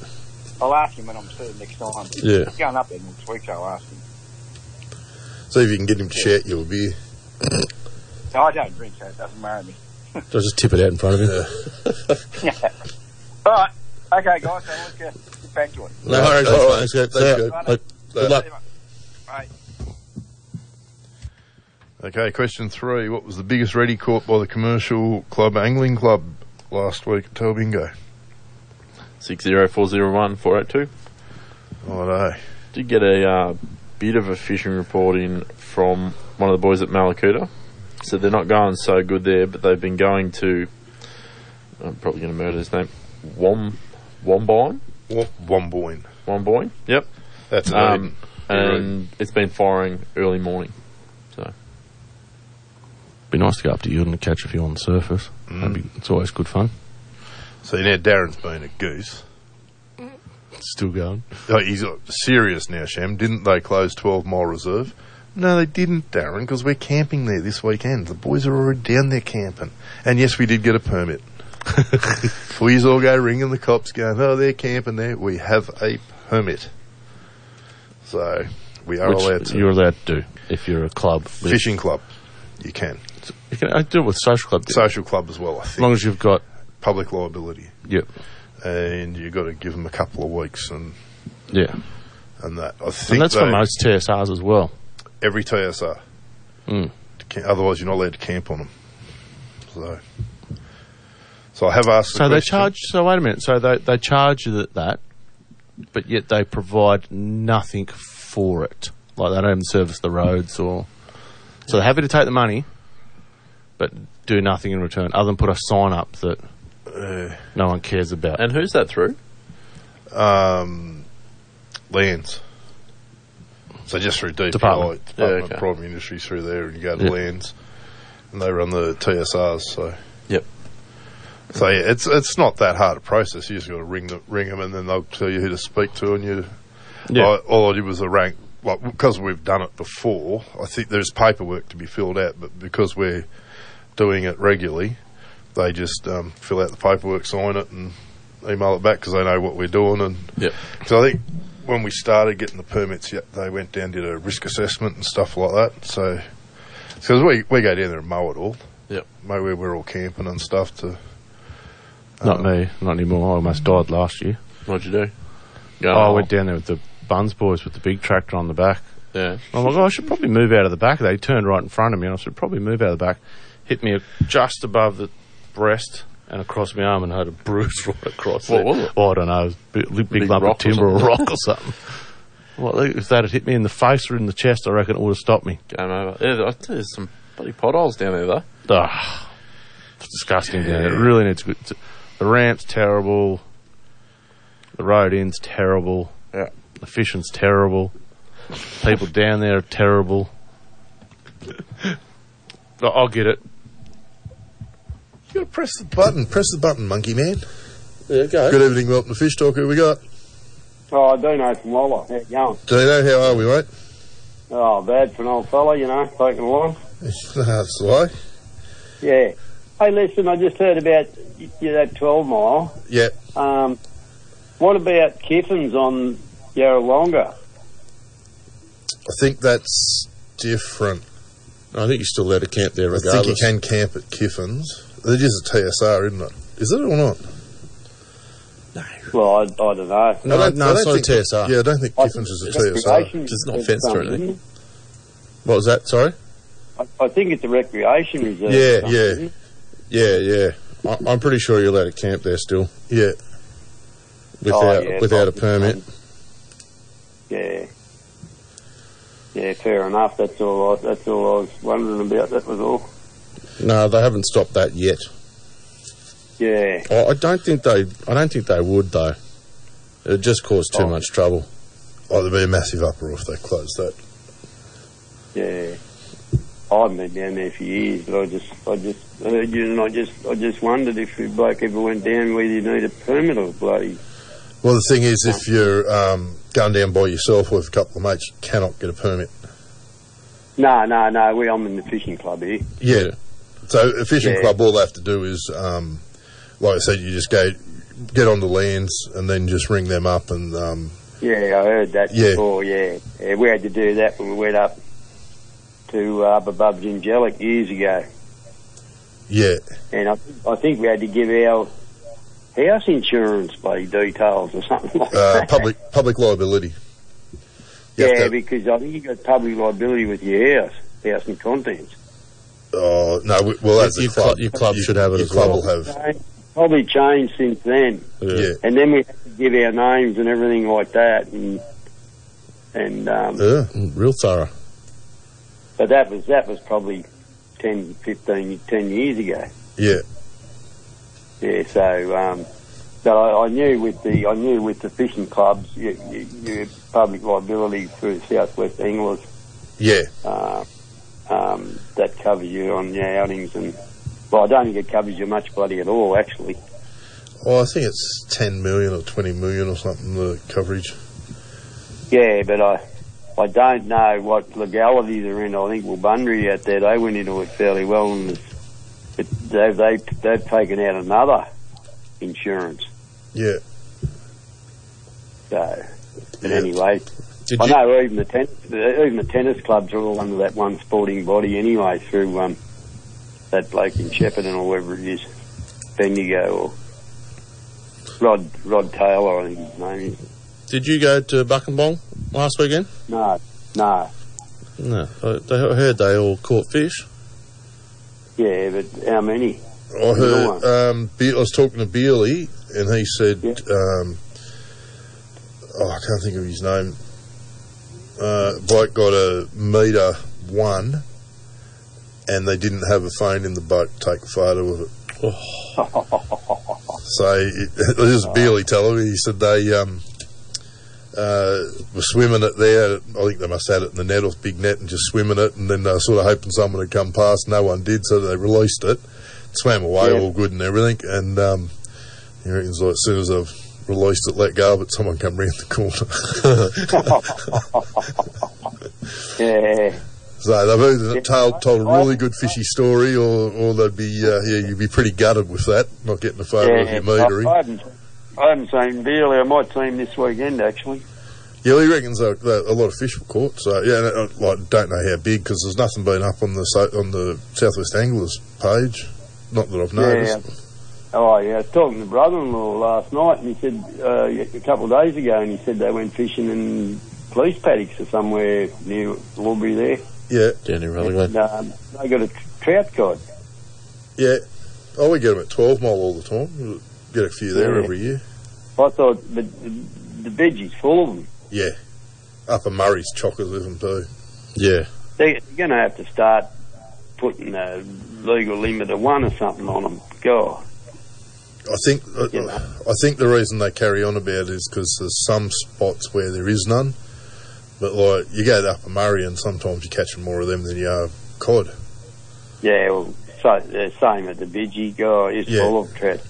[SPEAKER 15] I'll ask him when I'm seeing next time.
[SPEAKER 3] Yeah.
[SPEAKER 15] Going up there next week, I'll ask him.
[SPEAKER 3] See if you can get him to shout you a beer.
[SPEAKER 15] No, I don't drink, so it doesn't worry me.
[SPEAKER 1] I'll just tip it out in front of him.
[SPEAKER 15] All right. Okay, guys, so let's get, get back to it.
[SPEAKER 1] No worries.
[SPEAKER 3] All right,
[SPEAKER 1] Let's go. See
[SPEAKER 3] thanks,
[SPEAKER 1] ya.
[SPEAKER 3] Kev.
[SPEAKER 1] Look, Good luck.
[SPEAKER 15] Right.
[SPEAKER 20] Okay, question three. What was the biggest ready caught by the commercial club angling club last week at Telbingo?
[SPEAKER 21] 60401 482.
[SPEAKER 20] Oh, no.
[SPEAKER 21] Did get a uh, bit of a fishing report in from one of the boys at Malakuta. Said they're not going so good there, but they've been going to. I'm probably going to murder his name. Wom, Wombine?
[SPEAKER 20] What? Womboyne.
[SPEAKER 21] Womboyne? Yep.
[SPEAKER 20] That's it.
[SPEAKER 21] Um,
[SPEAKER 20] You're
[SPEAKER 21] and it's been firing early morning. So
[SPEAKER 22] Be nice to go up to Uden and catch a few on the surface.
[SPEAKER 20] Mm.
[SPEAKER 22] That'd Be, it's always good fun.
[SPEAKER 20] so now Darren's been a goose.
[SPEAKER 22] Mm-hmm. Still going.
[SPEAKER 20] Oh, he's uh, serious now, Sham. Didn't they close 12 Mile Reserve? No, they didn't, Darren, because we're camping there this weekend. The boys are already down there camping. And yes, we did get a permit. Boys all go ringing the cops going, oh, they're camping there. We have a permit. So we are allowed
[SPEAKER 22] Which
[SPEAKER 20] to.
[SPEAKER 22] you're allowed to do if you're a club. with-
[SPEAKER 20] Fishing club. You can.
[SPEAKER 22] You can I do it with social club.
[SPEAKER 20] Social club as well, I
[SPEAKER 22] as
[SPEAKER 20] think.
[SPEAKER 22] long as you've got.
[SPEAKER 20] Public liability.
[SPEAKER 22] Yeah.
[SPEAKER 20] And you've got to give them a couple of weeks and,
[SPEAKER 22] Yeah.
[SPEAKER 20] and that. I think
[SPEAKER 22] And that's for
[SPEAKER 20] they-
[SPEAKER 22] most TSRs as well.
[SPEAKER 20] every TSR.
[SPEAKER 22] Mm.
[SPEAKER 20] Ca- Otherwise, you're not allowed to camp on them.
[SPEAKER 3] So, so I have asked. the
[SPEAKER 1] So they
[SPEAKER 3] question.
[SPEAKER 1] charge. So wait a minute. So they they charge you that, that, but yet they provide nothing for it. Like they don't even service the roads or. So they're happy to take the money, but do nothing in return other than put a sign up that
[SPEAKER 20] uh,
[SPEAKER 1] no one cares about.
[SPEAKER 2] And who's that through?
[SPEAKER 3] um, lands. So just through DPI, Department,
[SPEAKER 1] Department.
[SPEAKER 3] of
[SPEAKER 1] Yeah, okay.
[SPEAKER 3] Private Industries through there, and you go to
[SPEAKER 1] Yeah.
[SPEAKER 3] lands, and they run the TSRs. So
[SPEAKER 2] Yep.
[SPEAKER 3] so yeah, it's it's not that hard a process. You just got to ring the, ring them, and then they'll tell you who to speak to, and you.
[SPEAKER 1] Yeah.
[SPEAKER 3] I, all I did was a rank, like because we've done it before. I think there's paperwork to be filled out, but because we're doing it regularly, they just um, fill out the paperwork, sign it, and email it back because they know what we're doing. And
[SPEAKER 2] Yep.
[SPEAKER 3] because I think when we started getting the permits, yeah, they went down did a risk assessment and stuff like that. So because we we go down there and mow it all.
[SPEAKER 2] Yep.
[SPEAKER 3] Maybe we're all camping and stuff to. Oh.
[SPEAKER 1] Not me. Not anymore. I almost died last year.
[SPEAKER 2] What'd you do? Go
[SPEAKER 1] Oh, I
[SPEAKER 2] on.
[SPEAKER 1] went down there with the Buns boys with the big tractor on the back.
[SPEAKER 2] Yeah.
[SPEAKER 1] I'm like, oh, I should probably move out of the back. They turned right in front of me, and I should probably move out of the back. Hit me just above the breast and across my arm, and I had a bruise right across.
[SPEAKER 2] What
[SPEAKER 1] there.
[SPEAKER 2] was it?
[SPEAKER 1] Oh, I don't know. It was a big, big,
[SPEAKER 2] Big
[SPEAKER 1] lump
[SPEAKER 2] rock
[SPEAKER 1] of
[SPEAKER 2] or
[SPEAKER 1] timber or
[SPEAKER 2] something?
[SPEAKER 1] rock or something. Well, if that had hit me in the face or in the chest, I reckon it would have stopped me.
[SPEAKER 2] Game over. Yeah, there- there's some bloody potholes down there, though.
[SPEAKER 1] Ah, it's disgusting. down there. It really needs good. The ramp's terrible. The road in's terrible.
[SPEAKER 2] Yeah.
[SPEAKER 1] The fishing's terrible. People down there are terrible. I- I'll get it.
[SPEAKER 3] You gotta press the
[SPEAKER 23] Button, press the button, monkey man.
[SPEAKER 6] Yeah, go.
[SPEAKER 3] Good evening, welcome to Fish Talk. Who we got?
[SPEAKER 24] Oh, I do know from Lola. How you going?
[SPEAKER 23] Do you know how are we, mate?
[SPEAKER 24] Oh, bad for an old fella, you know, taking along.
[SPEAKER 23] That's why.
[SPEAKER 24] Yeah. Hey, listen, I just heard about y- you know, that 12 mile.
[SPEAKER 23] Yeah.
[SPEAKER 24] Um, what about Kiffins on Yarrawonga?
[SPEAKER 23] I think that's different.
[SPEAKER 6] I think you're still allowed to camp there
[SPEAKER 23] I think
[SPEAKER 6] regardless.
[SPEAKER 23] you can camp at Kiffin's. It is a TSR, isn't it? Is it or not?
[SPEAKER 24] Well, I, I don't know.
[SPEAKER 6] No,
[SPEAKER 23] I don't-
[SPEAKER 6] no,
[SPEAKER 23] I don't
[SPEAKER 6] it's not a
[SPEAKER 23] think-
[SPEAKER 6] TSR.
[SPEAKER 23] Yeah, I don't think
[SPEAKER 24] I
[SPEAKER 23] Kiffin's is a
[SPEAKER 24] think it's
[SPEAKER 23] TSR.
[SPEAKER 24] recreation
[SPEAKER 6] It's not
[SPEAKER 24] reserve
[SPEAKER 6] fenced or
[SPEAKER 24] something,
[SPEAKER 6] anything.
[SPEAKER 24] isn't
[SPEAKER 6] What was that? Sorry.
[SPEAKER 24] it? I, I think it's a recreation reserve.
[SPEAKER 23] Yeah,
[SPEAKER 24] or something,
[SPEAKER 23] yeah.
[SPEAKER 24] isn't it?
[SPEAKER 6] Yeah, yeah. I, I'm pretty sure you're allowed to camp there still
[SPEAKER 23] Yeah,
[SPEAKER 6] without
[SPEAKER 24] Oh, yeah,
[SPEAKER 6] without a
[SPEAKER 24] possibly.
[SPEAKER 6] permit.
[SPEAKER 24] Yeah. Yeah, fair enough. That's all. I, that's all I was wondering about. That was all.
[SPEAKER 6] No, they haven't stopped that yet.
[SPEAKER 24] Yeah.
[SPEAKER 6] I, I don't think they. I don't think they would though. It would just cause too
[SPEAKER 24] Oh.
[SPEAKER 6] much trouble.
[SPEAKER 23] oh, there'd be a massive uproar if they closed that.
[SPEAKER 24] Yeah. I've been down there for years, but I just, I just heard you, and I just, I just wondered if you bloke ever went down whether you need a permit or bloody.
[SPEAKER 23] Well, the thing is, if you're um, going down by yourself with a couple of mates, you cannot get a permit.
[SPEAKER 24] No, no, no. We, I'm in the fishing club here.
[SPEAKER 23] Yeah. So a fishing
[SPEAKER 24] Yeah.
[SPEAKER 23] club, all they have to do is, um, like I said, you just go get onto lands and then just ring them up and um,
[SPEAKER 24] Yeah, I heard that
[SPEAKER 23] Yeah.
[SPEAKER 24] before. Yeah. yeah, we had to do that when we went up to uh, up above Gingelic years ago,
[SPEAKER 23] yeah,
[SPEAKER 24] and I, I think we had to give our house insurance bloody details or something like
[SPEAKER 23] uh,
[SPEAKER 24] that.
[SPEAKER 23] public public liability. You have
[SPEAKER 24] yeah,
[SPEAKER 23] to-
[SPEAKER 24] because I think you got public liability with your house, house and contents.
[SPEAKER 23] Oh no! We, well, that's
[SPEAKER 6] Your
[SPEAKER 23] the club.
[SPEAKER 6] cl- your club should have it
[SPEAKER 23] Your
[SPEAKER 6] as
[SPEAKER 23] club
[SPEAKER 6] well.
[SPEAKER 23] will have.
[SPEAKER 24] So, Probably changed since then.
[SPEAKER 23] Yeah.
[SPEAKER 24] And then we had to give our names and everything like that, and and um,
[SPEAKER 23] Yeah.
[SPEAKER 6] Mm, Real thorough.
[SPEAKER 24] but that was that was probably 10, 15, 10 years ago.
[SPEAKER 23] Yeah.
[SPEAKER 24] Yeah. So, um, but I, I knew with the I knew with the fishing clubs, you, you, you had public liability through Southwest Anglers.
[SPEAKER 23] Yeah.
[SPEAKER 24] Uh, um, that covers you on your outings, and well, I don't think it covers you much bloody at all, actually.
[SPEAKER 23] Oh, I think it's ten million or twenty million or something. The coverage.
[SPEAKER 24] Yeah, but I I don't know what legalities are in. I think Wilbundry out there they went into it fairly well, and it's, it, they they they've taken out another insurance.
[SPEAKER 23] Yeah.
[SPEAKER 24] So, but
[SPEAKER 23] Yeah.
[SPEAKER 24] anyway,
[SPEAKER 6] Did
[SPEAKER 24] I
[SPEAKER 6] you?
[SPEAKER 24] know even the ten, even the tennis clubs are all under that one sporting body anyway through um that bloke in Shepparton or wherever it is, Bendigo or Rod Rod Taylor, I think his name is.
[SPEAKER 6] Did you go to Buck and Bong last weekend? Uh,
[SPEAKER 24] No, no.
[SPEAKER 6] No. I, they, I heard they all caught fish.
[SPEAKER 24] Yeah, but um, how many?
[SPEAKER 3] I heard. Um, Be- I was talking to Bealey, and he said, um, oh, I can't think of his name. Uh, bloke got a meter one, and they didn't have a phone in the boat to take a photo of it. so it, it was just Bealey telling me. He said they um, uh, were swimming it there. I think they must have had it in the net off big net and just swimming it, and then they were sort of hoping someone would come past. No one did, so they released it swam away all good and everything. And um, he reckons like as soon as I've released it, let go, but someone come round the corner.
[SPEAKER 13] Yeah.
[SPEAKER 3] so they've either told, told a really good fishy story, or, or they'd be uh, yeah, you'd be pretty gutted with that, not getting a photo of your meatery.
[SPEAKER 24] I, I haven't, I haven't seen Beale. I might see him this weekend, actually.
[SPEAKER 3] Yeah, he reckons that, that a lot of fish were caught. So yeah, and, uh, like don't know how big because there's nothing been up on the so, on the Southwest Anglers page. Not that I've noticed.
[SPEAKER 24] Yeah. Oh, yeah. I was talking to brother-in-law last night, and he said uh, a couple of days ago, and he said they went fishing in police paddocks or somewhere near Lawbury there.
[SPEAKER 3] Yeah.
[SPEAKER 1] Danny
[SPEAKER 24] And, um, they got a tr- trout cod.
[SPEAKER 3] Yeah. Oh, we get them at 12 mile all the time. Get a few there
[SPEAKER 24] Yeah.
[SPEAKER 3] every year.
[SPEAKER 24] I thought the, the, the veggies full of them.
[SPEAKER 3] Yeah. Up at Murray's chockers with them too. Yeah.
[SPEAKER 24] They're going to have to start putting a legal limit of one or something on them. God.
[SPEAKER 3] I think uh, I think the reason they carry on about it is because there's some spots where there is none, but like you go to Upper Murray and sometimes you're catching more of them than you are cod.
[SPEAKER 24] Yeah, well, so, the same at the veggie. God, it's
[SPEAKER 3] Yeah.
[SPEAKER 24] full of trout.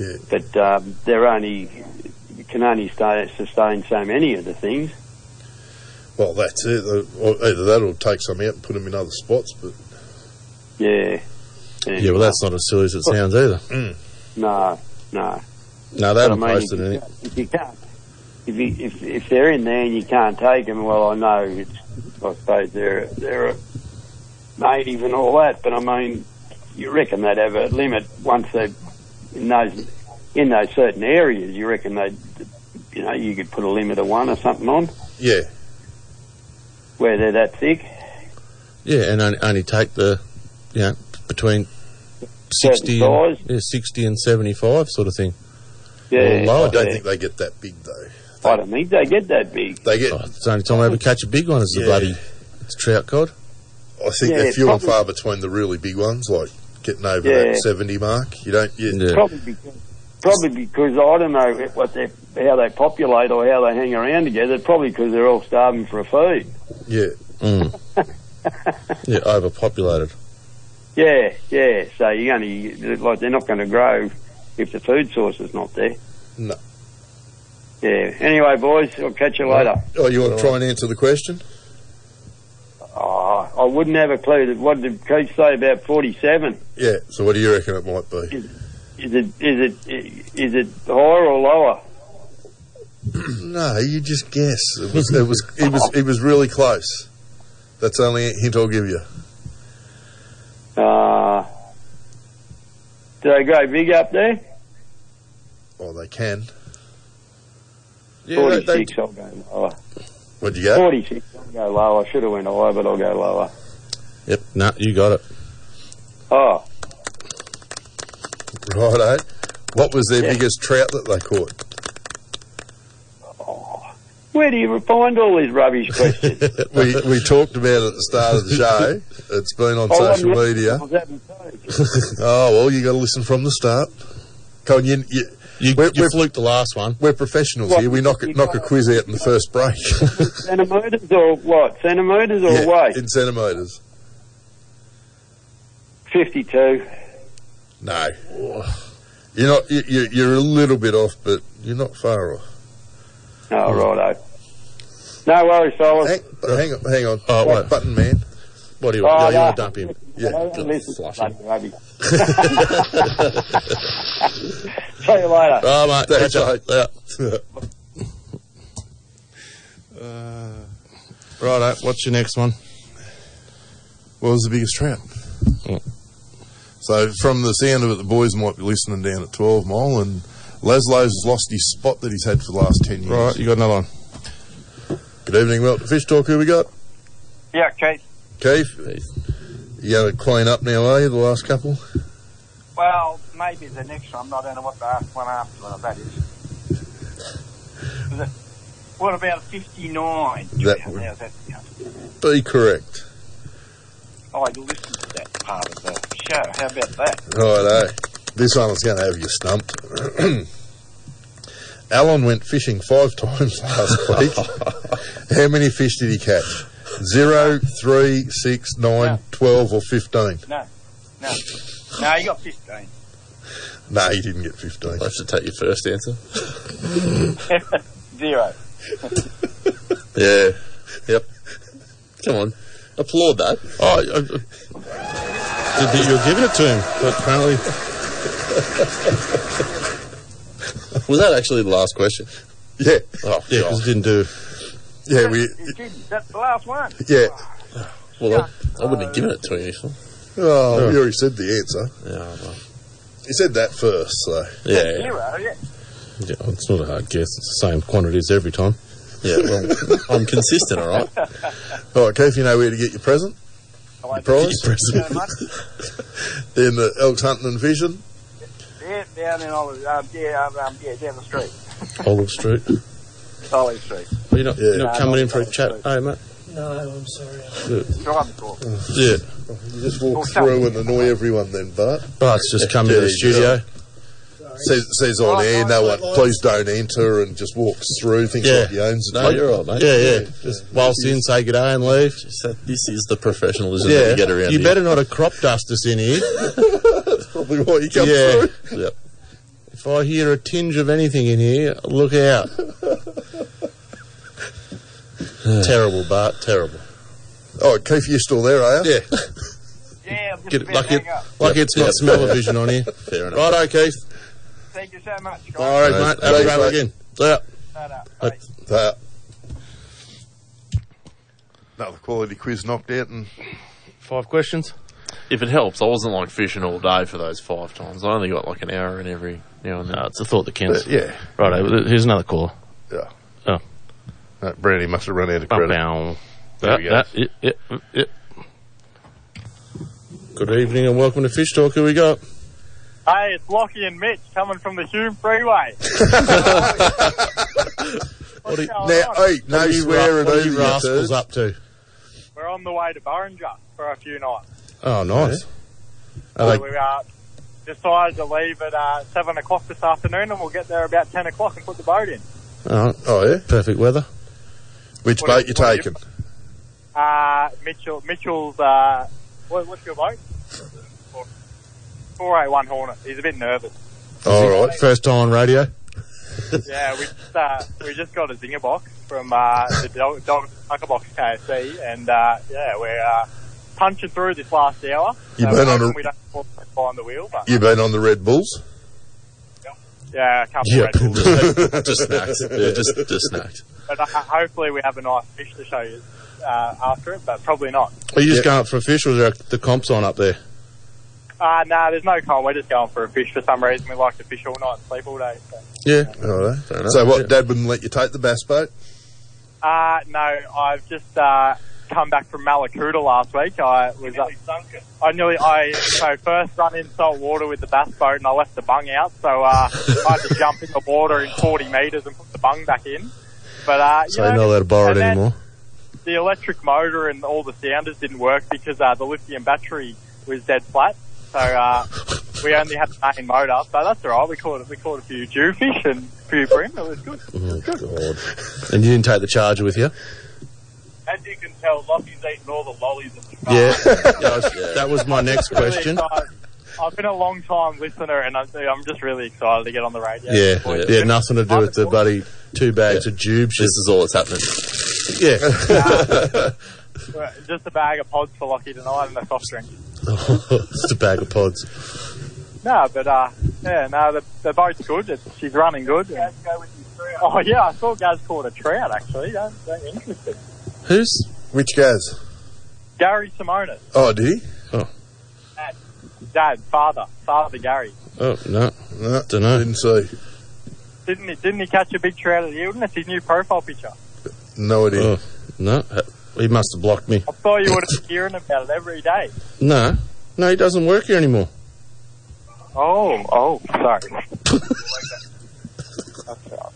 [SPEAKER 3] Yeah.
[SPEAKER 24] But um, they're only, you can only stay, sustain so many of the things.
[SPEAKER 3] Well, that's it. Uh, or Either that or take some out and put them in other spots. But
[SPEAKER 24] Yeah.
[SPEAKER 1] Yeah, well, that's not as silly as it sounds either.
[SPEAKER 3] Mm.
[SPEAKER 24] No, Uh, no.
[SPEAKER 1] No, they
[SPEAKER 24] But
[SPEAKER 1] haven't
[SPEAKER 24] I mean,
[SPEAKER 1] posted anything.
[SPEAKER 24] If you can't, if, you, if if they're in there and you can't take them, well, I know it's, I suppose they're they're a native and all that, but I mean, you reckon they'd have a limit once they in those in those certain areas. You reckon they, would you know, you could put a limit of one or something on
[SPEAKER 3] yeah,
[SPEAKER 24] where they're that thick.
[SPEAKER 1] Yeah, and only, only take the, you know, between 60 and,
[SPEAKER 24] size.
[SPEAKER 1] yeah, 60 and 75 sort of thing.
[SPEAKER 24] Yeah,
[SPEAKER 1] Or lower.
[SPEAKER 3] I don't think they get that big though.
[SPEAKER 24] I don't think they get that big.
[SPEAKER 3] They get.
[SPEAKER 1] Oh, it's the only time I ever catch a big one is the
[SPEAKER 3] Yeah.
[SPEAKER 1] bloody it's trout cod.
[SPEAKER 3] I think
[SPEAKER 24] Yeah,
[SPEAKER 3] they're few and
[SPEAKER 24] probably-
[SPEAKER 3] far between the really big ones, like getting over
[SPEAKER 24] Yeah.
[SPEAKER 3] that seventy mark. You don't. You,
[SPEAKER 24] Probably because, probably because I don't know what they how they populate or how they hang around together. Probably because they're all starving for a food.
[SPEAKER 3] Yeah.
[SPEAKER 1] Mm. yeah, overpopulated.
[SPEAKER 24] Yeah, yeah. So you only like they're not going to grow if the food source is not there.
[SPEAKER 3] No.
[SPEAKER 24] Yeah. Anyway, boys, I'll catch you later.
[SPEAKER 3] Oh, you want to try and answer the question?
[SPEAKER 24] Oh, I wouldn't have a clue. That what did coach say about forty-seven?
[SPEAKER 3] Yeah. So, what do you reckon it might be?
[SPEAKER 24] Is it is it is it higher or lower?
[SPEAKER 3] no, you just guess. It was. It was. It was. It was really close. That's the only hint I'll give you.
[SPEAKER 24] Uh, do they grow big up there?
[SPEAKER 3] Oh, they can.
[SPEAKER 1] Yeah, they- they-
[SPEAKER 24] Forty-six. I'll go lower.
[SPEAKER 3] What'd you go?
[SPEAKER 24] Forty-six. I'll go lower. I should have went higher, but I'll go lower.
[SPEAKER 1] Yep, no, you got it.
[SPEAKER 24] Oh,
[SPEAKER 3] Righto. eh? What was their
[SPEAKER 24] Yeah.
[SPEAKER 3] biggest trout that they caught?
[SPEAKER 24] where do you find all these rubbish questions?
[SPEAKER 3] we we talked about it at the start of the show. It's been on
[SPEAKER 24] Oh, I'm
[SPEAKER 3] social
[SPEAKER 24] listening.
[SPEAKER 3] media.
[SPEAKER 24] I was having fun.
[SPEAKER 3] Oh well, you got to listen from the start. Con, you, you,
[SPEAKER 1] You,
[SPEAKER 3] We're-
[SPEAKER 1] you
[SPEAKER 3] we're-
[SPEAKER 1] fluked the last one.
[SPEAKER 3] we're professionals here. We knock it, knock a quiz out in the first break.
[SPEAKER 24] Centimetres or what? Centimetres or
[SPEAKER 3] Yeah,
[SPEAKER 24] weight?
[SPEAKER 3] in centimetres.
[SPEAKER 24] 52.
[SPEAKER 3] No, you're not. You, you- you're a little bit off, but you're not far off.
[SPEAKER 24] Oh, righto. No worries, fellas.
[SPEAKER 3] Hang, hang on, hang on.
[SPEAKER 1] Oh,
[SPEAKER 3] White
[SPEAKER 1] wait.
[SPEAKER 3] button man.
[SPEAKER 1] What do you want? Yeah,
[SPEAKER 24] Oh,
[SPEAKER 1] you
[SPEAKER 24] no.
[SPEAKER 1] want to dump him?
[SPEAKER 3] Yeah.
[SPEAKER 24] I don't listen to
[SPEAKER 1] Flush
[SPEAKER 24] bloody rubbish. See you later.
[SPEAKER 1] Oh, mate,
[SPEAKER 3] That's
[SPEAKER 1] catch up. Yeah. Righto, what's your next one?
[SPEAKER 3] What was the biggest trout?
[SPEAKER 1] Mm.
[SPEAKER 3] So from the sound of it, the boys might be listening down at Twelve Mile, and Laszlo's lost his spot that he's had for the last ten years.
[SPEAKER 1] Right, you got another one.
[SPEAKER 3] Good evening, Welcome to Fish Talk. Who we got?
[SPEAKER 15] Yeah, Keith.
[SPEAKER 3] Keith. You had it clean up now, are you, the last couple?
[SPEAKER 15] Well, maybe the next one. I don't know what the last one after one of that is. Was it- What about 59?
[SPEAKER 3] That
[SPEAKER 15] How's
[SPEAKER 3] would-
[SPEAKER 15] that sound?
[SPEAKER 3] Be correct.
[SPEAKER 15] I listened Oh, to that part of the show. How about that?
[SPEAKER 3] Righto. This one is going to have you stumped. Alan went fishing five times last week. How many fish did he catch? Zero, three, six, nine, twelve, or fifteen?
[SPEAKER 15] No. No. No, you got 15.
[SPEAKER 3] No, he didn't get fifteen. I should take your first answer.
[SPEAKER 15] Zero.
[SPEAKER 1] Yeah. Yep. Come on. Applaud that. Oh, I, I,
[SPEAKER 3] Did think you were giving it to him, but apparently.
[SPEAKER 1] was that actually the last question?
[SPEAKER 3] Yeah.
[SPEAKER 1] Oh,
[SPEAKER 3] Yeah, because didn't do. Yeah, we.
[SPEAKER 15] You didn't. That's the last one.
[SPEAKER 3] Yeah.
[SPEAKER 1] Well, I, I wouldn't have given it to him. So.
[SPEAKER 3] Oh,
[SPEAKER 1] Yeah.
[SPEAKER 3] you already said the answer.
[SPEAKER 1] Yeah, well,
[SPEAKER 3] He said that first, so.
[SPEAKER 1] yeah,
[SPEAKER 15] Zero, yeah.
[SPEAKER 1] yeah. It's not a hard guess. It's the same quantities every time. Yeah, well, I'm consistent, all right?
[SPEAKER 3] All right, Keith, you know where to get your present? Your prize?
[SPEAKER 15] Too much.
[SPEAKER 3] then the Elks Hunting and Fishing.
[SPEAKER 15] Yeah, down in Olive, um, yeah, um, um, yeah, down the street.
[SPEAKER 1] Olive Street.
[SPEAKER 15] Olive Street.
[SPEAKER 1] Well, you're not, you're not
[SPEAKER 15] No,
[SPEAKER 1] coming
[SPEAKER 15] not
[SPEAKER 1] in for a
[SPEAKER 15] Olive
[SPEAKER 1] chat,
[SPEAKER 15] Street.
[SPEAKER 1] eh, mate?
[SPEAKER 25] No, I'm sorry.
[SPEAKER 15] Driving course.
[SPEAKER 1] Mm. Yeah.
[SPEAKER 3] You just walk through and annoy everyone then, Bart.
[SPEAKER 1] Bart's just come to
[SPEAKER 3] Yeah,
[SPEAKER 1] the
[SPEAKER 3] you
[SPEAKER 1] studio.
[SPEAKER 3] Says, says on air, no one, please don't enter, and just walks through, thinks
[SPEAKER 1] Yeah.
[SPEAKER 3] like he owns it.
[SPEAKER 1] No, you're all right, mate.
[SPEAKER 3] Yeah,
[SPEAKER 1] Yeah,
[SPEAKER 3] yeah.
[SPEAKER 1] yeah. Just whilst in, say good day and leave. This is the professionalism
[SPEAKER 3] that you
[SPEAKER 1] get around You
[SPEAKER 3] here.
[SPEAKER 1] better not have crop dust us in here.
[SPEAKER 3] That's probably why you come
[SPEAKER 1] yeah.
[SPEAKER 3] through.
[SPEAKER 1] Yep. If I hear a tinge of anything in here, look out. terrible, Bart. Terrible.
[SPEAKER 3] Oh, Keith, you're still there, are you?
[SPEAKER 1] Yeah.
[SPEAKER 15] Yeah, I'm just
[SPEAKER 1] Get it,
[SPEAKER 15] about
[SPEAKER 1] like
[SPEAKER 15] to
[SPEAKER 1] it,
[SPEAKER 15] hang up.
[SPEAKER 1] like it's not smell-o-vision on here. Fair enough. Righto, Keith.
[SPEAKER 15] Thank you so much, guys.
[SPEAKER 1] All right, mate. Have a
[SPEAKER 3] Thanks,
[SPEAKER 1] great
[SPEAKER 3] mate.
[SPEAKER 1] weekend. See ya.
[SPEAKER 15] Ta-ra.
[SPEAKER 3] Uh, Another quality quiz knocked out, and
[SPEAKER 2] Five questions.
[SPEAKER 26] If it helps, I wasn't like fishing all day for those five times. I only got like an hour in every now and then.
[SPEAKER 2] No, it's a thought that
[SPEAKER 3] uh,
[SPEAKER 2] counts.
[SPEAKER 3] yeah,
[SPEAKER 2] Righto, well, here's another caller.
[SPEAKER 3] yeah.
[SPEAKER 2] Oh.
[SPEAKER 3] Uh, Brandy must have run out of
[SPEAKER 2] Bum,
[SPEAKER 3] credit.
[SPEAKER 2] bow.
[SPEAKER 3] There we go.
[SPEAKER 2] That- that- yeah, yeah, yeah.
[SPEAKER 1] Good evening and welcome to Fish Talk. Who we got?
[SPEAKER 25] Hey, it's Lockie and Mitch coming from the Hume Freeway.
[SPEAKER 1] What are you,
[SPEAKER 25] Going
[SPEAKER 3] Now,
[SPEAKER 25] on.
[SPEAKER 3] hey, no
[SPEAKER 1] what are you
[SPEAKER 3] swearing
[SPEAKER 1] ra- what are
[SPEAKER 3] over
[SPEAKER 1] you
[SPEAKER 3] you
[SPEAKER 1] rascals
[SPEAKER 3] turds.
[SPEAKER 1] up to?
[SPEAKER 25] We're on the way to Burringer for a few nights.
[SPEAKER 1] Oh, nice. Are
[SPEAKER 25] So we uh, decided to leave at uh, 7 o'clock this afternoon and we'll get there about 10 o'clock and put the boat in.
[SPEAKER 1] they, oh,
[SPEAKER 3] Oh, yeah?
[SPEAKER 1] perfect weather.
[SPEAKER 3] Which
[SPEAKER 25] What are-
[SPEAKER 3] boat you
[SPEAKER 25] what are you-
[SPEAKER 3] taking?
[SPEAKER 25] Uh, Mitchell, Mitchell's, uh, what, what's your boat? 481 Hornet. He's a bit nervous.
[SPEAKER 3] All right.
[SPEAKER 1] First time on radio.
[SPEAKER 25] Yeah, we just, uh, we just got a zinger box from uh, the dog, dog Tucker Box KFC, and uh, yeah, we're uh, punching through this last hour.
[SPEAKER 3] You've
[SPEAKER 25] So
[SPEAKER 3] been
[SPEAKER 25] we're
[SPEAKER 3] on a-
[SPEAKER 25] hoping we don't fall behind the wheel, but
[SPEAKER 3] You've been on the Red Bulls?
[SPEAKER 25] yeah, a couple
[SPEAKER 1] Yeah,
[SPEAKER 25] of red Bulls.
[SPEAKER 1] just snacked. Yeah, just just snacked.
[SPEAKER 25] But uh, hopefully, we have a nice fish to show you uh, after it, but probably not.
[SPEAKER 1] Are you just
[SPEAKER 3] Yeah.
[SPEAKER 1] going up for a fish, or is there the comps on up there?
[SPEAKER 25] Uh, no, there's no con. We're just going for a fish for some reason. We like to fish all night and sleep all day. So.
[SPEAKER 1] Yeah.
[SPEAKER 3] All right.
[SPEAKER 1] Fair enough.
[SPEAKER 3] So what,
[SPEAKER 1] Yeah.
[SPEAKER 3] Dad wouldn't let you take the bass boat?
[SPEAKER 25] Uh, no, I've just uh, come back from Malakuta last week. I was uh, I nearly I so first run in salt water with the bass boat and I left the bung out, so uh, I had to jump in the water in 40 meters and put the bung back in. But uh, you
[SPEAKER 1] So you're
[SPEAKER 25] know,
[SPEAKER 1] not allowed to borrow it
[SPEAKER 25] and then
[SPEAKER 1] anymore.
[SPEAKER 25] The electric motor and all the sounders didn't work because uh, the lithium battery was dead flat. So uh, we only had the main motor, but that's all right. We caught we caught a few jewfish and a few brim. It was good.
[SPEAKER 1] Oh, God. And you didn't take the charger with you?
[SPEAKER 25] As you can tell, Lockie's eating all the lollies at the
[SPEAKER 1] Yeah. Yeah, I was- That was my next
[SPEAKER 25] really
[SPEAKER 1] question.
[SPEAKER 25] excited. I've been a long time listener, and I'm, I'm just really excited to get on the radio.
[SPEAKER 1] Yeah.
[SPEAKER 25] Boys,
[SPEAKER 1] Yeah, nothing to do with the bloody two bags of jubes. This is all that's happening. Yeah.
[SPEAKER 25] Just a bag of pods for Lockie tonight and a soft drink.
[SPEAKER 1] Just a bag of pods.
[SPEAKER 25] No, but uh, yeah, no, the, the boat's good. It's, she's running good. Oh yeah, I saw Gaz caught a trout actually. That's that's interesting.
[SPEAKER 1] Who's?
[SPEAKER 3] Which Gaz?
[SPEAKER 25] Gary Simonis,
[SPEAKER 3] Oh, did he?
[SPEAKER 25] dad, father, father Gary.
[SPEAKER 1] Oh, no.
[SPEAKER 3] No,
[SPEAKER 1] Dunno.
[SPEAKER 3] Didn't see.
[SPEAKER 25] Didn't he? Didn't he catch a big trout at Hilden? That's his new profile picture.
[SPEAKER 3] No idea.
[SPEAKER 1] Oh, no.
[SPEAKER 7] He must have blocked me.
[SPEAKER 25] I thought you would have been hearing about it every day.
[SPEAKER 7] No, no, he doesn't work here anymore.
[SPEAKER 25] Oh, oh, sorry. That's all right.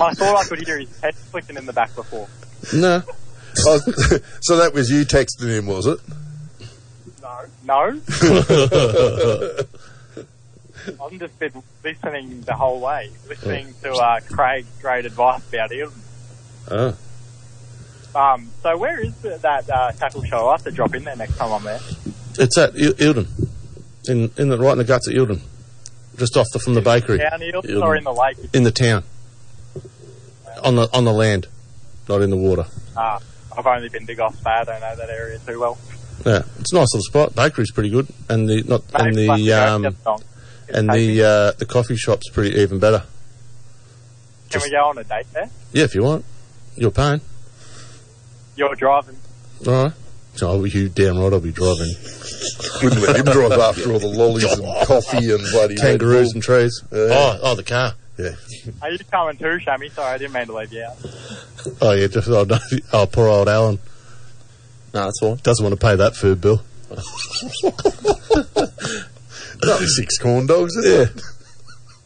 [SPEAKER 25] I thought I could hear his head clicking in the back before.
[SPEAKER 7] No.
[SPEAKER 3] Oh, so that was you texting him, was it?
[SPEAKER 25] No, I've just been listening the whole way, listening to uh, Craig's great advice about him.
[SPEAKER 1] Ah.
[SPEAKER 7] Oh.
[SPEAKER 25] Um, so where is the, that uh, tackle show? I have to drop in there next time I'm there.
[SPEAKER 7] It's at Il- Eildon, in in the right in the guts of Eildon, just off the, from the bakery.
[SPEAKER 25] Down here or in the lake?
[SPEAKER 7] In the town, on the on the land, not in the water.
[SPEAKER 25] Uh, I've only been to Goss Bay. I don't know that area too well.
[SPEAKER 7] Yeah, it's a nice little spot. Bakery's pretty good, and the not and
[SPEAKER 25] Maybe like
[SPEAKER 7] the um,
[SPEAKER 25] Jeff Dong.
[SPEAKER 7] and the uh, the coffee shop's pretty even better.
[SPEAKER 25] Can we go on a date there?
[SPEAKER 7] Yeah, if you want, you're paying.
[SPEAKER 25] You're driving.
[SPEAKER 7] All right. So I'll be you damn right. I'll be driving.
[SPEAKER 3] Wouldn't let him drive after all the lollies and coffee and bloody Uh,
[SPEAKER 7] kangaroos and trees. Oh, oh, the car.
[SPEAKER 3] Yeah.
[SPEAKER 25] Are you coming too, Shammy? Sorry, I didn't mean to leave you out.
[SPEAKER 7] Oh yeah, just oh, no, oh poor old Alan. No, that's all. Doesn't want to pay that food bill.
[SPEAKER 3] Bloody six corn dogs.
[SPEAKER 7] Yeah.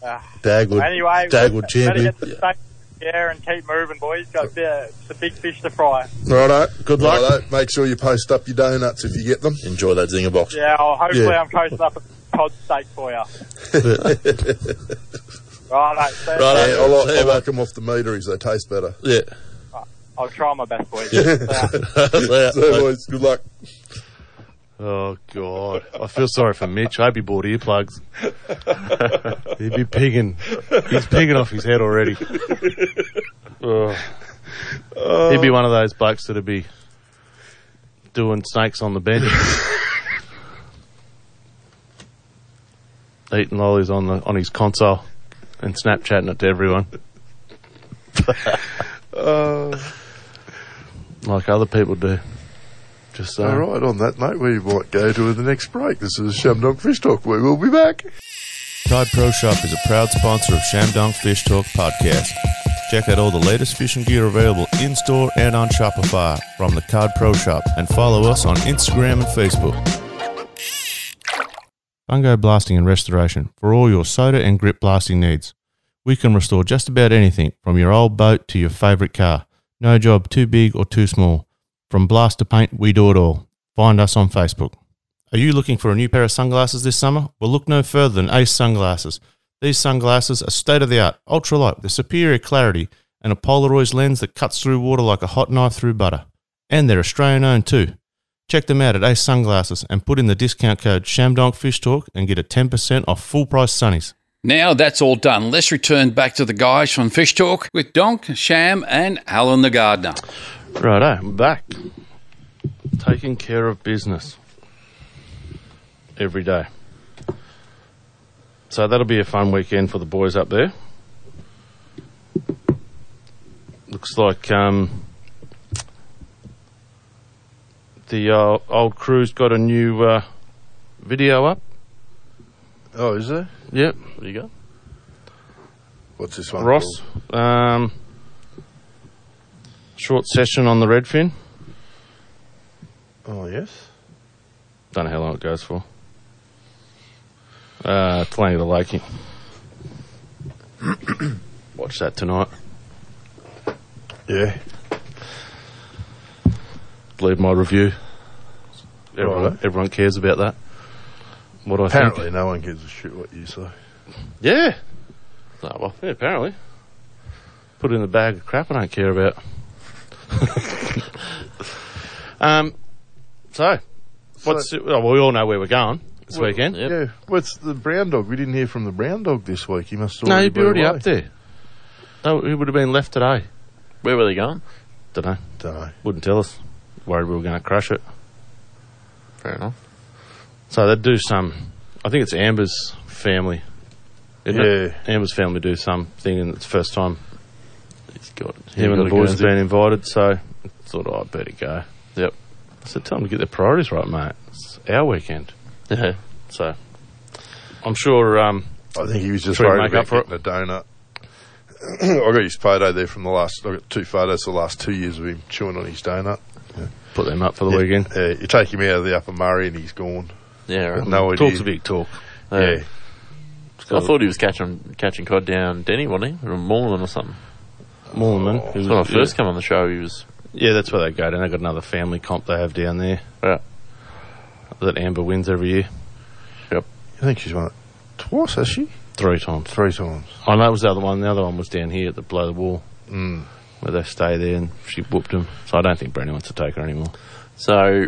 [SPEAKER 25] Ah.
[SPEAKER 7] Dagwood.
[SPEAKER 25] anyway,
[SPEAKER 7] Dagwood
[SPEAKER 25] better
[SPEAKER 7] champion.
[SPEAKER 25] get the steak in the air and keep moving, boys. Got the, the big fish to fry.
[SPEAKER 7] Righto. Good luck.
[SPEAKER 3] Righto. Make sure you post up your donuts if you get them.
[SPEAKER 7] Enjoy that zinger box.
[SPEAKER 25] Yeah, I'll, hopefully
[SPEAKER 7] Yeah.
[SPEAKER 25] I'm coasting up a cod steak for you. Right, mate, so
[SPEAKER 7] Righto.
[SPEAKER 3] Yeah, I like,
[SPEAKER 7] See
[SPEAKER 3] I
[SPEAKER 7] you,
[SPEAKER 3] like them off the meters. They taste better.
[SPEAKER 7] Yeah.
[SPEAKER 25] I'll try my best, boys.
[SPEAKER 7] Yeah.
[SPEAKER 3] So, boys, good luck.
[SPEAKER 1] Oh God, I feel sorry for Mitch. I hope he bought earplugs. He'd be pinging. He's pinging off his head already. Oh. He'd be one of those blokes that'd be doing snakes on the bench, eating lollies on the on his console, and Snapchatting it to everyone.
[SPEAKER 3] Uh,
[SPEAKER 1] like other people do. Just so.
[SPEAKER 3] All right, on that note, we might go to the next break. This is Shamdog Fish Talk. We will be back.
[SPEAKER 2] Cod Pro Shop is a proud sponsor of Shamdong Fish Talk podcast. Check out all the latest fishing gear available in store and on Shopify from the Cod Pro Shop and follow us on Instagram and Facebook. Fungo Blasting and Restoration for all your soda and grip blasting needs. We can restore just about anything from your old boat to your favorite car. No job too big or too small. From blast to paint, we do it all. Find us on Facebook. Are you looking for a new pair of sunglasses this summer? Well, look no further than Ace Sunglasses. These sunglasses are state of the art, ultralight with superior clarity and a Polaroid lens that cuts through water like a hot knife through butter. And they're Australian owned too. Check them out at Ace Sunglasses and put in the discount code ShamDonkFishTalk and get a 10% off full price sunnies.
[SPEAKER 5] Now that's all done. Let's return back to the guys from Fish Talk with Donk, Sham, and Alan the Gardener.
[SPEAKER 1] Righto, I'm back. Taking care of business every day. So that'll be a fun weekend for the boys up there. Looks like um, the uh, old crew's got a new uh, video up.
[SPEAKER 3] Oh, is there?
[SPEAKER 1] Yep, there you go.
[SPEAKER 3] What's this one?
[SPEAKER 1] Ross, um, short session on the redfin.
[SPEAKER 3] called? Oh, yes.
[SPEAKER 1] Don't know how long it goes for. Uh, Tulane to Lakey. Watch that tonight.
[SPEAKER 3] Yeah.
[SPEAKER 1] Leave my review. Everyone,
[SPEAKER 3] Righto.
[SPEAKER 1] everyone cares about that. What I
[SPEAKER 3] Apparently,
[SPEAKER 1] think.
[SPEAKER 3] no one gives a shit what you say.
[SPEAKER 1] Yeah. Oh, well, yeah, apparently. Put it in the bag of crap I don't care about. um, so, what's it, well, we all know where we're going this weekend.
[SPEAKER 3] Yeah. What's the brown dog? We didn't hear from the brown dog this week. He must
[SPEAKER 1] No,
[SPEAKER 3] already
[SPEAKER 1] you'd be
[SPEAKER 3] be
[SPEAKER 1] already
[SPEAKER 3] away.
[SPEAKER 1] up there. No, he would have been left today.
[SPEAKER 4] Where were they going?
[SPEAKER 1] Don't know.
[SPEAKER 3] Dunno.
[SPEAKER 1] Wouldn't tell us. Worried we were going to crush it.
[SPEAKER 4] Fair enough.
[SPEAKER 1] So they do some. I think it's Amber's family. isn't it? Amber's family do something, and it's the first time
[SPEAKER 4] He's got
[SPEAKER 1] him
[SPEAKER 4] he's
[SPEAKER 1] and the
[SPEAKER 4] got a
[SPEAKER 1] boys have
[SPEAKER 4] Guernsey.
[SPEAKER 1] been invited. So I thought oh, I better go.
[SPEAKER 4] Yep.
[SPEAKER 1] I said, tell them to get their priorities right, mate. It's our weekend.
[SPEAKER 4] Yeah.
[SPEAKER 1] So I'm sure. Um,
[SPEAKER 3] I think he was just
[SPEAKER 1] Trying to
[SPEAKER 3] worried
[SPEAKER 1] make
[SPEAKER 3] about
[SPEAKER 1] up for it.
[SPEAKER 3] getting a donut. I got his photo there from the last. I got two photos the last two years of him chewing on his donut.
[SPEAKER 1] Put them up for the weekend.
[SPEAKER 3] Yeah, you take him out of the Upper Murray and he's gone.
[SPEAKER 4] Yeah, right.
[SPEAKER 3] no idea.
[SPEAKER 1] Talk's a big talk.
[SPEAKER 3] Yeah.
[SPEAKER 4] I thought he was catching catching cod down Denny, wasn't he? Or Moreland or something.
[SPEAKER 1] Moreland.
[SPEAKER 4] He was- when I first come on the show, he was.
[SPEAKER 1] Yeah, that's where they go down. They've got another family comp they have down there.
[SPEAKER 4] Yeah.
[SPEAKER 1] That Amber wins every year.
[SPEAKER 4] Yep.
[SPEAKER 1] I
[SPEAKER 3] think she's won it twice, has she?
[SPEAKER 1] Three times.
[SPEAKER 3] Three times.
[SPEAKER 1] I know it was the other one. The other one was down here at the below the wall.
[SPEAKER 3] Mm.
[SPEAKER 1] Where they stay there and she whooped him. So I don't think Brenny wants to take her anymore.
[SPEAKER 4] So,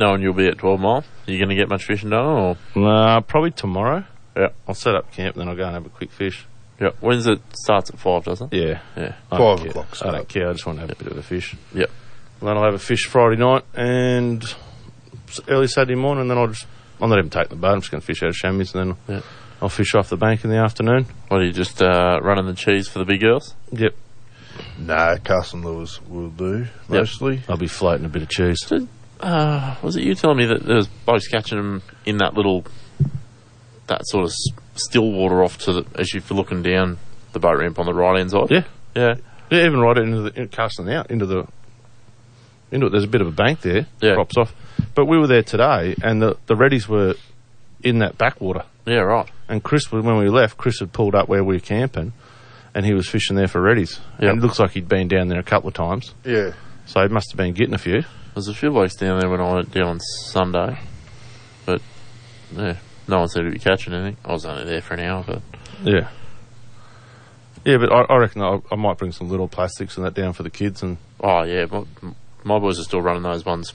[SPEAKER 4] knowing you'll be at 12 Mile, are you going to get much fishing done? Or?
[SPEAKER 1] Nah, probably tomorrow.
[SPEAKER 4] Yeah.
[SPEAKER 1] I'll set up camp, then I'll go and have a quick fish.
[SPEAKER 4] Yeah. When's it starts at 5, doesn't it?
[SPEAKER 1] Yeah.
[SPEAKER 4] Yeah.
[SPEAKER 1] I
[SPEAKER 4] Five
[SPEAKER 1] don't care.
[SPEAKER 4] o'clock
[SPEAKER 1] I don't care. I just want to have a bit of a fish.
[SPEAKER 4] Yep.
[SPEAKER 1] And then I'll have a fish Friday night and s- early Saturday morning. And then I'll just, I'm not even taking the boat. I'm just going to fish out of chamois and then I'll fish off the bank in the afternoon.
[SPEAKER 4] What are you just uh, running the cheese for the big girls?
[SPEAKER 1] Yep.
[SPEAKER 3] No, Carson Lewis will do mostly.
[SPEAKER 1] I'll be floating a bit of cheese.
[SPEAKER 4] Uh, was it you telling me that there was blokes catching them in that little, that sort of s- still water off to the, as you're looking down the boat ramp on the right hand side?
[SPEAKER 1] Yeah.
[SPEAKER 4] Yeah.
[SPEAKER 1] Yeah, even right into the in, casting out into the into it. There's a bit of a bank there.
[SPEAKER 4] Yeah.
[SPEAKER 1] Props off. But we were there today, and the the readies were in that backwater.
[SPEAKER 4] Yeah, right.
[SPEAKER 1] And Chris, was- when we left, Chris had pulled up where we were camping, and he was fishing there for readies.
[SPEAKER 4] Yeah.
[SPEAKER 1] And it looks like he'd been down there a couple of times,
[SPEAKER 3] Yeah.
[SPEAKER 1] so he must have been getting a few.
[SPEAKER 4] There's a few blokes down there when I went down on Sunday, but yeah, no one seemed to be catching anything. I was only there for an hour, but
[SPEAKER 1] Yeah. Yeah, but I, I reckon I, I might bring some little plastics and that down for the kids and
[SPEAKER 4] oh yeah, my, my boys are still running those ones.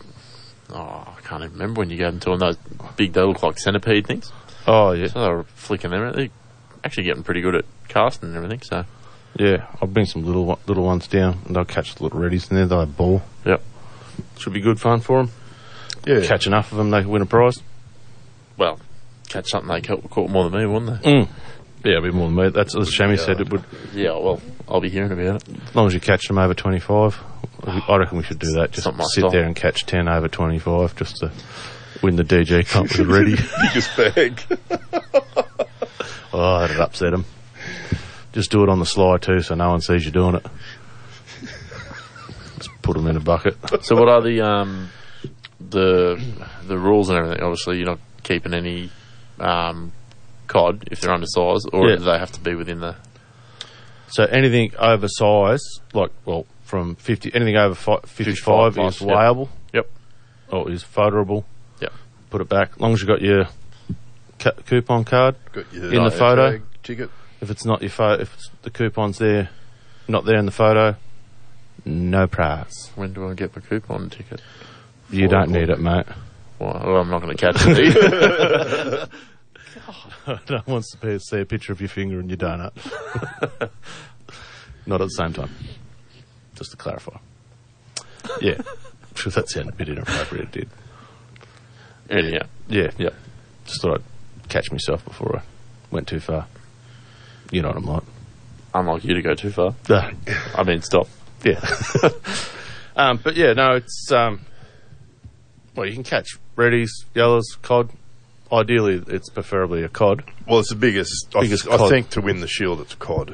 [SPEAKER 4] Oh, I can't even remember when you gave them to them those big. They look like centipede things.
[SPEAKER 1] Oh yeah.
[SPEAKER 4] So they were flicking them. out. They're actually getting pretty good at casting and everything. So
[SPEAKER 1] Yeah, I'll bring some little one- little ones down, and they'll catch the little reddies in there. They'll have ball.
[SPEAKER 4] Yep.
[SPEAKER 1] Should be good fun for them.
[SPEAKER 3] Yeah.
[SPEAKER 1] Catch enough of them, they can win a prize.
[SPEAKER 4] well, catch something they caught, caught more than me, wouldn't they?
[SPEAKER 1] Mm. Yeah, it'd be more than me. That's as Shammy said. It would,
[SPEAKER 4] Yeah. Well, I'll be hearing about it.
[SPEAKER 1] as long as you catch them over twenty five. I reckon we should do that. Just
[SPEAKER 4] Not my
[SPEAKER 1] sit
[SPEAKER 4] style.
[SPEAKER 1] there and catch ten over twenty five, just to win the DG Cup with the ready.
[SPEAKER 3] Biggest bag.
[SPEAKER 1] Oh, that'd upset them. Just do it on the sly too, so no one sees you doing it. Just put them in a bucket.
[SPEAKER 4] So what are the um the the rules and everything? Obviously, you're not keeping any um cod if they're undersized, or
[SPEAKER 1] Yeah.
[SPEAKER 4] do they have to be within the
[SPEAKER 1] So anything oversized, like well, from fifty, anything over fi- fifty-five is
[SPEAKER 4] plus, yep.
[SPEAKER 1] weighable
[SPEAKER 4] Yep.
[SPEAKER 1] or is photorable.
[SPEAKER 4] Yep.
[SPEAKER 1] Put it back. As long as you got your ca- coupon card
[SPEAKER 3] Got your
[SPEAKER 1] in the photo.
[SPEAKER 3] tag, ticket.
[SPEAKER 1] If it's not your photo, if it's, the coupon's there, not there in the photo, no prize.
[SPEAKER 4] When do I get my coupon ticket?
[SPEAKER 1] You
[SPEAKER 4] Four
[SPEAKER 1] don't need it, mate.
[SPEAKER 4] Well, I'm not going to catch it. either.
[SPEAKER 1] no one wants to pay- see a picture of your finger and your donut. not at the same time. Just to clarify. Yeah. Sure, that sounded a bit inappropriate, it did.
[SPEAKER 4] Anyhow,
[SPEAKER 1] Yeah, yeah. Just thought I'd catch myself before I went too far. You know what I'm like.
[SPEAKER 4] unlike you to go too far.
[SPEAKER 1] Ah,
[SPEAKER 4] I mean, stop.
[SPEAKER 1] yeah. um, but yeah, no, it's um, well, you can catch reddies, yellows, cod. Ideally, it's preferably a cod.
[SPEAKER 3] Well, it's the biggest. I,
[SPEAKER 1] Biggest
[SPEAKER 3] I
[SPEAKER 1] cod.
[SPEAKER 3] think to win the shield, it's cod.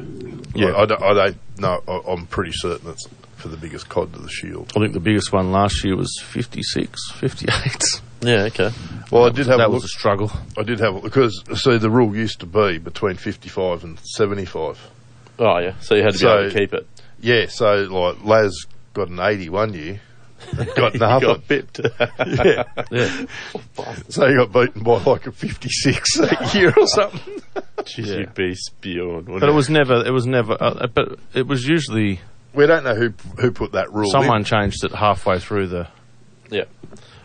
[SPEAKER 1] Yeah.
[SPEAKER 3] Like, I, don't, I don't know. I, I'm pretty certain it's for the biggest cod to the shield.
[SPEAKER 1] I think the biggest one last year was 56, 58.
[SPEAKER 4] Yeah. Okay.
[SPEAKER 3] Well, I did have
[SPEAKER 1] that
[SPEAKER 3] a
[SPEAKER 1] was
[SPEAKER 3] look.
[SPEAKER 1] a struggle.
[SPEAKER 3] I did have a because see the rule used to be between 55 and 75.
[SPEAKER 4] Oh yeah. So you had to be
[SPEAKER 3] So-
[SPEAKER 4] able to keep it.
[SPEAKER 3] Yeah, so like Laz got an 80 one year, got
[SPEAKER 1] I
[SPEAKER 3] another.
[SPEAKER 1] got bit.
[SPEAKER 3] yeah. So he got beaten by like a 56 that year or something.
[SPEAKER 4] Jeez, you'd be spewing. wouldn't
[SPEAKER 1] But it
[SPEAKER 4] you?
[SPEAKER 1] was never. It was never. Uh, uh, but it was usually
[SPEAKER 3] We don't know who who put that rule.
[SPEAKER 1] someone changed it halfway through the.
[SPEAKER 4] Yeah.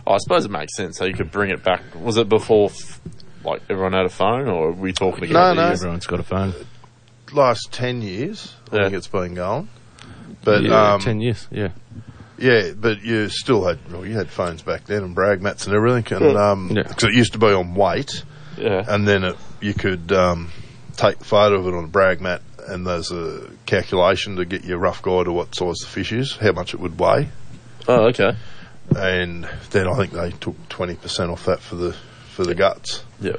[SPEAKER 4] Oh, I suppose it makes sense. So you could bring it back. Was it before, f- like, everyone had a phone, or were we talking
[SPEAKER 3] No,
[SPEAKER 4] together?
[SPEAKER 3] no.
[SPEAKER 1] Everyone's got a phone.
[SPEAKER 3] in. last 10 years. I
[SPEAKER 4] Yeah.
[SPEAKER 3] think it's been going. But
[SPEAKER 1] yeah,
[SPEAKER 3] um,
[SPEAKER 1] ten years. Yeah.
[SPEAKER 3] Yeah, but you still had well, you had phones back then and brag mats and everything, and um,
[SPEAKER 1] Yeah.
[SPEAKER 3] 'cause it used to be on weight,
[SPEAKER 4] Yeah.
[SPEAKER 3] and then it, you could um, take a photo of it on a brag mat, and there's a calculation to get your rough guide of what size the fish is, how much it would weigh,
[SPEAKER 4] Oh, okay.
[SPEAKER 3] and then I think they took twenty percent off that for the for the guts,
[SPEAKER 4] Yeah.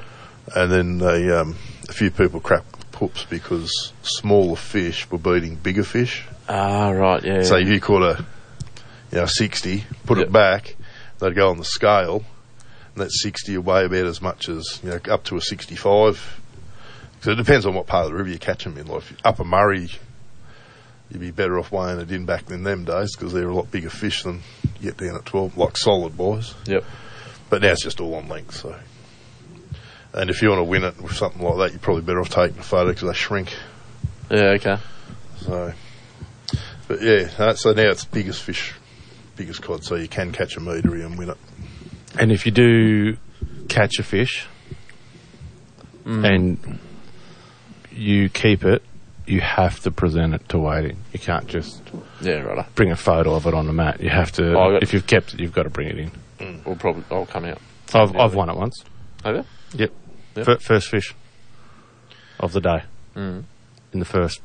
[SPEAKER 3] and then they um, a few people crapped the poops because smaller fish were beating bigger fish,
[SPEAKER 4] Ah, right. Yeah.
[SPEAKER 3] so you caught a you know, 60, put it back, they'd go on the scale, and that 60 would weigh about as much as, you know, up to a 65. So it depends on what part of the river you catch them in. Like, if you're upper Murray, you'd be better off weighing it in back in them days because they're a lot bigger fish than you get down at 12, like solid boys.
[SPEAKER 4] Yep.
[SPEAKER 3] But now it's just all on length, so. And if you want to win it with something like that, you're probably better off taking a photo because they shrink.
[SPEAKER 4] Yeah, okay.
[SPEAKER 3] So, but yeah, uh, so now it's biggest fish, biggest cod, so you can catch a meadery and win it.
[SPEAKER 1] And if you do catch a fish
[SPEAKER 4] Mm.
[SPEAKER 1] and you keep it, you have to present it to waiting. You can't just
[SPEAKER 4] Yeah, right.
[SPEAKER 1] bring a photo of it on the mat. You have to,
[SPEAKER 4] Oh, I got- Mm.
[SPEAKER 1] if you've kept it, you've got to bring it in.
[SPEAKER 4] We'll probably, I'll come out.
[SPEAKER 1] I've, I've won it once.
[SPEAKER 4] Have you?
[SPEAKER 1] Yep.
[SPEAKER 4] Yep.
[SPEAKER 1] Fir- first fish of the day
[SPEAKER 4] Mm.
[SPEAKER 1] in the first.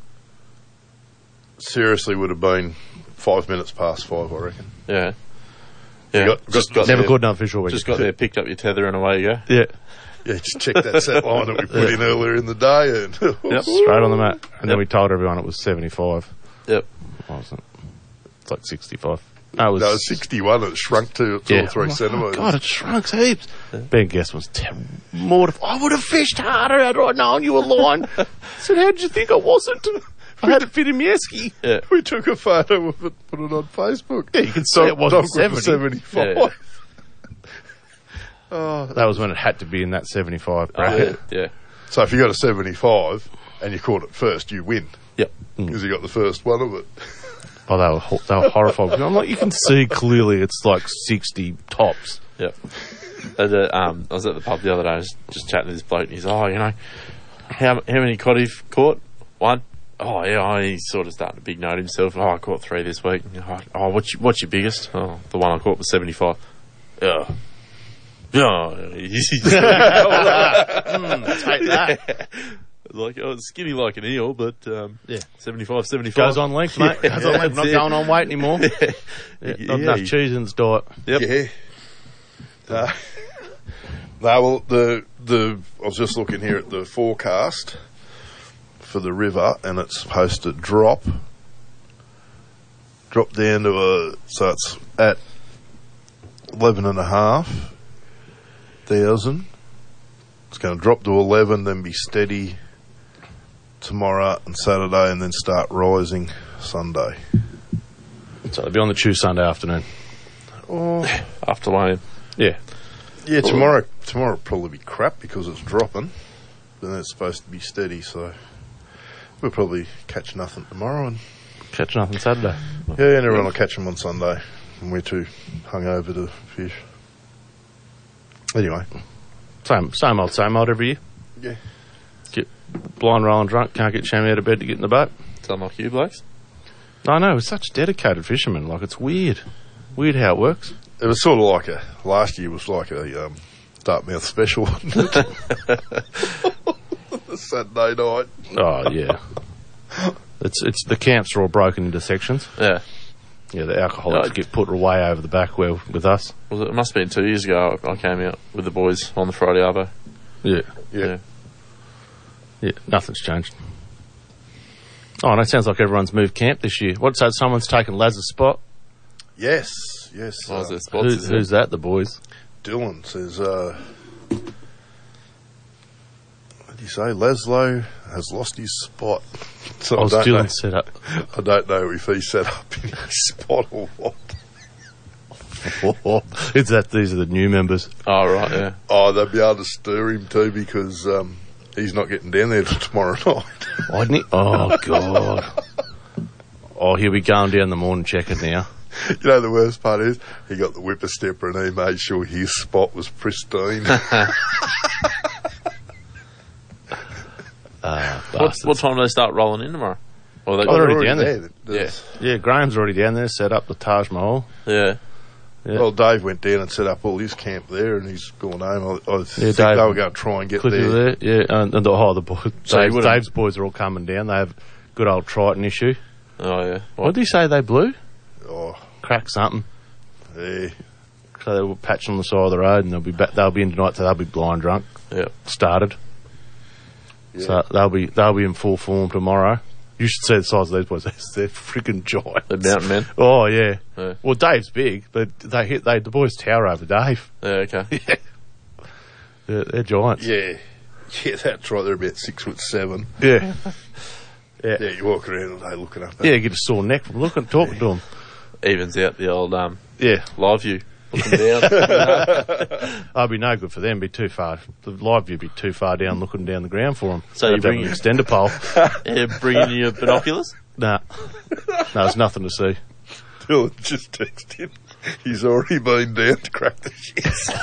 [SPEAKER 3] Seriously, would have been five minutes past five, I reckon.
[SPEAKER 4] Yeah.
[SPEAKER 3] You
[SPEAKER 4] Yeah.
[SPEAKER 3] got-
[SPEAKER 4] just got
[SPEAKER 1] Never
[SPEAKER 4] there-
[SPEAKER 1] good enough visual. when
[SPEAKER 4] Just
[SPEAKER 1] you-
[SPEAKER 4] got there, picked up your tether, and away you go.
[SPEAKER 1] Yeah.
[SPEAKER 3] Yeah, just check that set line that we put in earlier in the day, and
[SPEAKER 1] Yep. Straight on the mat. And then we told everyone it was 75.
[SPEAKER 4] Yep.
[SPEAKER 1] It wasn't. It's like 65. No, it was,
[SPEAKER 3] No, it's 61. It shrunk to two
[SPEAKER 1] Yeah.
[SPEAKER 3] or three
[SPEAKER 1] Oh,
[SPEAKER 3] centimetres.
[SPEAKER 1] God, it shrunk heaps. Ben Guest was ter- mortified. I would have fished harder had I known you were lying. I said, how did you think I wasn't? I had to fit him Yeski.
[SPEAKER 4] Yeah.
[SPEAKER 3] We took a photo of it, put it on Facebook.
[SPEAKER 1] Yeah, you can see it wasn't
[SPEAKER 3] Doc
[SPEAKER 1] 70.
[SPEAKER 3] was 75.
[SPEAKER 4] Yeah.
[SPEAKER 3] Oh.
[SPEAKER 1] That was when it had to be in that 75
[SPEAKER 4] Oh,
[SPEAKER 1] bracket.
[SPEAKER 4] yeah.
[SPEAKER 3] So if you got a 75 and you caught it first, you win
[SPEAKER 4] Yep. Mm.
[SPEAKER 3] because you got the first one of it.
[SPEAKER 1] Oh, they were, ho- they were horrified. I'm like, you can see clearly it's like 60 tops.
[SPEAKER 4] Yep. I was, at, um, I was at the pub the other day, I was just chatting to this bloke, and he's, oh, you know, how, how many cod you've caught? One? Oh, yeah, oh, he's sort of starting to big note himself. Oh, I caught three this week. Oh, oh, what's, your, what's your biggest? Oh, the one I caught was 75. Yeah. Yeah. he's-
[SPEAKER 1] Take Mm, that.
[SPEAKER 4] like, oh, it's skinny like an eel, but um,
[SPEAKER 1] Yeah.
[SPEAKER 4] 75, 75.
[SPEAKER 1] Goes on length, mate.
[SPEAKER 4] Yeah,
[SPEAKER 1] Goes on length. Not
[SPEAKER 4] that's it.
[SPEAKER 1] going on weight anymore. Yeah, not
[SPEAKER 4] Yeah,
[SPEAKER 1] enough
[SPEAKER 4] you-
[SPEAKER 1] cheese in his diet.
[SPEAKER 4] Yep.
[SPEAKER 3] Yeah. Uh, no, well, the the I was just looking here at the forecast for the river, and it's supposed to drop, drop down to a so it's at eleven and a half thousand. It's going to drop to eleven, then be steady tomorrow and Saturday, and then start rising Sunday.
[SPEAKER 1] So it'll be on the Tuesday Sunday afternoon.
[SPEAKER 3] Oh,
[SPEAKER 4] After loan.
[SPEAKER 1] Yeah.
[SPEAKER 3] Yeah, tomorrow tomorrow will probably be crap because it's dropping. Then it's supposed to be steady, so we'll probably catch nothing tomorrow. And
[SPEAKER 1] Catch nothing Saturday.
[SPEAKER 3] yeah, and everyone will catch them on Sunday, and we're too hungover to fish. Anyway,
[SPEAKER 1] Same, same old, same old every year.
[SPEAKER 3] yeah,
[SPEAKER 1] Get blind, rolling drunk. Can't get Shammy out of bed to get in the boat.
[SPEAKER 4] Something like you blokes.
[SPEAKER 1] I know. We're such dedicated fishermen. Like it's weird. Weird how it works.
[SPEAKER 3] it was sort of like a last year was like a um, Dartmouth special, wasn't it? Saturday night.
[SPEAKER 1] Oh yeah. It's it's the camps are all broken into sections.
[SPEAKER 4] Yeah.
[SPEAKER 1] Yeah, the alcoholics
[SPEAKER 4] Oh.
[SPEAKER 1] get put away over the back where with us.
[SPEAKER 4] Was it, it must have been two years ago I I came out with the boys on the Friday Arvo.
[SPEAKER 1] Yeah.
[SPEAKER 3] Yeah.
[SPEAKER 1] Yeah, nothing's changed. Oh, and it sounds like everyone's moved camp this year. What's that? Someone's taken Laz's spot.
[SPEAKER 3] Yes, yes.
[SPEAKER 4] What was
[SPEAKER 3] uh,
[SPEAKER 4] it? Spots,
[SPEAKER 1] Who-
[SPEAKER 4] Oh, is it?
[SPEAKER 1] who's that? The boys.
[SPEAKER 3] Dylan says, uh, what did he say? Laszlo has lost his spot. So
[SPEAKER 1] I was
[SPEAKER 3] don't
[SPEAKER 1] Dylan
[SPEAKER 3] know-
[SPEAKER 1] set up.
[SPEAKER 3] I don't know if he set up in his spot or what.
[SPEAKER 1] it's that these are the new members.
[SPEAKER 4] Oh, right, yeah.
[SPEAKER 3] Oh, they'll be able to stir him too because um, he's not getting down there till tomorrow night.
[SPEAKER 1] Oh, didn't he? Oh god. Oh, he'll be going down the morning checker now.
[SPEAKER 3] you know, the worst part is he got the whippersnapper and he made sure his spot was pristine.
[SPEAKER 4] What,
[SPEAKER 1] Bastards.
[SPEAKER 4] what time do they start rolling in tomorrow? Or they
[SPEAKER 1] Oh, they're
[SPEAKER 4] got,
[SPEAKER 1] already down there.
[SPEAKER 4] Yeah.
[SPEAKER 1] Yeah, Graham's already down there, set up the Taj Mahal.
[SPEAKER 4] yeah.
[SPEAKER 1] Yeah.
[SPEAKER 3] Well, Dave went down and set up all his camp there, and he's gone home. I, I think
[SPEAKER 1] Dave-
[SPEAKER 3] they were going to try and get
[SPEAKER 1] Click
[SPEAKER 3] there.
[SPEAKER 1] there. Yeah, and, and the, oh, the boys.
[SPEAKER 4] So you
[SPEAKER 1] Dave's,
[SPEAKER 4] wouldn't-
[SPEAKER 1] Dave's boys are all coming down. They have good old Triton issue.
[SPEAKER 4] Oh, yeah.
[SPEAKER 1] What
[SPEAKER 4] What?
[SPEAKER 1] did he say? They blew?
[SPEAKER 3] Oh,
[SPEAKER 1] Crack something.
[SPEAKER 3] yeah.
[SPEAKER 1] So they were patching on the side of the road, and they'll be back, they'll be in tonight. So they'll be blind drunk.
[SPEAKER 4] Yeah.
[SPEAKER 1] Started. So they'll be they'll be in full form tomorrow. You should see the size of these boys. They're freaking giants.
[SPEAKER 4] The mountain men.
[SPEAKER 1] Oh yeah. Well, Dave's big, but they hit they the boys tower over Dave.
[SPEAKER 4] Yeah, okay.
[SPEAKER 1] yeah. They're, they're giants.
[SPEAKER 3] Yeah. Yeah, that's right. They're about six foot seven.
[SPEAKER 1] Yeah.
[SPEAKER 3] Yeah. you walk around all day looking up.
[SPEAKER 1] Yeah, you get a sore neck from looking talking to them.
[SPEAKER 4] Evens out the old um
[SPEAKER 1] yeah
[SPEAKER 4] live view. Looking down.
[SPEAKER 1] I'd be no good for them. Be too far. The live view'd be too far down, looking down the ground for them.
[SPEAKER 4] So you
[SPEAKER 1] They'd have
[SPEAKER 4] bring-
[SPEAKER 1] an extender pole.
[SPEAKER 4] yeah, bringing your binoculars.
[SPEAKER 1] Nah, no, there's nothing to see.
[SPEAKER 3] Dylan just texted him. He's already been down to crack the shits.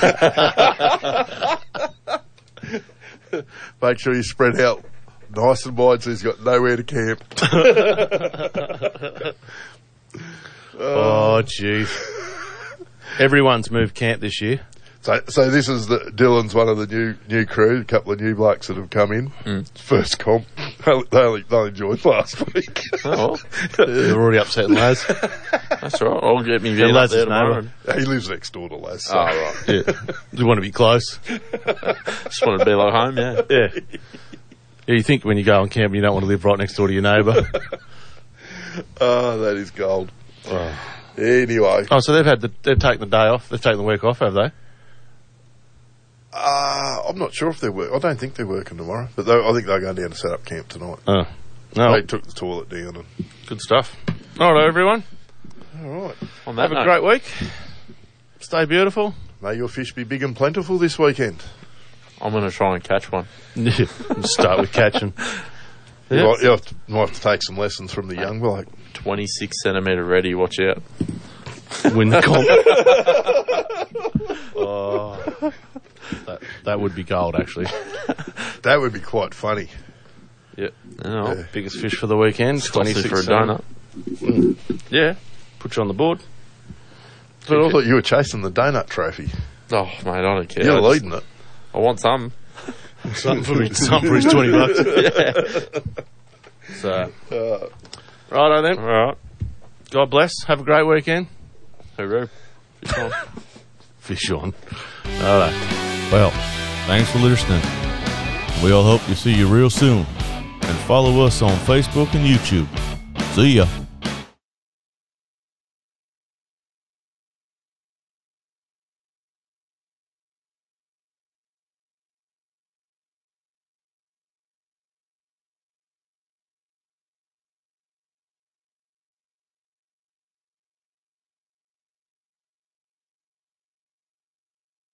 [SPEAKER 3] Make sure you spread out nice and wide so he's got nowhere to camp.
[SPEAKER 1] Oh, jeez. Everyone's moved camp this year.
[SPEAKER 3] So, so this is the Dylan's one of the new new crew, a couple of new blokes that have come in.
[SPEAKER 1] Mm.
[SPEAKER 3] First comp, they only, they only joined last week.
[SPEAKER 4] Oh,
[SPEAKER 1] They're already upset, lads.
[SPEAKER 4] That's all right. I'll get me
[SPEAKER 1] Yeah,
[SPEAKER 4] van up
[SPEAKER 1] lads
[SPEAKER 4] there
[SPEAKER 1] is
[SPEAKER 4] tomorrow.
[SPEAKER 1] neighbour.
[SPEAKER 3] he lives next door to Les. So.
[SPEAKER 4] Oh, right.
[SPEAKER 1] Yeah. you want to be close.
[SPEAKER 4] Just wanted to be like home. Yeah.
[SPEAKER 1] Yeah. Yeah, you think when you go on camp, you don't want to live right next door to your neighbour.
[SPEAKER 3] Oh, that is gold. Anyway,
[SPEAKER 1] oh, so they've had the, they've taken the day off. They've taken the week off, have they?
[SPEAKER 3] uh, I'm not sure if they're work. I don't think they're working tomorrow, but they, I think they're going down to set up camp tonight.
[SPEAKER 1] Oh, no.
[SPEAKER 3] They took the toilet down. And,
[SPEAKER 1] Good stuff. All right, everyone.
[SPEAKER 3] all right.
[SPEAKER 4] On that
[SPEAKER 1] Have a
[SPEAKER 4] note,
[SPEAKER 1] great week. Stay beautiful.
[SPEAKER 3] May your fish be big and plentiful this weekend.
[SPEAKER 4] I'm going to try and catch one.
[SPEAKER 1] Start with catching.
[SPEAKER 3] You
[SPEAKER 1] Yeah.
[SPEAKER 3] might- You have to, might have to take some lessons from the young bloke.
[SPEAKER 4] 26 centimeter ready. Watch out.
[SPEAKER 1] Win the comp. oh, that, that would be gold, actually.
[SPEAKER 3] That would be quite funny.
[SPEAKER 4] Yeah. No,
[SPEAKER 1] Biggest fish for the weekend.
[SPEAKER 4] Twenty
[SPEAKER 1] 26
[SPEAKER 4] for a donut.
[SPEAKER 1] Yeah. Put you on the board.
[SPEAKER 3] But I thought you were chasing the donut trophy.
[SPEAKER 4] Oh, mate, I don't care.
[SPEAKER 3] You're
[SPEAKER 4] I just-
[SPEAKER 3] leading it.
[SPEAKER 4] I want some.
[SPEAKER 1] Something for, me, something for his 20 bucks. So. Righto then.
[SPEAKER 4] All right.
[SPEAKER 1] God bless. Have a great weekend.
[SPEAKER 4] Hooroo.
[SPEAKER 1] Fish on. All right.
[SPEAKER 2] Well, thanks for listening. We all hope to see you real soon. And follow us on Facebook and YouTube. See ya.